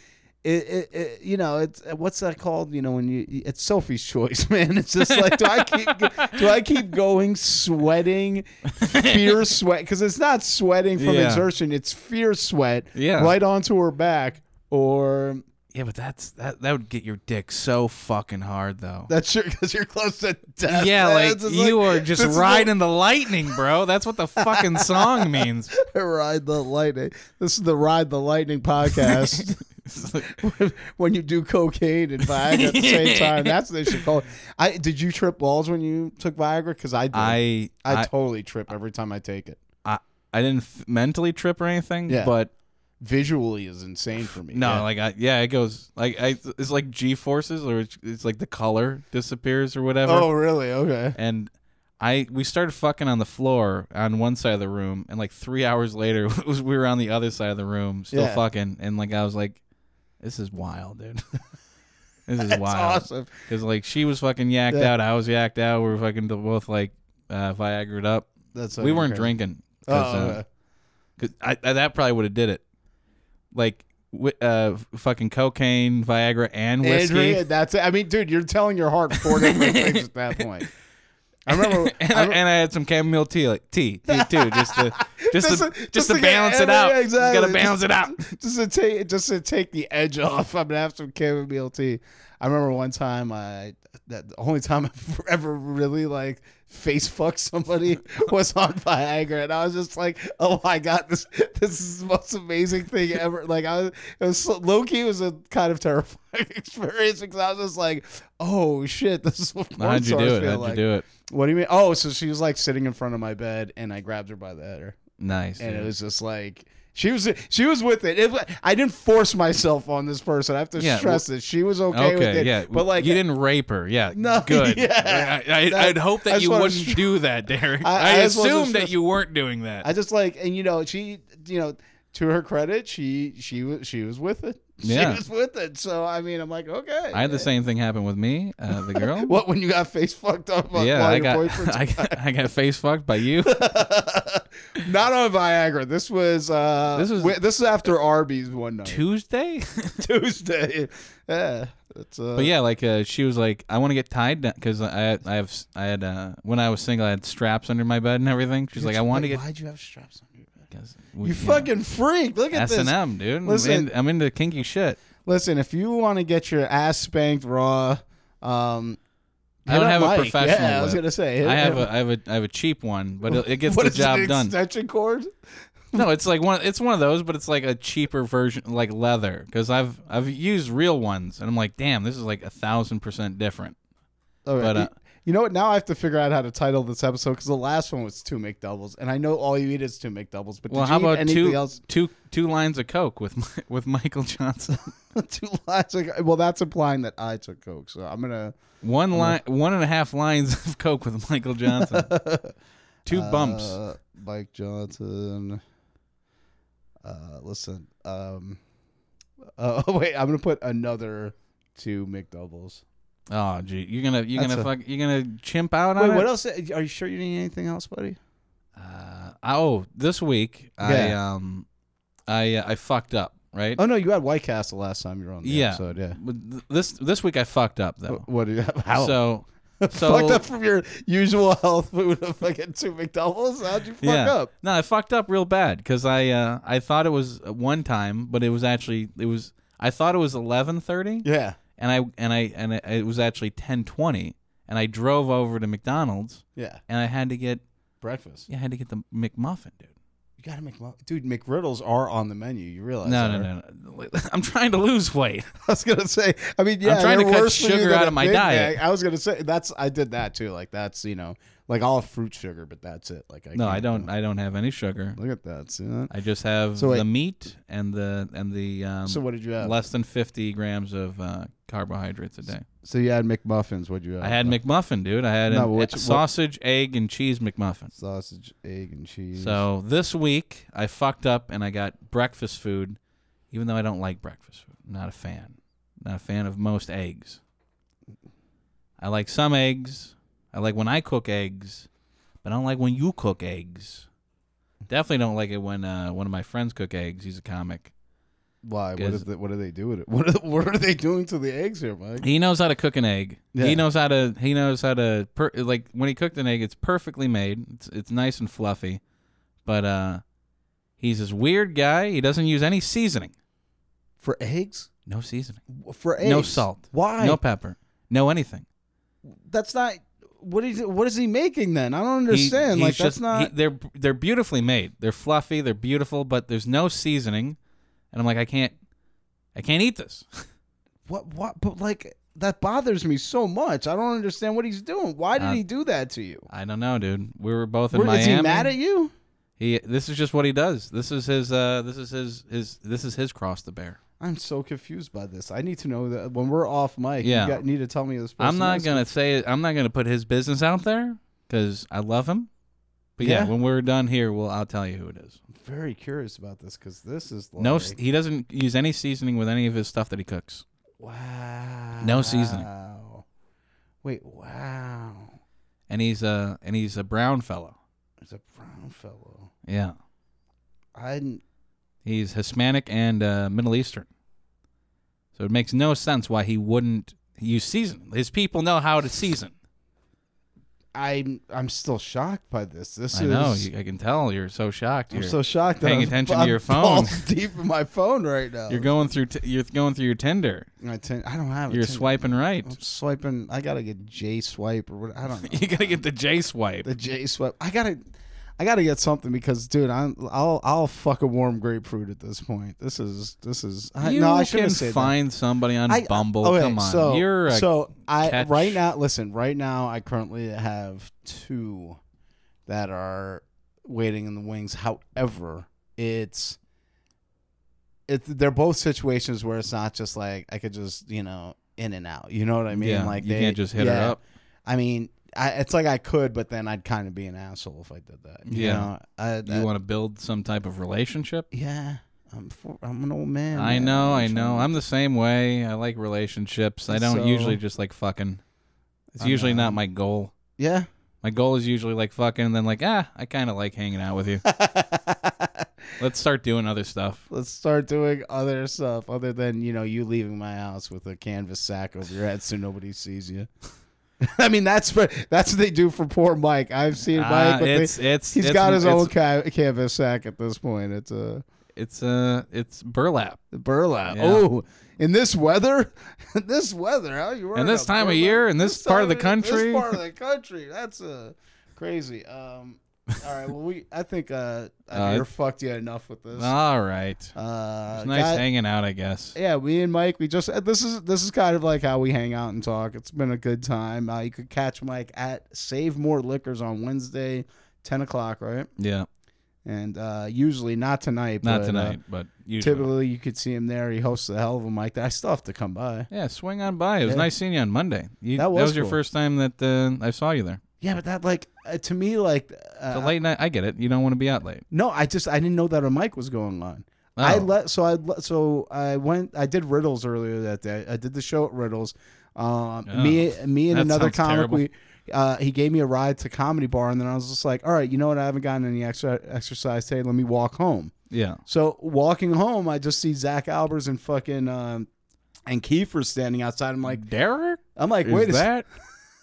[SPEAKER 2] it, it, it, you know, it's uh, what's that called? You know, when you it's Sophie's choice, man. It's just like do I keep do I keep going sweating, fear sweat because it's not sweating from
[SPEAKER 3] Yeah.
[SPEAKER 2] exertion, it's fear sweat
[SPEAKER 3] Yeah.
[SPEAKER 2] right onto her back or
[SPEAKER 3] Yeah, but that's that that would get your dick so fucking hard though.
[SPEAKER 2] that's your because you're close to death.
[SPEAKER 3] yeah,
[SPEAKER 2] man.
[SPEAKER 3] like
[SPEAKER 2] It's just
[SPEAKER 3] you
[SPEAKER 2] like,
[SPEAKER 3] are just
[SPEAKER 2] this is
[SPEAKER 3] riding the lightning, bro. That's what the fucking song means.
[SPEAKER 2] the, ride the lightning. This is the ride the lightning podcast.
[SPEAKER 3] It's like,
[SPEAKER 2] when you do cocaine and Viagra at the same time, that's what they should call it. I did you trip balls when you took Viagra? Because I did.
[SPEAKER 3] I
[SPEAKER 2] I
[SPEAKER 3] I
[SPEAKER 2] totally trip every time I take it.
[SPEAKER 3] I, I didn't f- mentally trip or anything,
[SPEAKER 2] Yeah.
[SPEAKER 3] but
[SPEAKER 2] Visually is insane for me.
[SPEAKER 3] no,
[SPEAKER 2] Yeah.
[SPEAKER 3] like I yeah, it goes like I it's like G forces or it's, it's like the color disappears or whatever.
[SPEAKER 2] oh really? Okay.
[SPEAKER 3] And I we started fucking on the floor on one side of the room, and like three hours later, it was, we were on the other side of the room still
[SPEAKER 2] Yeah.
[SPEAKER 3] fucking, and like I was like, "This is wild, dude. this is
[SPEAKER 2] It's
[SPEAKER 3] wild."
[SPEAKER 2] awesome.
[SPEAKER 3] Because like she was fucking yacked
[SPEAKER 2] Yeah.
[SPEAKER 3] out, I was yacked out. We were fucking both like uh, Viagra'd up.
[SPEAKER 2] That's
[SPEAKER 3] we weren't
[SPEAKER 2] crazy.
[SPEAKER 3] drinking.
[SPEAKER 2] Oh,
[SPEAKER 3] 'cause, uh,
[SPEAKER 2] okay.
[SPEAKER 3] 'cause I, I, that probably would have did it. Like wi- uh, f- fucking cocaine, Viagra, and whiskey.
[SPEAKER 2] Andrea, that's it. I mean, dude, you're telling your heart four different things at that point. I remember.
[SPEAKER 3] and, I, and I had some chamomile tea, like tea, tea too, just to just
[SPEAKER 2] Just
[SPEAKER 3] to,
[SPEAKER 2] to-
[SPEAKER 3] just
[SPEAKER 2] just
[SPEAKER 3] to,
[SPEAKER 2] to get
[SPEAKER 3] balance it
[SPEAKER 2] every-
[SPEAKER 3] out.
[SPEAKER 2] yeah,
[SPEAKER 3] Just
[SPEAKER 2] exactly.
[SPEAKER 3] gotta balance it out.
[SPEAKER 2] just to take just to take the edge off. I'm gonna have some chamomile tea. I I remember one time I that the only time I've ever really like face fucked somebody was on Viagra, and I was just like, "Oh my god, this this is the most amazing thing ever!" Like I was, it was low key was a kind of terrifying experience because I was just like, "Oh shit, this is what porn
[SPEAKER 3] How'd you
[SPEAKER 2] stars
[SPEAKER 3] do it?
[SPEAKER 2] feel
[SPEAKER 3] How'd
[SPEAKER 2] like."
[SPEAKER 3] you do it?
[SPEAKER 2] What do you mean? Oh, so she was like sitting in front of my bed, and I grabbed her by the header,
[SPEAKER 3] Nice.
[SPEAKER 2] and
[SPEAKER 3] dude.
[SPEAKER 2] it was just like. She was she was with it. it. wa- I didn't force myself on this person. I have to
[SPEAKER 3] Yeah,
[SPEAKER 2] stress that she was okay,
[SPEAKER 3] Okay,
[SPEAKER 2] with it.
[SPEAKER 3] yeah,
[SPEAKER 2] but like
[SPEAKER 3] you didn't rape her, yeah.
[SPEAKER 2] No,
[SPEAKER 3] good.
[SPEAKER 2] yeah.
[SPEAKER 3] I, I,
[SPEAKER 2] That-
[SPEAKER 3] I'd hope
[SPEAKER 2] I
[SPEAKER 3] that
[SPEAKER 2] just
[SPEAKER 3] you
[SPEAKER 2] wanted
[SPEAKER 3] wouldn't
[SPEAKER 2] to-
[SPEAKER 3] do that, Derek.
[SPEAKER 2] I-
[SPEAKER 3] I,
[SPEAKER 2] I just wanted to
[SPEAKER 3] assume that
[SPEAKER 2] stress-
[SPEAKER 3] you weren't doing that.
[SPEAKER 2] I just like, and you know, she, you know, to her credit, she, she was, she was with it.
[SPEAKER 3] Yeah.
[SPEAKER 2] She was with it. So I mean, I'm like, okay.
[SPEAKER 3] I had the same thing happen with me, uh, the girl.
[SPEAKER 2] What when you got face fucked up? on-
[SPEAKER 3] yeah,
[SPEAKER 2] while
[SPEAKER 3] I
[SPEAKER 2] your
[SPEAKER 3] got,
[SPEAKER 2] boyfriend's-
[SPEAKER 3] I got I got face fucked by you.
[SPEAKER 2] not on Viagra. This was, uh,
[SPEAKER 3] This
[SPEAKER 2] this
[SPEAKER 3] was-
[SPEAKER 2] was, this is after Arby's one night
[SPEAKER 3] Tuesday.
[SPEAKER 2] Tuesday. Yeah, that's uh,
[SPEAKER 3] but yeah, like uh, she was like, I want to get tied because I I have I had uh, when I was single, I had straps under my bed and everything. She's like, I want to get.
[SPEAKER 2] Why'd you have straps on your back?
[SPEAKER 3] 'cause
[SPEAKER 2] You
[SPEAKER 3] we- yeah.
[SPEAKER 2] fucking freak! Look at
[SPEAKER 3] S
[SPEAKER 2] this.
[SPEAKER 3] and M, dude.
[SPEAKER 2] Listen.
[SPEAKER 3] I'm, in, I'm into kinky shit.
[SPEAKER 2] Listen, if you want to get your ass spanked raw, um,
[SPEAKER 3] I don't
[SPEAKER 2] hit up
[SPEAKER 3] have a
[SPEAKER 2] Mike.
[SPEAKER 3] professional
[SPEAKER 2] Yeah, I was
[SPEAKER 3] whip.
[SPEAKER 2] gonna say hit-
[SPEAKER 3] I have
[SPEAKER 2] hit-
[SPEAKER 3] a I have a I have a cheap one, but it, it gets
[SPEAKER 2] What
[SPEAKER 3] the
[SPEAKER 2] is it,
[SPEAKER 3] job
[SPEAKER 2] an
[SPEAKER 3] done.
[SPEAKER 2] Extension cord.
[SPEAKER 3] No, it's like one. It's one of those, but it's like a cheaper version, like leather. Because I've I've used real ones, and I'm like, damn, this is like a thousand percent different.
[SPEAKER 2] All right.
[SPEAKER 3] But,
[SPEAKER 2] You-
[SPEAKER 3] uh,
[SPEAKER 2] you know what? Now I have to figure out how to title this episode because the last one was two McDoubles, and I know all you eat is two McDoubles. But
[SPEAKER 3] Well,
[SPEAKER 2] did
[SPEAKER 3] how
[SPEAKER 2] you eat
[SPEAKER 3] about
[SPEAKER 2] anything
[SPEAKER 3] two
[SPEAKER 2] else?
[SPEAKER 3] two- two lines of coke with Mi- with Michael Johnson?
[SPEAKER 2] two lines. Like, well, that's implying that I took Coke, so I'm gonna.
[SPEAKER 3] One line, one and a half lines of coke with Michael Johnson. two bumps.
[SPEAKER 2] Uh, Mike Johnson. Uh, listen. Um. Uh, wait, I'm gonna put another two McDoubles.
[SPEAKER 3] Oh, gee, you're gonna you're
[SPEAKER 2] that's
[SPEAKER 3] gonna
[SPEAKER 2] a-
[SPEAKER 3] fuck you're gonna chimp out on
[SPEAKER 2] Wait,
[SPEAKER 3] it.
[SPEAKER 2] what else? Are you sure you need anything else, buddy?
[SPEAKER 3] Uh, oh, this week
[SPEAKER 2] Yeah.
[SPEAKER 3] I um I uh, I fucked up right.
[SPEAKER 2] Oh no, you had White Castle last time you were on the
[SPEAKER 3] Yeah.
[SPEAKER 2] episode. Yeah.
[SPEAKER 3] But th- This this week I fucked up though.
[SPEAKER 2] What do you How?
[SPEAKER 3] So so
[SPEAKER 2] fucked up from your usual health food of fucking two McDoubles? How'd you fuck
[SPEAKER 3] yeah.
[SPEAKER 2] up?
[SPEAKER 3] No, I fucked up real bad because I uh, I thought it was one time, but it was actually it was I thought it was eleven thirty,
[SPEAKER 2] Yeah.
[SPEAKER 3] and I and I and I, it was actually ten twenty, and I drove over to McDonald's
[SPEAKER 2] Yeah.
[SPEAKER 3] and I had to get
[SPEAKER 2] Breakfast.
[SPEAKER 3] yeah, I had to get the McMuffin, dude.
[SPEAKER 2] You gotta make mo- dude, McRiddles are on the menu. You realize
[SPEAKER 3] No,
[SPEAKER 2] that,
[SPEAKER 3] no,
[SPEAKER 2] right?
[SPEAKER 3] no, no. I'm trying to lose weight.
[SPEAKER 2] I was gonna say I mean yeah,
[SPEAKER 3] I'm trying to
[SPEAKER 2] they're
[SPEAKER 3] cut
[SPEAKER 2] worse for you
[SPEAKER 3] sugar
[SPEAKER 2] than
[SPEAKER 3] out of
[SPEAKER 2] a
[SPEAKER 3] my
[SPEAKER 2] Big
[SPEAKER 3] diet.
[SPEAKER 2] Mac. I was gonna say that's I did that too. Like that's you know, like all fruit sugar, but that's it. Like I
[SPEAKER 3] No, I
[SPEAKER 2] can't- uh,
[SPEAKER 3] don't. I don't have any sugar.
[SPEAKER 2] Look at that. See that?
[SPEAKER 3] I just have
[SPEAKER 2] So wait.
[SPEAKER 3] the meat and the and the um,
[SPEAKER 2] So what did you have?
[SPEAKER 3] less than 50 grams of uh, carbohydrates a day.
[SPEAKER 2] so you had McMuffins. What'd you have?
[SPEAKER 3] I had
[SPEAKER 2] Uh,
[SPEAKER 3] McMuffin, dude. I had
[SPEAKER 2] No,
[SPEAKER 3] an-
[SPEAKER 2] but which-
[SPEAKER 3] a sausage, egg, and cheese McMuffin.
[SPEAKER 2] sausage, egg, and cheese.
[SPEAKER 3] So this week I fucked up and I got breakfast food, even though I don't like breakfast food. I'm not a fan. Not a fan of most eggs. I like some eggs. I like when I cook eggs, but I don't like when you cook eggs. Definitely don't like it when uh, one of my friends cook eggs. He's a comic.
[SPEAKER 2] why? What
[SPEAKER 3] Is-
[SPEAKER 2] is the, what do they do with it? What are, the- what are they doing to the eggs here, Mike?
[SPEAKER 3] He knows how to cook an egg. He
[SPEAKER 2] Yeah.
[SPEAKER 3] knows how to. He knows how to. Per, like when he cooked an egg, it's perfectly made. It's it's nice and fluffy, but uh, he's this weird guy. He doesn't use any seasoning.
[SPEAKER 2] For eggs?
[SPEAKER 3] No seasoning.
[SPEAKER 2] For eggs?
[SPEAKER 3] No salt.
[SPEAKER 2] Why?
[SPEAKER 3] No pepper. No anything.
[SPEAKER 2] That's not. What is what is he making then? I don't
[SPEAKER 3] He-
[SPEAKER 2] understand.
[SPEAKER 3] he's
[SPEAKER 2] like that's
[SPEAKER 3] just-
[SPEAKER 2] not.
[SPEAKER 3] he- they're they're beautifully made. They're fluffy. They're beautiful, but there's no seasoning, and I'm like, I can't, I can't eat this.
[SPEAKER 2] what what? But like that bothers me so much. I don't understand what he's doing. Why did
[SPEAKER 3] Uh,
[SPEAKER 2] he do that to you?
[SPEAKER 3] I don't know, dude. We were both in
[SPEAKER 2] Were-
[SPEAKER 3] Miami.
[SPEAKER 2] Is he mad at you?
[SPEAKER 3] He. This is just what he does. This is his. Uh. This is his. His. This is his cross to bear.
[SPEAKER 2] I'm so confused by this. I need to know that when we're off mic.
[SPEAKER 3] Yeah.
[SPEAKER 2] you got, need to tell me this.
[SPEAKER 3] I'm
[SPEAKER 2] person
[SPEAKER 3] not
[SPEAKER 2] is.
[SPEAKER 3] gonna say I'm not gonna put his business out there because I love him. But yeah,
[SPEAKER 2] Yeah.
[SPEAKER 3] when we're done here, we'll I'll tell you who it is.
[SPEAKER 2] I'm very curious about this because this is like,
[SPEAKER 3] No, s- he doesn't use any seasoning with any of his stuff that he cooks.
[SPEAKER 2] wow.
[SPEAKER 3] no seasoning.
[SPEAKER 2] Wait, wow.
[SPEAKER 3] And he's a and he's a brown fellow.
[SPEAKER 2] It's a brown fellow.
[SPEAKER 3] Yeah,
[SPEAKER 2] I didn't-
[SPEAKER 3] he's Hispanic and uh, Middle Eastern. So it makes no sense why he wouldn't use season. His people know how to season.
[SPEAKER 2] I'm I'm still shocked by this. This
[SPEAKER 3] I
[SPEAKER 2] is
[SPEAKER 3] know. you- I can tell you're so shocked.
[SPEAKER 2] I'm
[SPEAKER 3] You're,
[SPEAKER 2] so shocked. that
[SPEAKER 3] paying
[SPEAKER 2] I'm-
[SPEAKER 3] attention to
[SPEAKER 2] I'm
[SPEAKER 3] your phone.
[SPEAKER 2] balls deep in my phone right now.
[SPEAKER 3] you're going through. T- you're going through your Tinder.
[SPEAKER 2] I, ten- I don't have it.
[SPEAKER 3] You're swiping right.
[SPEAKER 2] I'm swiping. I gotta get J swipe or what? I don't know.
[SPEAKER 3] You gotta get the J swipe.
[SPEAKER 2] the J swipe. I gotta, I gotta get something because, dude, I'm, I'll, I'll fuck a warm grapefruit at this point. This is, this is. I,
[SPEAKER 3] you
[SPEAKER 2] no, I
[SPEAKER 3] can
[SPEAKER 2] shouldn't say
[SPEAKER 3] find somebody on
[SPEAKER 2] that. I,
[SPEAKER 3] Bumble.
[SPEAKER 2] okay,
[SPEAKER 3] Come on,
[SPEAKER 2] So,
[SPEAKER 3] you're a,
[SPEAKER 2] so I
[SPEAKER 3] catch.
[SPEAKER 2] right now. Listen, right now, I currently have two that are waiting in the wings. However, it's. It's, they're both situations where it's not just like I could just you know in and out. You know what I mean?
[SPEAKER 3] yeah,
[SPEAKER 2] like
[SPEAKER 3] you
[SPEAKER 2] they,
[SPEAKER 3] can't just hit
[SPEAKER 2] yeah.
[SPEAKER 3] her up.
[SPEAKER 2] I mean, I, it's like I could, but then I'd kind of be an asshole if I did that. You
[SPEAKER 3] Yeah.
[SPEAKER 2] know? I,
[SPEAKER 3] You want to build some type of relationship?
[SPEAKER 2] Yeah, I'm for, I'm an old man.
[SPEAKER 3] I
[SPEAKER 2] man.
[SPEAKER 3] know,
[SPEAKER 2] I'm
[SPEAKER 3] I know.
[SPEAKER 2] trying-
[SPEAKER 3] I'm the same way. I like relationships. I don't
[SPEAKER 2] So-
[SPEAKER 3] usually just like fucking. It's
[SPEAKER 2] I
[SPEAKER 3] usually
[SPEAKER 2] know.
[SPEAKER 3] not my goal.
[SPEAKER 2] yeah.
[SPEAKER 3] My goal is usually like fucking, and then like ah, I kind of like hanging out with you. Let's start doing other stuff.
[SPEAKER 2] Let's start doing other stuff other than you know you leaving my house with a canvas sack over your head so nobody sees you. I mean that's for, that's what they do for poor Mike. I've seen Mike,
[SPEAKER 3] Ah,
[SPEAKER 2] but
[SPEAKER 3] it's
[SPEAKER 2] they,
[SPEAKER 3] it's
[SPEAKER 2] he's
[SPEAKER 3] it's-
[SPEAKER 2] got his
[SPEAKER 3] it's-
[SPEAKER 2] own ca- canvas sack at this point. It's a
[SPEAKER 3] It's uh, it's burlap.
[SPEAKER 2] burlap.
[SPEAKER 3] Yeah.
[SPEAKER 2] Oh, in this weather, in this weather, how you? wearing
[SPEAKER 3] And this
[SPEAKER 2] a
[SPEAKER 3] time of
[SPEAKER 2] burlap?
[SPEAKER 3] year, in this part of the
[SPEAKER 2] time-
[SPEAKER 3] country,
[SPEAKER 2] This part of the country. That's uh, crazy. Um, all right. Well, we. I think uh, I
[SPEAKER 3] Uh,
[SPEAKER 2] think you're fucked you enough with this.
[SPEAKER 3] all right.
[SPEAKER 2] uh,
[SPEAKER 3] It's nice
[SPEAKER 2] guy-
[SPEAKER 3] hanging out, I guess.
[SPEAKER 2] yeah, we and Mike, we just uh, this is this is kind of like how we hang out and talk. It's been a good time. Uh, you could catch Mike at Save More Liquors on Wednesday, ten o'clock, right?
[SPEAKER 3] Yeah,
[SPEAKER 2] And uh, usually not tonight.
[SPEAKER 3] not
[SPEAKER 2] but, uh,
[SPEAKER 3] tonight, but usually.
[SPEAKER 2] typically, you could see him there. He hosts the hell of a mic. I still have to come by.
[SPEAKER 3] Yeah, swing on by. It was
[SPEAKER 2] Yeah.
[SPEAKER 3] nice seeing you on Monday. You,
[SPEAKER 2] That
[SPEAKER 3] that was,
[SPEAKER 2] was
[SPEAKER 3] your
[SPEAKER 2] cool.
[SPEAKER 3] first time that uh, I saw you there.
[SPEAKER 2] Yeah, but that like uh, to me like uh,
[SPEAKER 3] The late night. I get it. You don't want to be out late.
[SPEAKER 2] No, I just I didn't know that a mic was going on. I
[SPEAKER 3] Oh.
[SPEAKER 2] let so I let, so I went I did riddles earlier that day. I did the show at riddles. Um,
[SPEAKER 3] Oh.
[SPEAKER 2] me me and
[SPEAKER 3] That
[SPEAKER 2] another
[SPEAKER 3] sounds
[SPEAKER 2] comic
[SPEAKER 3] terrible.
[SPEAKER 2] we. Uh, he gave me a ride to comedy bar, and then I was just like, "All right, you know what? I haven't gotten any extra exercise today. Let me walk home."
[SPEAKER 3] Yeah.
[SPEAKER 2] So walking home, I just see Zach Albers and fucking um, and Kiefer standing outside. I'm like,
[SPEAKER 3] Derek,
[SPEAKER 2] I'm like,
[SPEAKER 3] is
[SPEAKER 2] wait a second.
[SPEAKER 3] that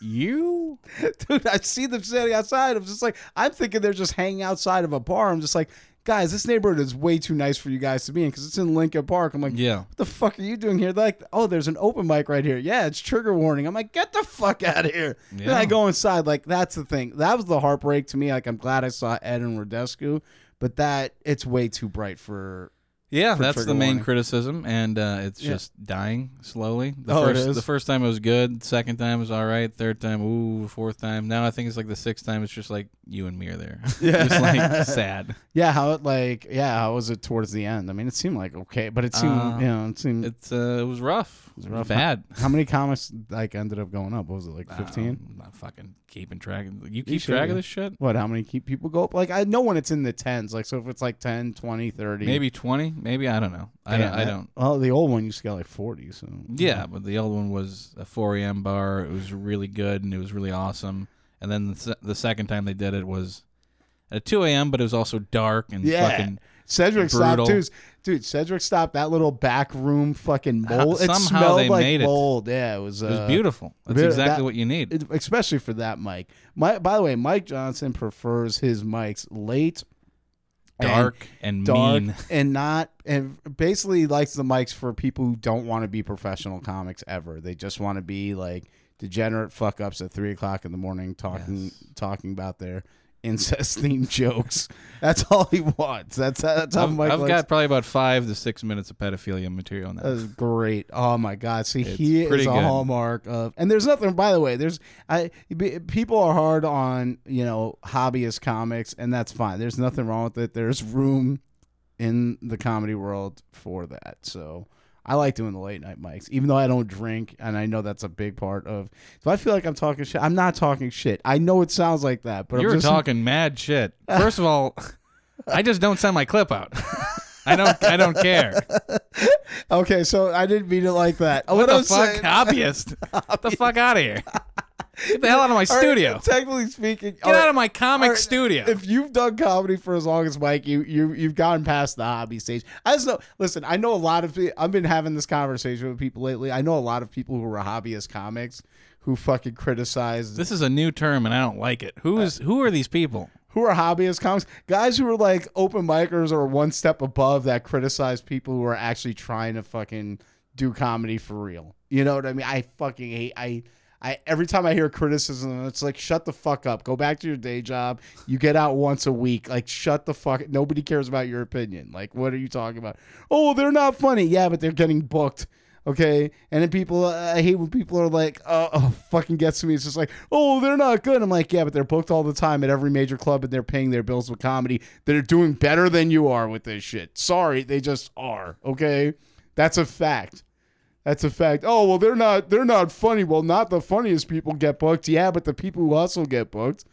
[SPEAKER 3] you?
[SPEAKER 2] dude, I see them standing outside. I'm just like, I'm thinking they're just hanging outside of a bar. I'm just like, guys, this neighborhood is way too nice for you guys to be in because it's in Lincoln Park. I'm like,
[SPEAKER 3] Yeah.
[SPEAKER 2] what the fuck are you doing here? They're like, oh, there's an open mic right here. Yeah, it's trigger warning. I'm like, get the fuck out of here. Then
[SPEAKER 3] Yeah.
[SPEAKER 2] I go inside. Like, that's the thing. That was the heartbreak to me. Like, I'm glad I saw Ed and Rodescu, but that it's way too bright for.
[SPEAKER 3] Yeah,
[SPEAKER 2] for
[SPEAKER 3] that's the
[SPEAKER 2] trigger
[SPEAKER 3] main
[SPEAKER 2] warning.
[SPEAKER 3] criticism, and uh, it's
[SPEAKER 2] Yeah.
[SPEAKER 3] just dying slowly. The
[SPEAKER 2] Oh, it
[SPEAKER 3] first,
[SPEAKER 2] is?
[SPEAKER 3] The first time it was good. Second time was all right. Third time, ooh. Fourth time, now I think it's like the sixth time. It's just like you and me are there. Yeah, just like sad.
[SPEAKER 2] Yeah, how it like yeah, how was it towards the end? I mean, it seemed like okay, but it seemed
[SPEAKER 3] Uh,
[SPEAKER 2] you know it seemed
[SPEAKER 3] It's uh, it was rough. It was,
[SPEAKER 2] Mm. rough, huh?
[SPEAKER 3] bad.
[SPEAKER 2] How many comics like ended up going up? What was it like fifteen?
[SPEAKER 3] I'm not fucking keeping track. of- You keep
[SPEAKER 2] should
[SPEAKER 3] track
[SPEAKER 2] be.
[SPEAKER 3] of this shit?
[SPEAKER 2] What? How many keep people go up? Like I know when it's in the tens. Like so, if it's like 10, 20, 30.
[SPEAKER 3] Maybe twenty? Maybe I don't know. I
[SPEAKER 2] Damn,
[SPEAKER 3] don't. I
[SPEAKER 2] that-
[SPEAKER 3] don't.
[SPEAKER 2] Well, the old one used to get like forty. So
[SPEAKER 3] Yeah, but the old one was a 4 a.m. bar. It was really good and it was really awesome. And then the, se- the second time they did it was at 2 a.m., but it was also dark and
[SPEAKER 2] Yeah.
[SPEAKER 3] fucking.
[SPEAKER 2] Cedric
[SPEAKER 3] Brutal.
[SPEAKER 2] stopped dude. Dude, Cedric stopped that little back room fucking mold. it
[SPEAKER 3] somehow
[SPEAKER 2] smelled
[SPEAKER 3] they
[SPEAKER 2] like
[SPEAKER 3] made it.
[SPEAKER 2] mold. Yeah, it was.
[SPEAKER 3] It was
[SPEAKER 2] uh,
[SPEAKER 3] beautiful. That's
[SPEAKER 2] beautiful.
[SPEAKER 3] exactly
[SPEAKER 2] That-
[SPEAKER 3] what you need.
[SPEAKER 2] it- especially for that mic. My, by the way, Mike Johnson prefers his mics late, and
[SPEAKER 3] dark and,
[SPEAKER 2] dark,
[SPEAKER 3] mean.
[SPEAKER 2] and not and basically likes the mics for people who don't want to be professional comics ever. They just want to be like degenerate fuck ups at three o'clock in the morning talking
[SPEAKER 3] Yes.
[SPEAKER 2] talking about their incest themed jokes. That's all he wants. That's that's how
[SPEAKER 3] I've,
[SPEAKER 2] Mike
[SPEAKER 3] I've
[SPEAKER 2] likes.
[SPEAKER 3] got probably about five to six minutes of pedophilia material in that.
[SPEAKER 2] That was great. Oh my God! See,
[SPEAKER 3] It's
[SPEAKER 2] he
[SPEAKER 3] pretty
[SPEAKER 2] is a
[SPEAKER 3] good.
[SPEAKER 2] hallmark of, and there's nothing. By the way, there's I be- people are hard on you know hobbyist comics, and that's fine. There's nothing wrong with it. There's room in the comedy world for that. So I like doing the late night mics, even though I don't drink, and I know that's a big part of. So I feel like I'm talking shit. I'm not talking shit. I know it sounds like that, but I'm
[SPEAKER 3] you were
[SPEAKER 2] just,
[SPEAKER 3] talking mad shit. First of all, I just don't send my clip out. I don't. I don't care.
[SPEAKER 2] Okay, so I didn't mean it like that.
[SPEAKER 3] What
[SPEAKER 2] What
[SPEAKER 3] the
[SPEAKER 2] I'm
[SPEAKER 3] fuck,
[SPEAKER 2] saying-
[SPEAKER 3] hobbyist? Get the fuck out of here. Get the hell out of my
[SPEAKER 2] All right,
[SPEAKER 3] studio.
[SPEAKER 2] Technically speaking,
[SPEAKER 3] Get out of my comic
[SPEAKER 2] All right,
[SPEAKER 3] studio.
[SPEAKER 2] If you've done comedy for as long as Mike, you you you've gotten past the hobby stage. I just know. Listen, I know a lot of. pe- I've been having this conversation with people lately. I know a lot of people who are hobbyist comics who fucking criticize
[SPEAKER 3] this is a new term and I don't like it. Who is who are these people?
[SPEAKER 2] who are hobbyist comics guys who are like open micers or one step above that criticize people who are actually trying to fucking do comedy for real you know what i mean i fucking hate i I, every time I hear criticism, it's like shut the fuck up. Go back to your day job. You get out once a week. Like shut the fuck. Nobody cares about your opinion. Like what are you talking about? Oh, they're not funny. Yeah, but they're getting booked. Okay, and then people, uh, I hate when people are like, oh, oh, fucking gets to me. It's just like, oh, they're not good. I'm like, yeah, but they're booked all the time at every major club and they're paying their bills with comedy. They're doing better than you are with this shit. Sorry, they just are. Okay, that's a fact. That's a fact. Oh well, they're not they're not funny. Well, not the funniest people get booked. Yeah, but the people who also get booked,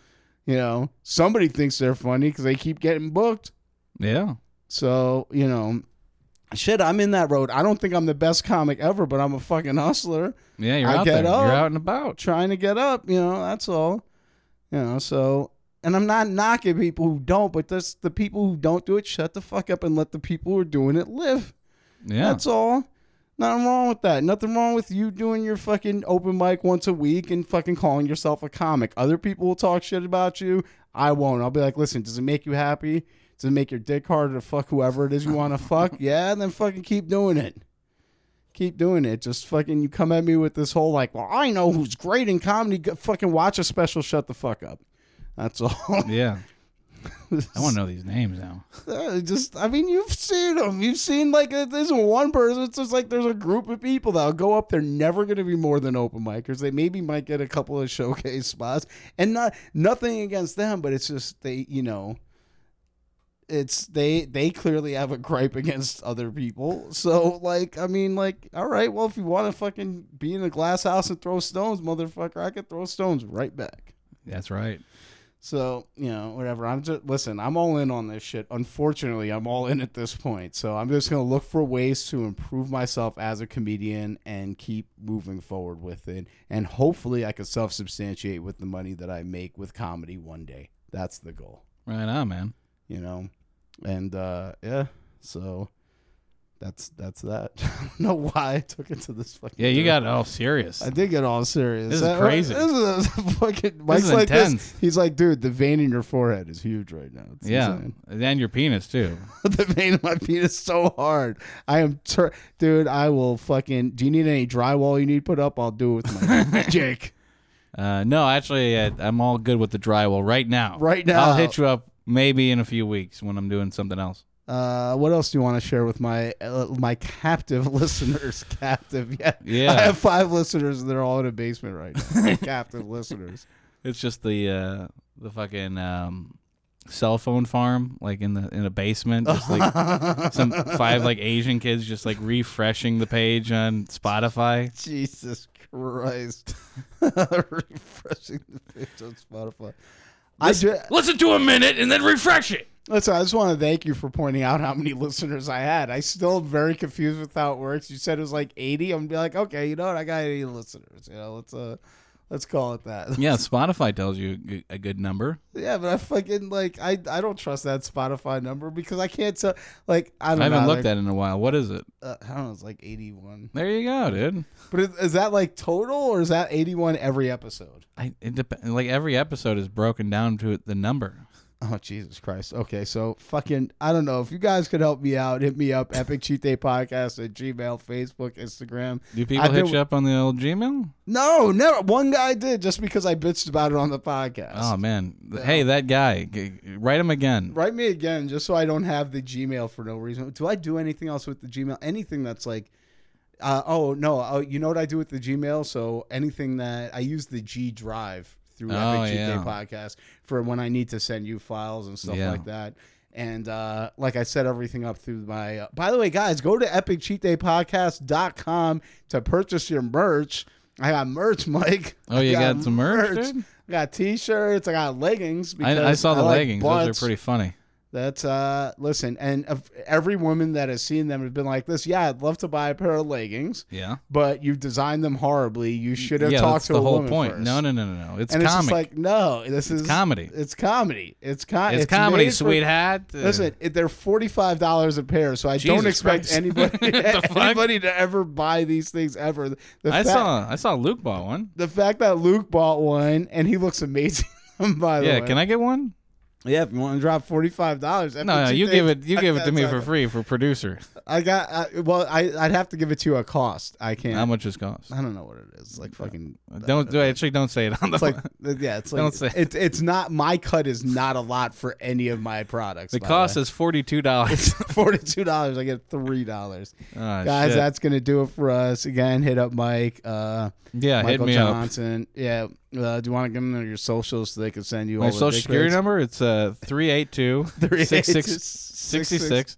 [SPEAKER 2] you know, somebody thinks they're funny because they keep getting booked.
[SPEAKER 3] Yeah.
[SPEAKER 2] So, you know, shit, I'm in that road. I don't think I'm the best comic ever, but I'm a fucking hustler
[SPEAKER 3] Yeah, you're
[SPEAKER 2] I
[SPEAKER 3] out
[SPEAKER 2] get
[SPEAKER 3] there.
[SPEAKER 2] up.
[SPEAKER 3] You're out and about.
[SPEAKER 2] trying to get up, you know, that's all. You know, so and I'm not knocking people who don't, but this the people who don't do it, shut the fuck up and let the people who are doing it live.
[SPEAKER 3] Yeah.
[SPEAKER 2] That's all. Nothing wrong with that. Nothing wrong with you doing your fucking open mic once a week and fucking calling yourself a comic. Other people will talk shit about you. I won't. I'll be like, listen, does it make you happy? Does it make your dick harder to fuck whoever it is you want to fuck? Yeah, then fucking keep doing it. Keep doing it. Just fucking, you come at me with this whole like, well, I know who's great in comedy. Go- Fucking watch a special. Shut the fuck up. That's all.
[SPEAKER 3] yeah. I want to know these names now.
[SPEAKER 2] Uh, just I mean, you've seen them. You've seen like it isn't one person. It's just like there's a group of people that'll go up. They're never going to be more than open micers. They maybe might get a couple of showcase spots, and not nothing against them, but it's just they, you know, it's they they clearly have a gripe against other people. So like I mean, like all right, well if you want to fucking be in a glass house and throw stones, motherfucker, I could throw stones right back.
[SPEAKER 3] That's right.
[SPEAKER 2] So, you know, whatever. I'm just listen, I'm all in on this shit. Unfortunately, I'm all in at this point. So I'm just gonna look for ways to improve myself as a comedian and keep moving forward with it. And hopefully I can self substantiate with the money that I make with comedy one day. That's the goal.
[SPEAKER 3] Right on, man.
[SPEAKER 2] You know? And uh yeah, so that's that's that. I don't know why I took it to this fucking
[SPEAKER 3] Yeah, you
[SPEAKER 2] direction.
[SPEAKER 3] got all serious.
[SPEAKER 2] I did get all serious.
[SPEAKER 3] This is crazy.
[SPEAKER 2] This is a fucking. Mike's
[SPEAKER 3] is
[SPEAKER 2] like
[SPEAKER 3] intense.
[SPEAKER 2] this. He's like, dude, the vein in your forehead is huge right now. It's
[SPEAKER 3] yeah,
[SPEAKER 2] insane.
[SPEAKER 3] and your penis too.
[SPEAKER 2] the vein in my feet is so hard. I am, tur- dude. I will fucking. Do you need any drywall you need put up? I'll do it with my Jake.
[SPEAKER 3] Uh, no, actually, uh, I'm all good with the drywall right now.
[SPEAKER 2] Right now.
[SPEAKER 3] I'll hit you up maybe in a few weeks when I'm doing something else.
[SPEAKER 2] Uh, what else do you want to share with my uh, my captive listeners? Captive, yeah.
[SPEAKER 3] Yeah.
[SPEAKER 2] I have five listeners, and they're all in a basement right now. captive listeners.
[SPEAKER 3] It's just the uh, the fucking um, cell phone farm, like in the in a basement, just like some five like Asian kids just like refreshing the page on Spotify.
[SPEAKER 2] Jesus Christ. Refreshing the page on Spotify. I ju-
[SPEAKER 3] Listen to a minute and then refresh it.
[SPEAKER 2] listen, I just want to thank you for pointing out how many listeners I had. I still am very confused with how it works. You said it was like 80. I'm gonna be like, okay, you know what? I got 80 listeners. You know, let's uh let's call it that.
[SPEAKER 3] Yeah, Spotify tells you a g- a good number.
[SPEAKER 2] yeah, but I fucking like I I don't trust that Spotify number because I can't tell like I don't
[SPEAKER 3] I haven't
[SPEAKER 2] know,
[SPEAKER 3] looked
[SPEAKER 2] like,
[SPEAKER 3] at it in a while. What is it?
[SPEAKER 2] uh, I don't know, it's like 81.
[SPEAKER 3] There you go, dude.
[SPEAKER 2] But is, is that like total or is that 81 every episode?
[SPEAKER 3] I, it dep- like every episode is broken down to the number.
[SPEAKER 2] Oh Jesus Christ! Okay, so fucking I don't know if you guys could help me out. Hit me up, Epic Cheat Day Podcast at Gmail, Facebook, Instagram.
[SPEAKER 3] Do people
[SPEAKER 2] I
[SPEAKER 3] hit
[SPEAKER 2] did-
[SPEAKER 3] you up on the old Gmail?
[SPEAKER 2] No, never. One guy did just because I bitched about it on the podcast.
[SPEAKER 3] Oh man, hey that guy, g- write him again.
[SPEAKER 2] Write me again just so I don't have the Gmail for no reason. Do I do anything else with the Gmail? Anything that's like, uh, oh no, oh, you know what I do with the Gmail? So anything that I use the G Drive through
[SPEAKER 3] Oh,
[SPEAKER 2] Epic
[SPEAKER 3] yeah.
[SPEAKER 2] GK Podcast for when I need to send you files and stuff
[SPEAKER 3] Yeah.
[SPEAKER 2] like that. And uh, like I set everything up through my. Uh, by the way, guys, go to epiccheatdaypodcast.com to purchase your merch. I got merch, Mike.
[SPEAKER 3] Oh, you
[SPEAKER 2] I
[SPEAKER 3] got some merch, dude?
[SPEAKER 2] I got t-shirts. I got leggings.
[SPEAKER 3] I, I
[SPEAKER 2] because
[SPEAKER 3] saw the
[SPEAKER 2] like
[SPEAKER 3] leggings; those
[SPEAKER 2] butts.
[SPEAKER 3] are pretty funny.
[SPEAKER 2] That's uh listen, and of- every woman that has seen them has been like this. Yeah, I'd love to buy a pair of leggings,
[SPEAKER 3] Yeah.
[SPEAKER 2] but you've designed them horribly. You should have
[SPEAKER 3] yeah,
[SPEAKER 2] talked
[SPEAKER 3] that's
[SPEAKER 2] to
[SPEAKER 3] the
[SPEAKER 2] a
[SPEAKER 3] whole
[SPEAKER 2] woman
[SPEAKER 3] point.
[SPEAKER 2] first.
[SPEAKER 3] No, no, no, no, no. It's
[SPEAKER 2] and it's just
[SPEAKER 3] comic.
[SPEAKER 2] like no, this is
[SPEAKER 3] comedy.
[SPEAKER 2] It's comedy. It's com-
[SPEAKER 3] it's,
[SPEAKER 2] made
[SPEAKER 3] comedy,
[SPEAKER 2] for-
[SPEAKER 3] sweetheart. Uh,
[SPEAKER 2] Listen, it- they're forty five dollars a pair, so I
[SPEAKER 3] Jesus
[SPEAKER 2] don't expect
[SPEAKER 3] Christ.
[SPEAKER 2] anybody
[SPEAKER 3] The fuck?
[SPEAKER 2] anybody to ever buy these things ever. The
[SPEAKER 3] I
[SPEAKER 2] fact,
[SPEAKER 3] saw I saw Luke bought one.
[SPEAKER 2] the fact that Luke bought one and he looks amazing. By the
[SPEAKER 3] Yeah,
[SPEAKER 2] way,
[SPEAKER 3] can I get one?
[SPEAKER 2] Yeah, if you want to drop forty five dollars,
[SPEAKER 3] No, no, you give it you give it to me for free for producer.
[SPEAKER 2] I got I, well, I I'd have to give it to you a cost. I can't.
[SPEAKER 3] How much does it cost?
[SPEAKER 2] I don't know what it is. Like fucking.
[SPEAKER 3] Don't do actually don't say it on the
[SPEAKER 2] It's like uh, yeah, it's like
[SPEAKER 3] Don't say-
[SPEAKER 2] it's it's not my cut is not a lot for any of my products.
[SPEAKER 3] The
[SPEAKER 2] by
[SPEAKER 3] cost
[SPEAKER 2] way.
[SPEAKER 3] is forty two dollars. Ah,
[SPEAKER 2] forty two dollars. I get three dollars. Guys,
[SPEAKER 3] Guys,
[SPEAKER 2] that's gonna do it for us. Again, hit up Mike. Uh,
[SPEAKER 3] yeah,
[SPEAKER 2] Michael
[SPEAKER 3] hit me up.
[SPEAKER 2] Johnson. Yeah. Uh, do you want to give them your socials so they can send you
[SPEAKER 3] My
[SPEAKER 2] all the
[SPEAKER 3] social
[SPEAKER 2] dick
[SPEAKER 3] security
[SPEAKER 2] pics?
[SPEAKER 3] number it's uh 382
[SPEAKER 2] 386.
[SPEAKER 3] 66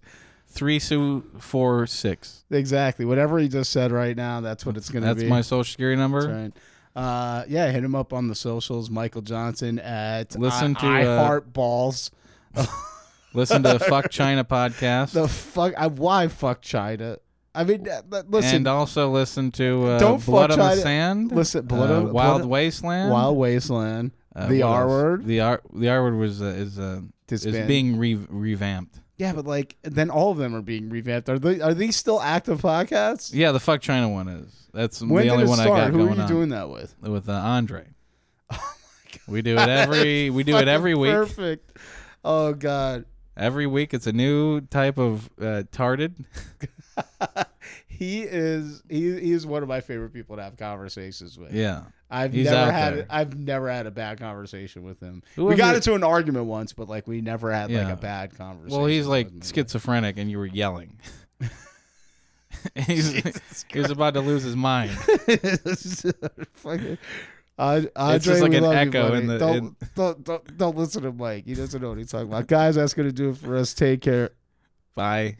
[SPEAKER 3] 3246.
[SPEAKER 2] Exactly. Whatever he just said right now, that's what it's gonna
[SPEAKER 3] That's
[SPEAKER 2] be.
[SPEAKER 3] my social security number.
[SPEAKER 2] That's right. Uh, yeah, hit him up on the socials. Michael Johnson at
[SPEAKER 3] Listen
[SPEAKER 2] I,
[SPEAKER 3] to,
[SPEAKER 2] I
[SPEAKER 3] uh,
[SPEAKER 2] Heart Balls.
[SPEAKER 3] Listen to the Fuck China podcast
[SPEAKER 2] The fuck? I, why fuck China? I mean, uh, but listen,
[SPEAKER 3] and also listen to uh,
[SPEAKER 2] Don't fuck
[SPEAKER 3] Blood on the
[SPEAKER 2] China.
[SPEAKER 3] Sand.
[SPEAKER 2] Listen, Blood on-
[SPEAKER 3] uh,
[SPEAKER 2] Blood
[SPEAKER 3] Wild
[SPEAKER 2] on-
[SPEAKER 3] Wasteland.
[SPEAKER 2] Wild Wasteland,
[SPEAKER 3] Uh,
[SPEAKER 2] the
[SPEAKER 3] what
[SPEAKER 2] R
[SPEAKER 3] else?
[SPEAKER 2] word,
[SPEAKER 3] The R the R word was uh, is uh, is
[SPEAKER 2] Disband-
[SPEAKER 3] being re- revamped.
[SPEAKER 2] Yeah, but like then all of them are being revamped. Are they? Are these still active podcasts?
[SPEAKER 3] Yeah, the Fuck China one is. That's
[SPEAKER 2] When
[SPEAKER 3] the
[SPEAKER 2] did
[SPEAKER 3] only
[SPEAKER 2] it
[SPEAKER 3] one
[SPEAKER 2] start?
[SPEAKER 3] I got
[SPEAKER 2] Who
[SPEAKER 3] going
[SPEAKER 2] are you
[SPEAKER 3] on.
[SPEAKER 2] doing Oh that with?
[SPEAKER 3] with uh, Andre. We do it every we do it every week.
[SPEAKER 2] Perfect. Oh god,
[SPEAKER 3] Every week it's a new type of uh, tarted.
[SPEAKER 2] he is he, he is one of my favorite people to have conversations with.
[SPEAKER 3] Yeah.
[SPEAKER 2] I've
[SPEAKER 3] He's
[SPEAKER 2] never
[SPEAKER 3] out
[SPEAKER 2] had
[SPEAKER 3] there.
[SPEAKER 2] I've never had a bad conversation with him.
[SPEAKER 3] Whoever-
[SPEAKER 2] we got into an argument once, but like we never had
[SPEAKER 3] Yeah.
[SPEAKER 2] like a bad conversation.
[SPEAKER 3] Well, he's like
[SPEAKER 2] with him.
[SPEAKER 3] schizophrenic and you were yelling. And he's, he was about to lose his mind.
[SPEAKER 2] Fucking- uh, I, I
[SPEAKER 3] It's just like an echo in the-
[SPEAKER 2] Don't,
[SPEAKER 3] in-
[SPEAKER 2] don't, don't don't listen to Mike. He doesn't know what he's talking about. Guys, that's gonna do it for us. Take care.
[SPEAKER 3] Bye.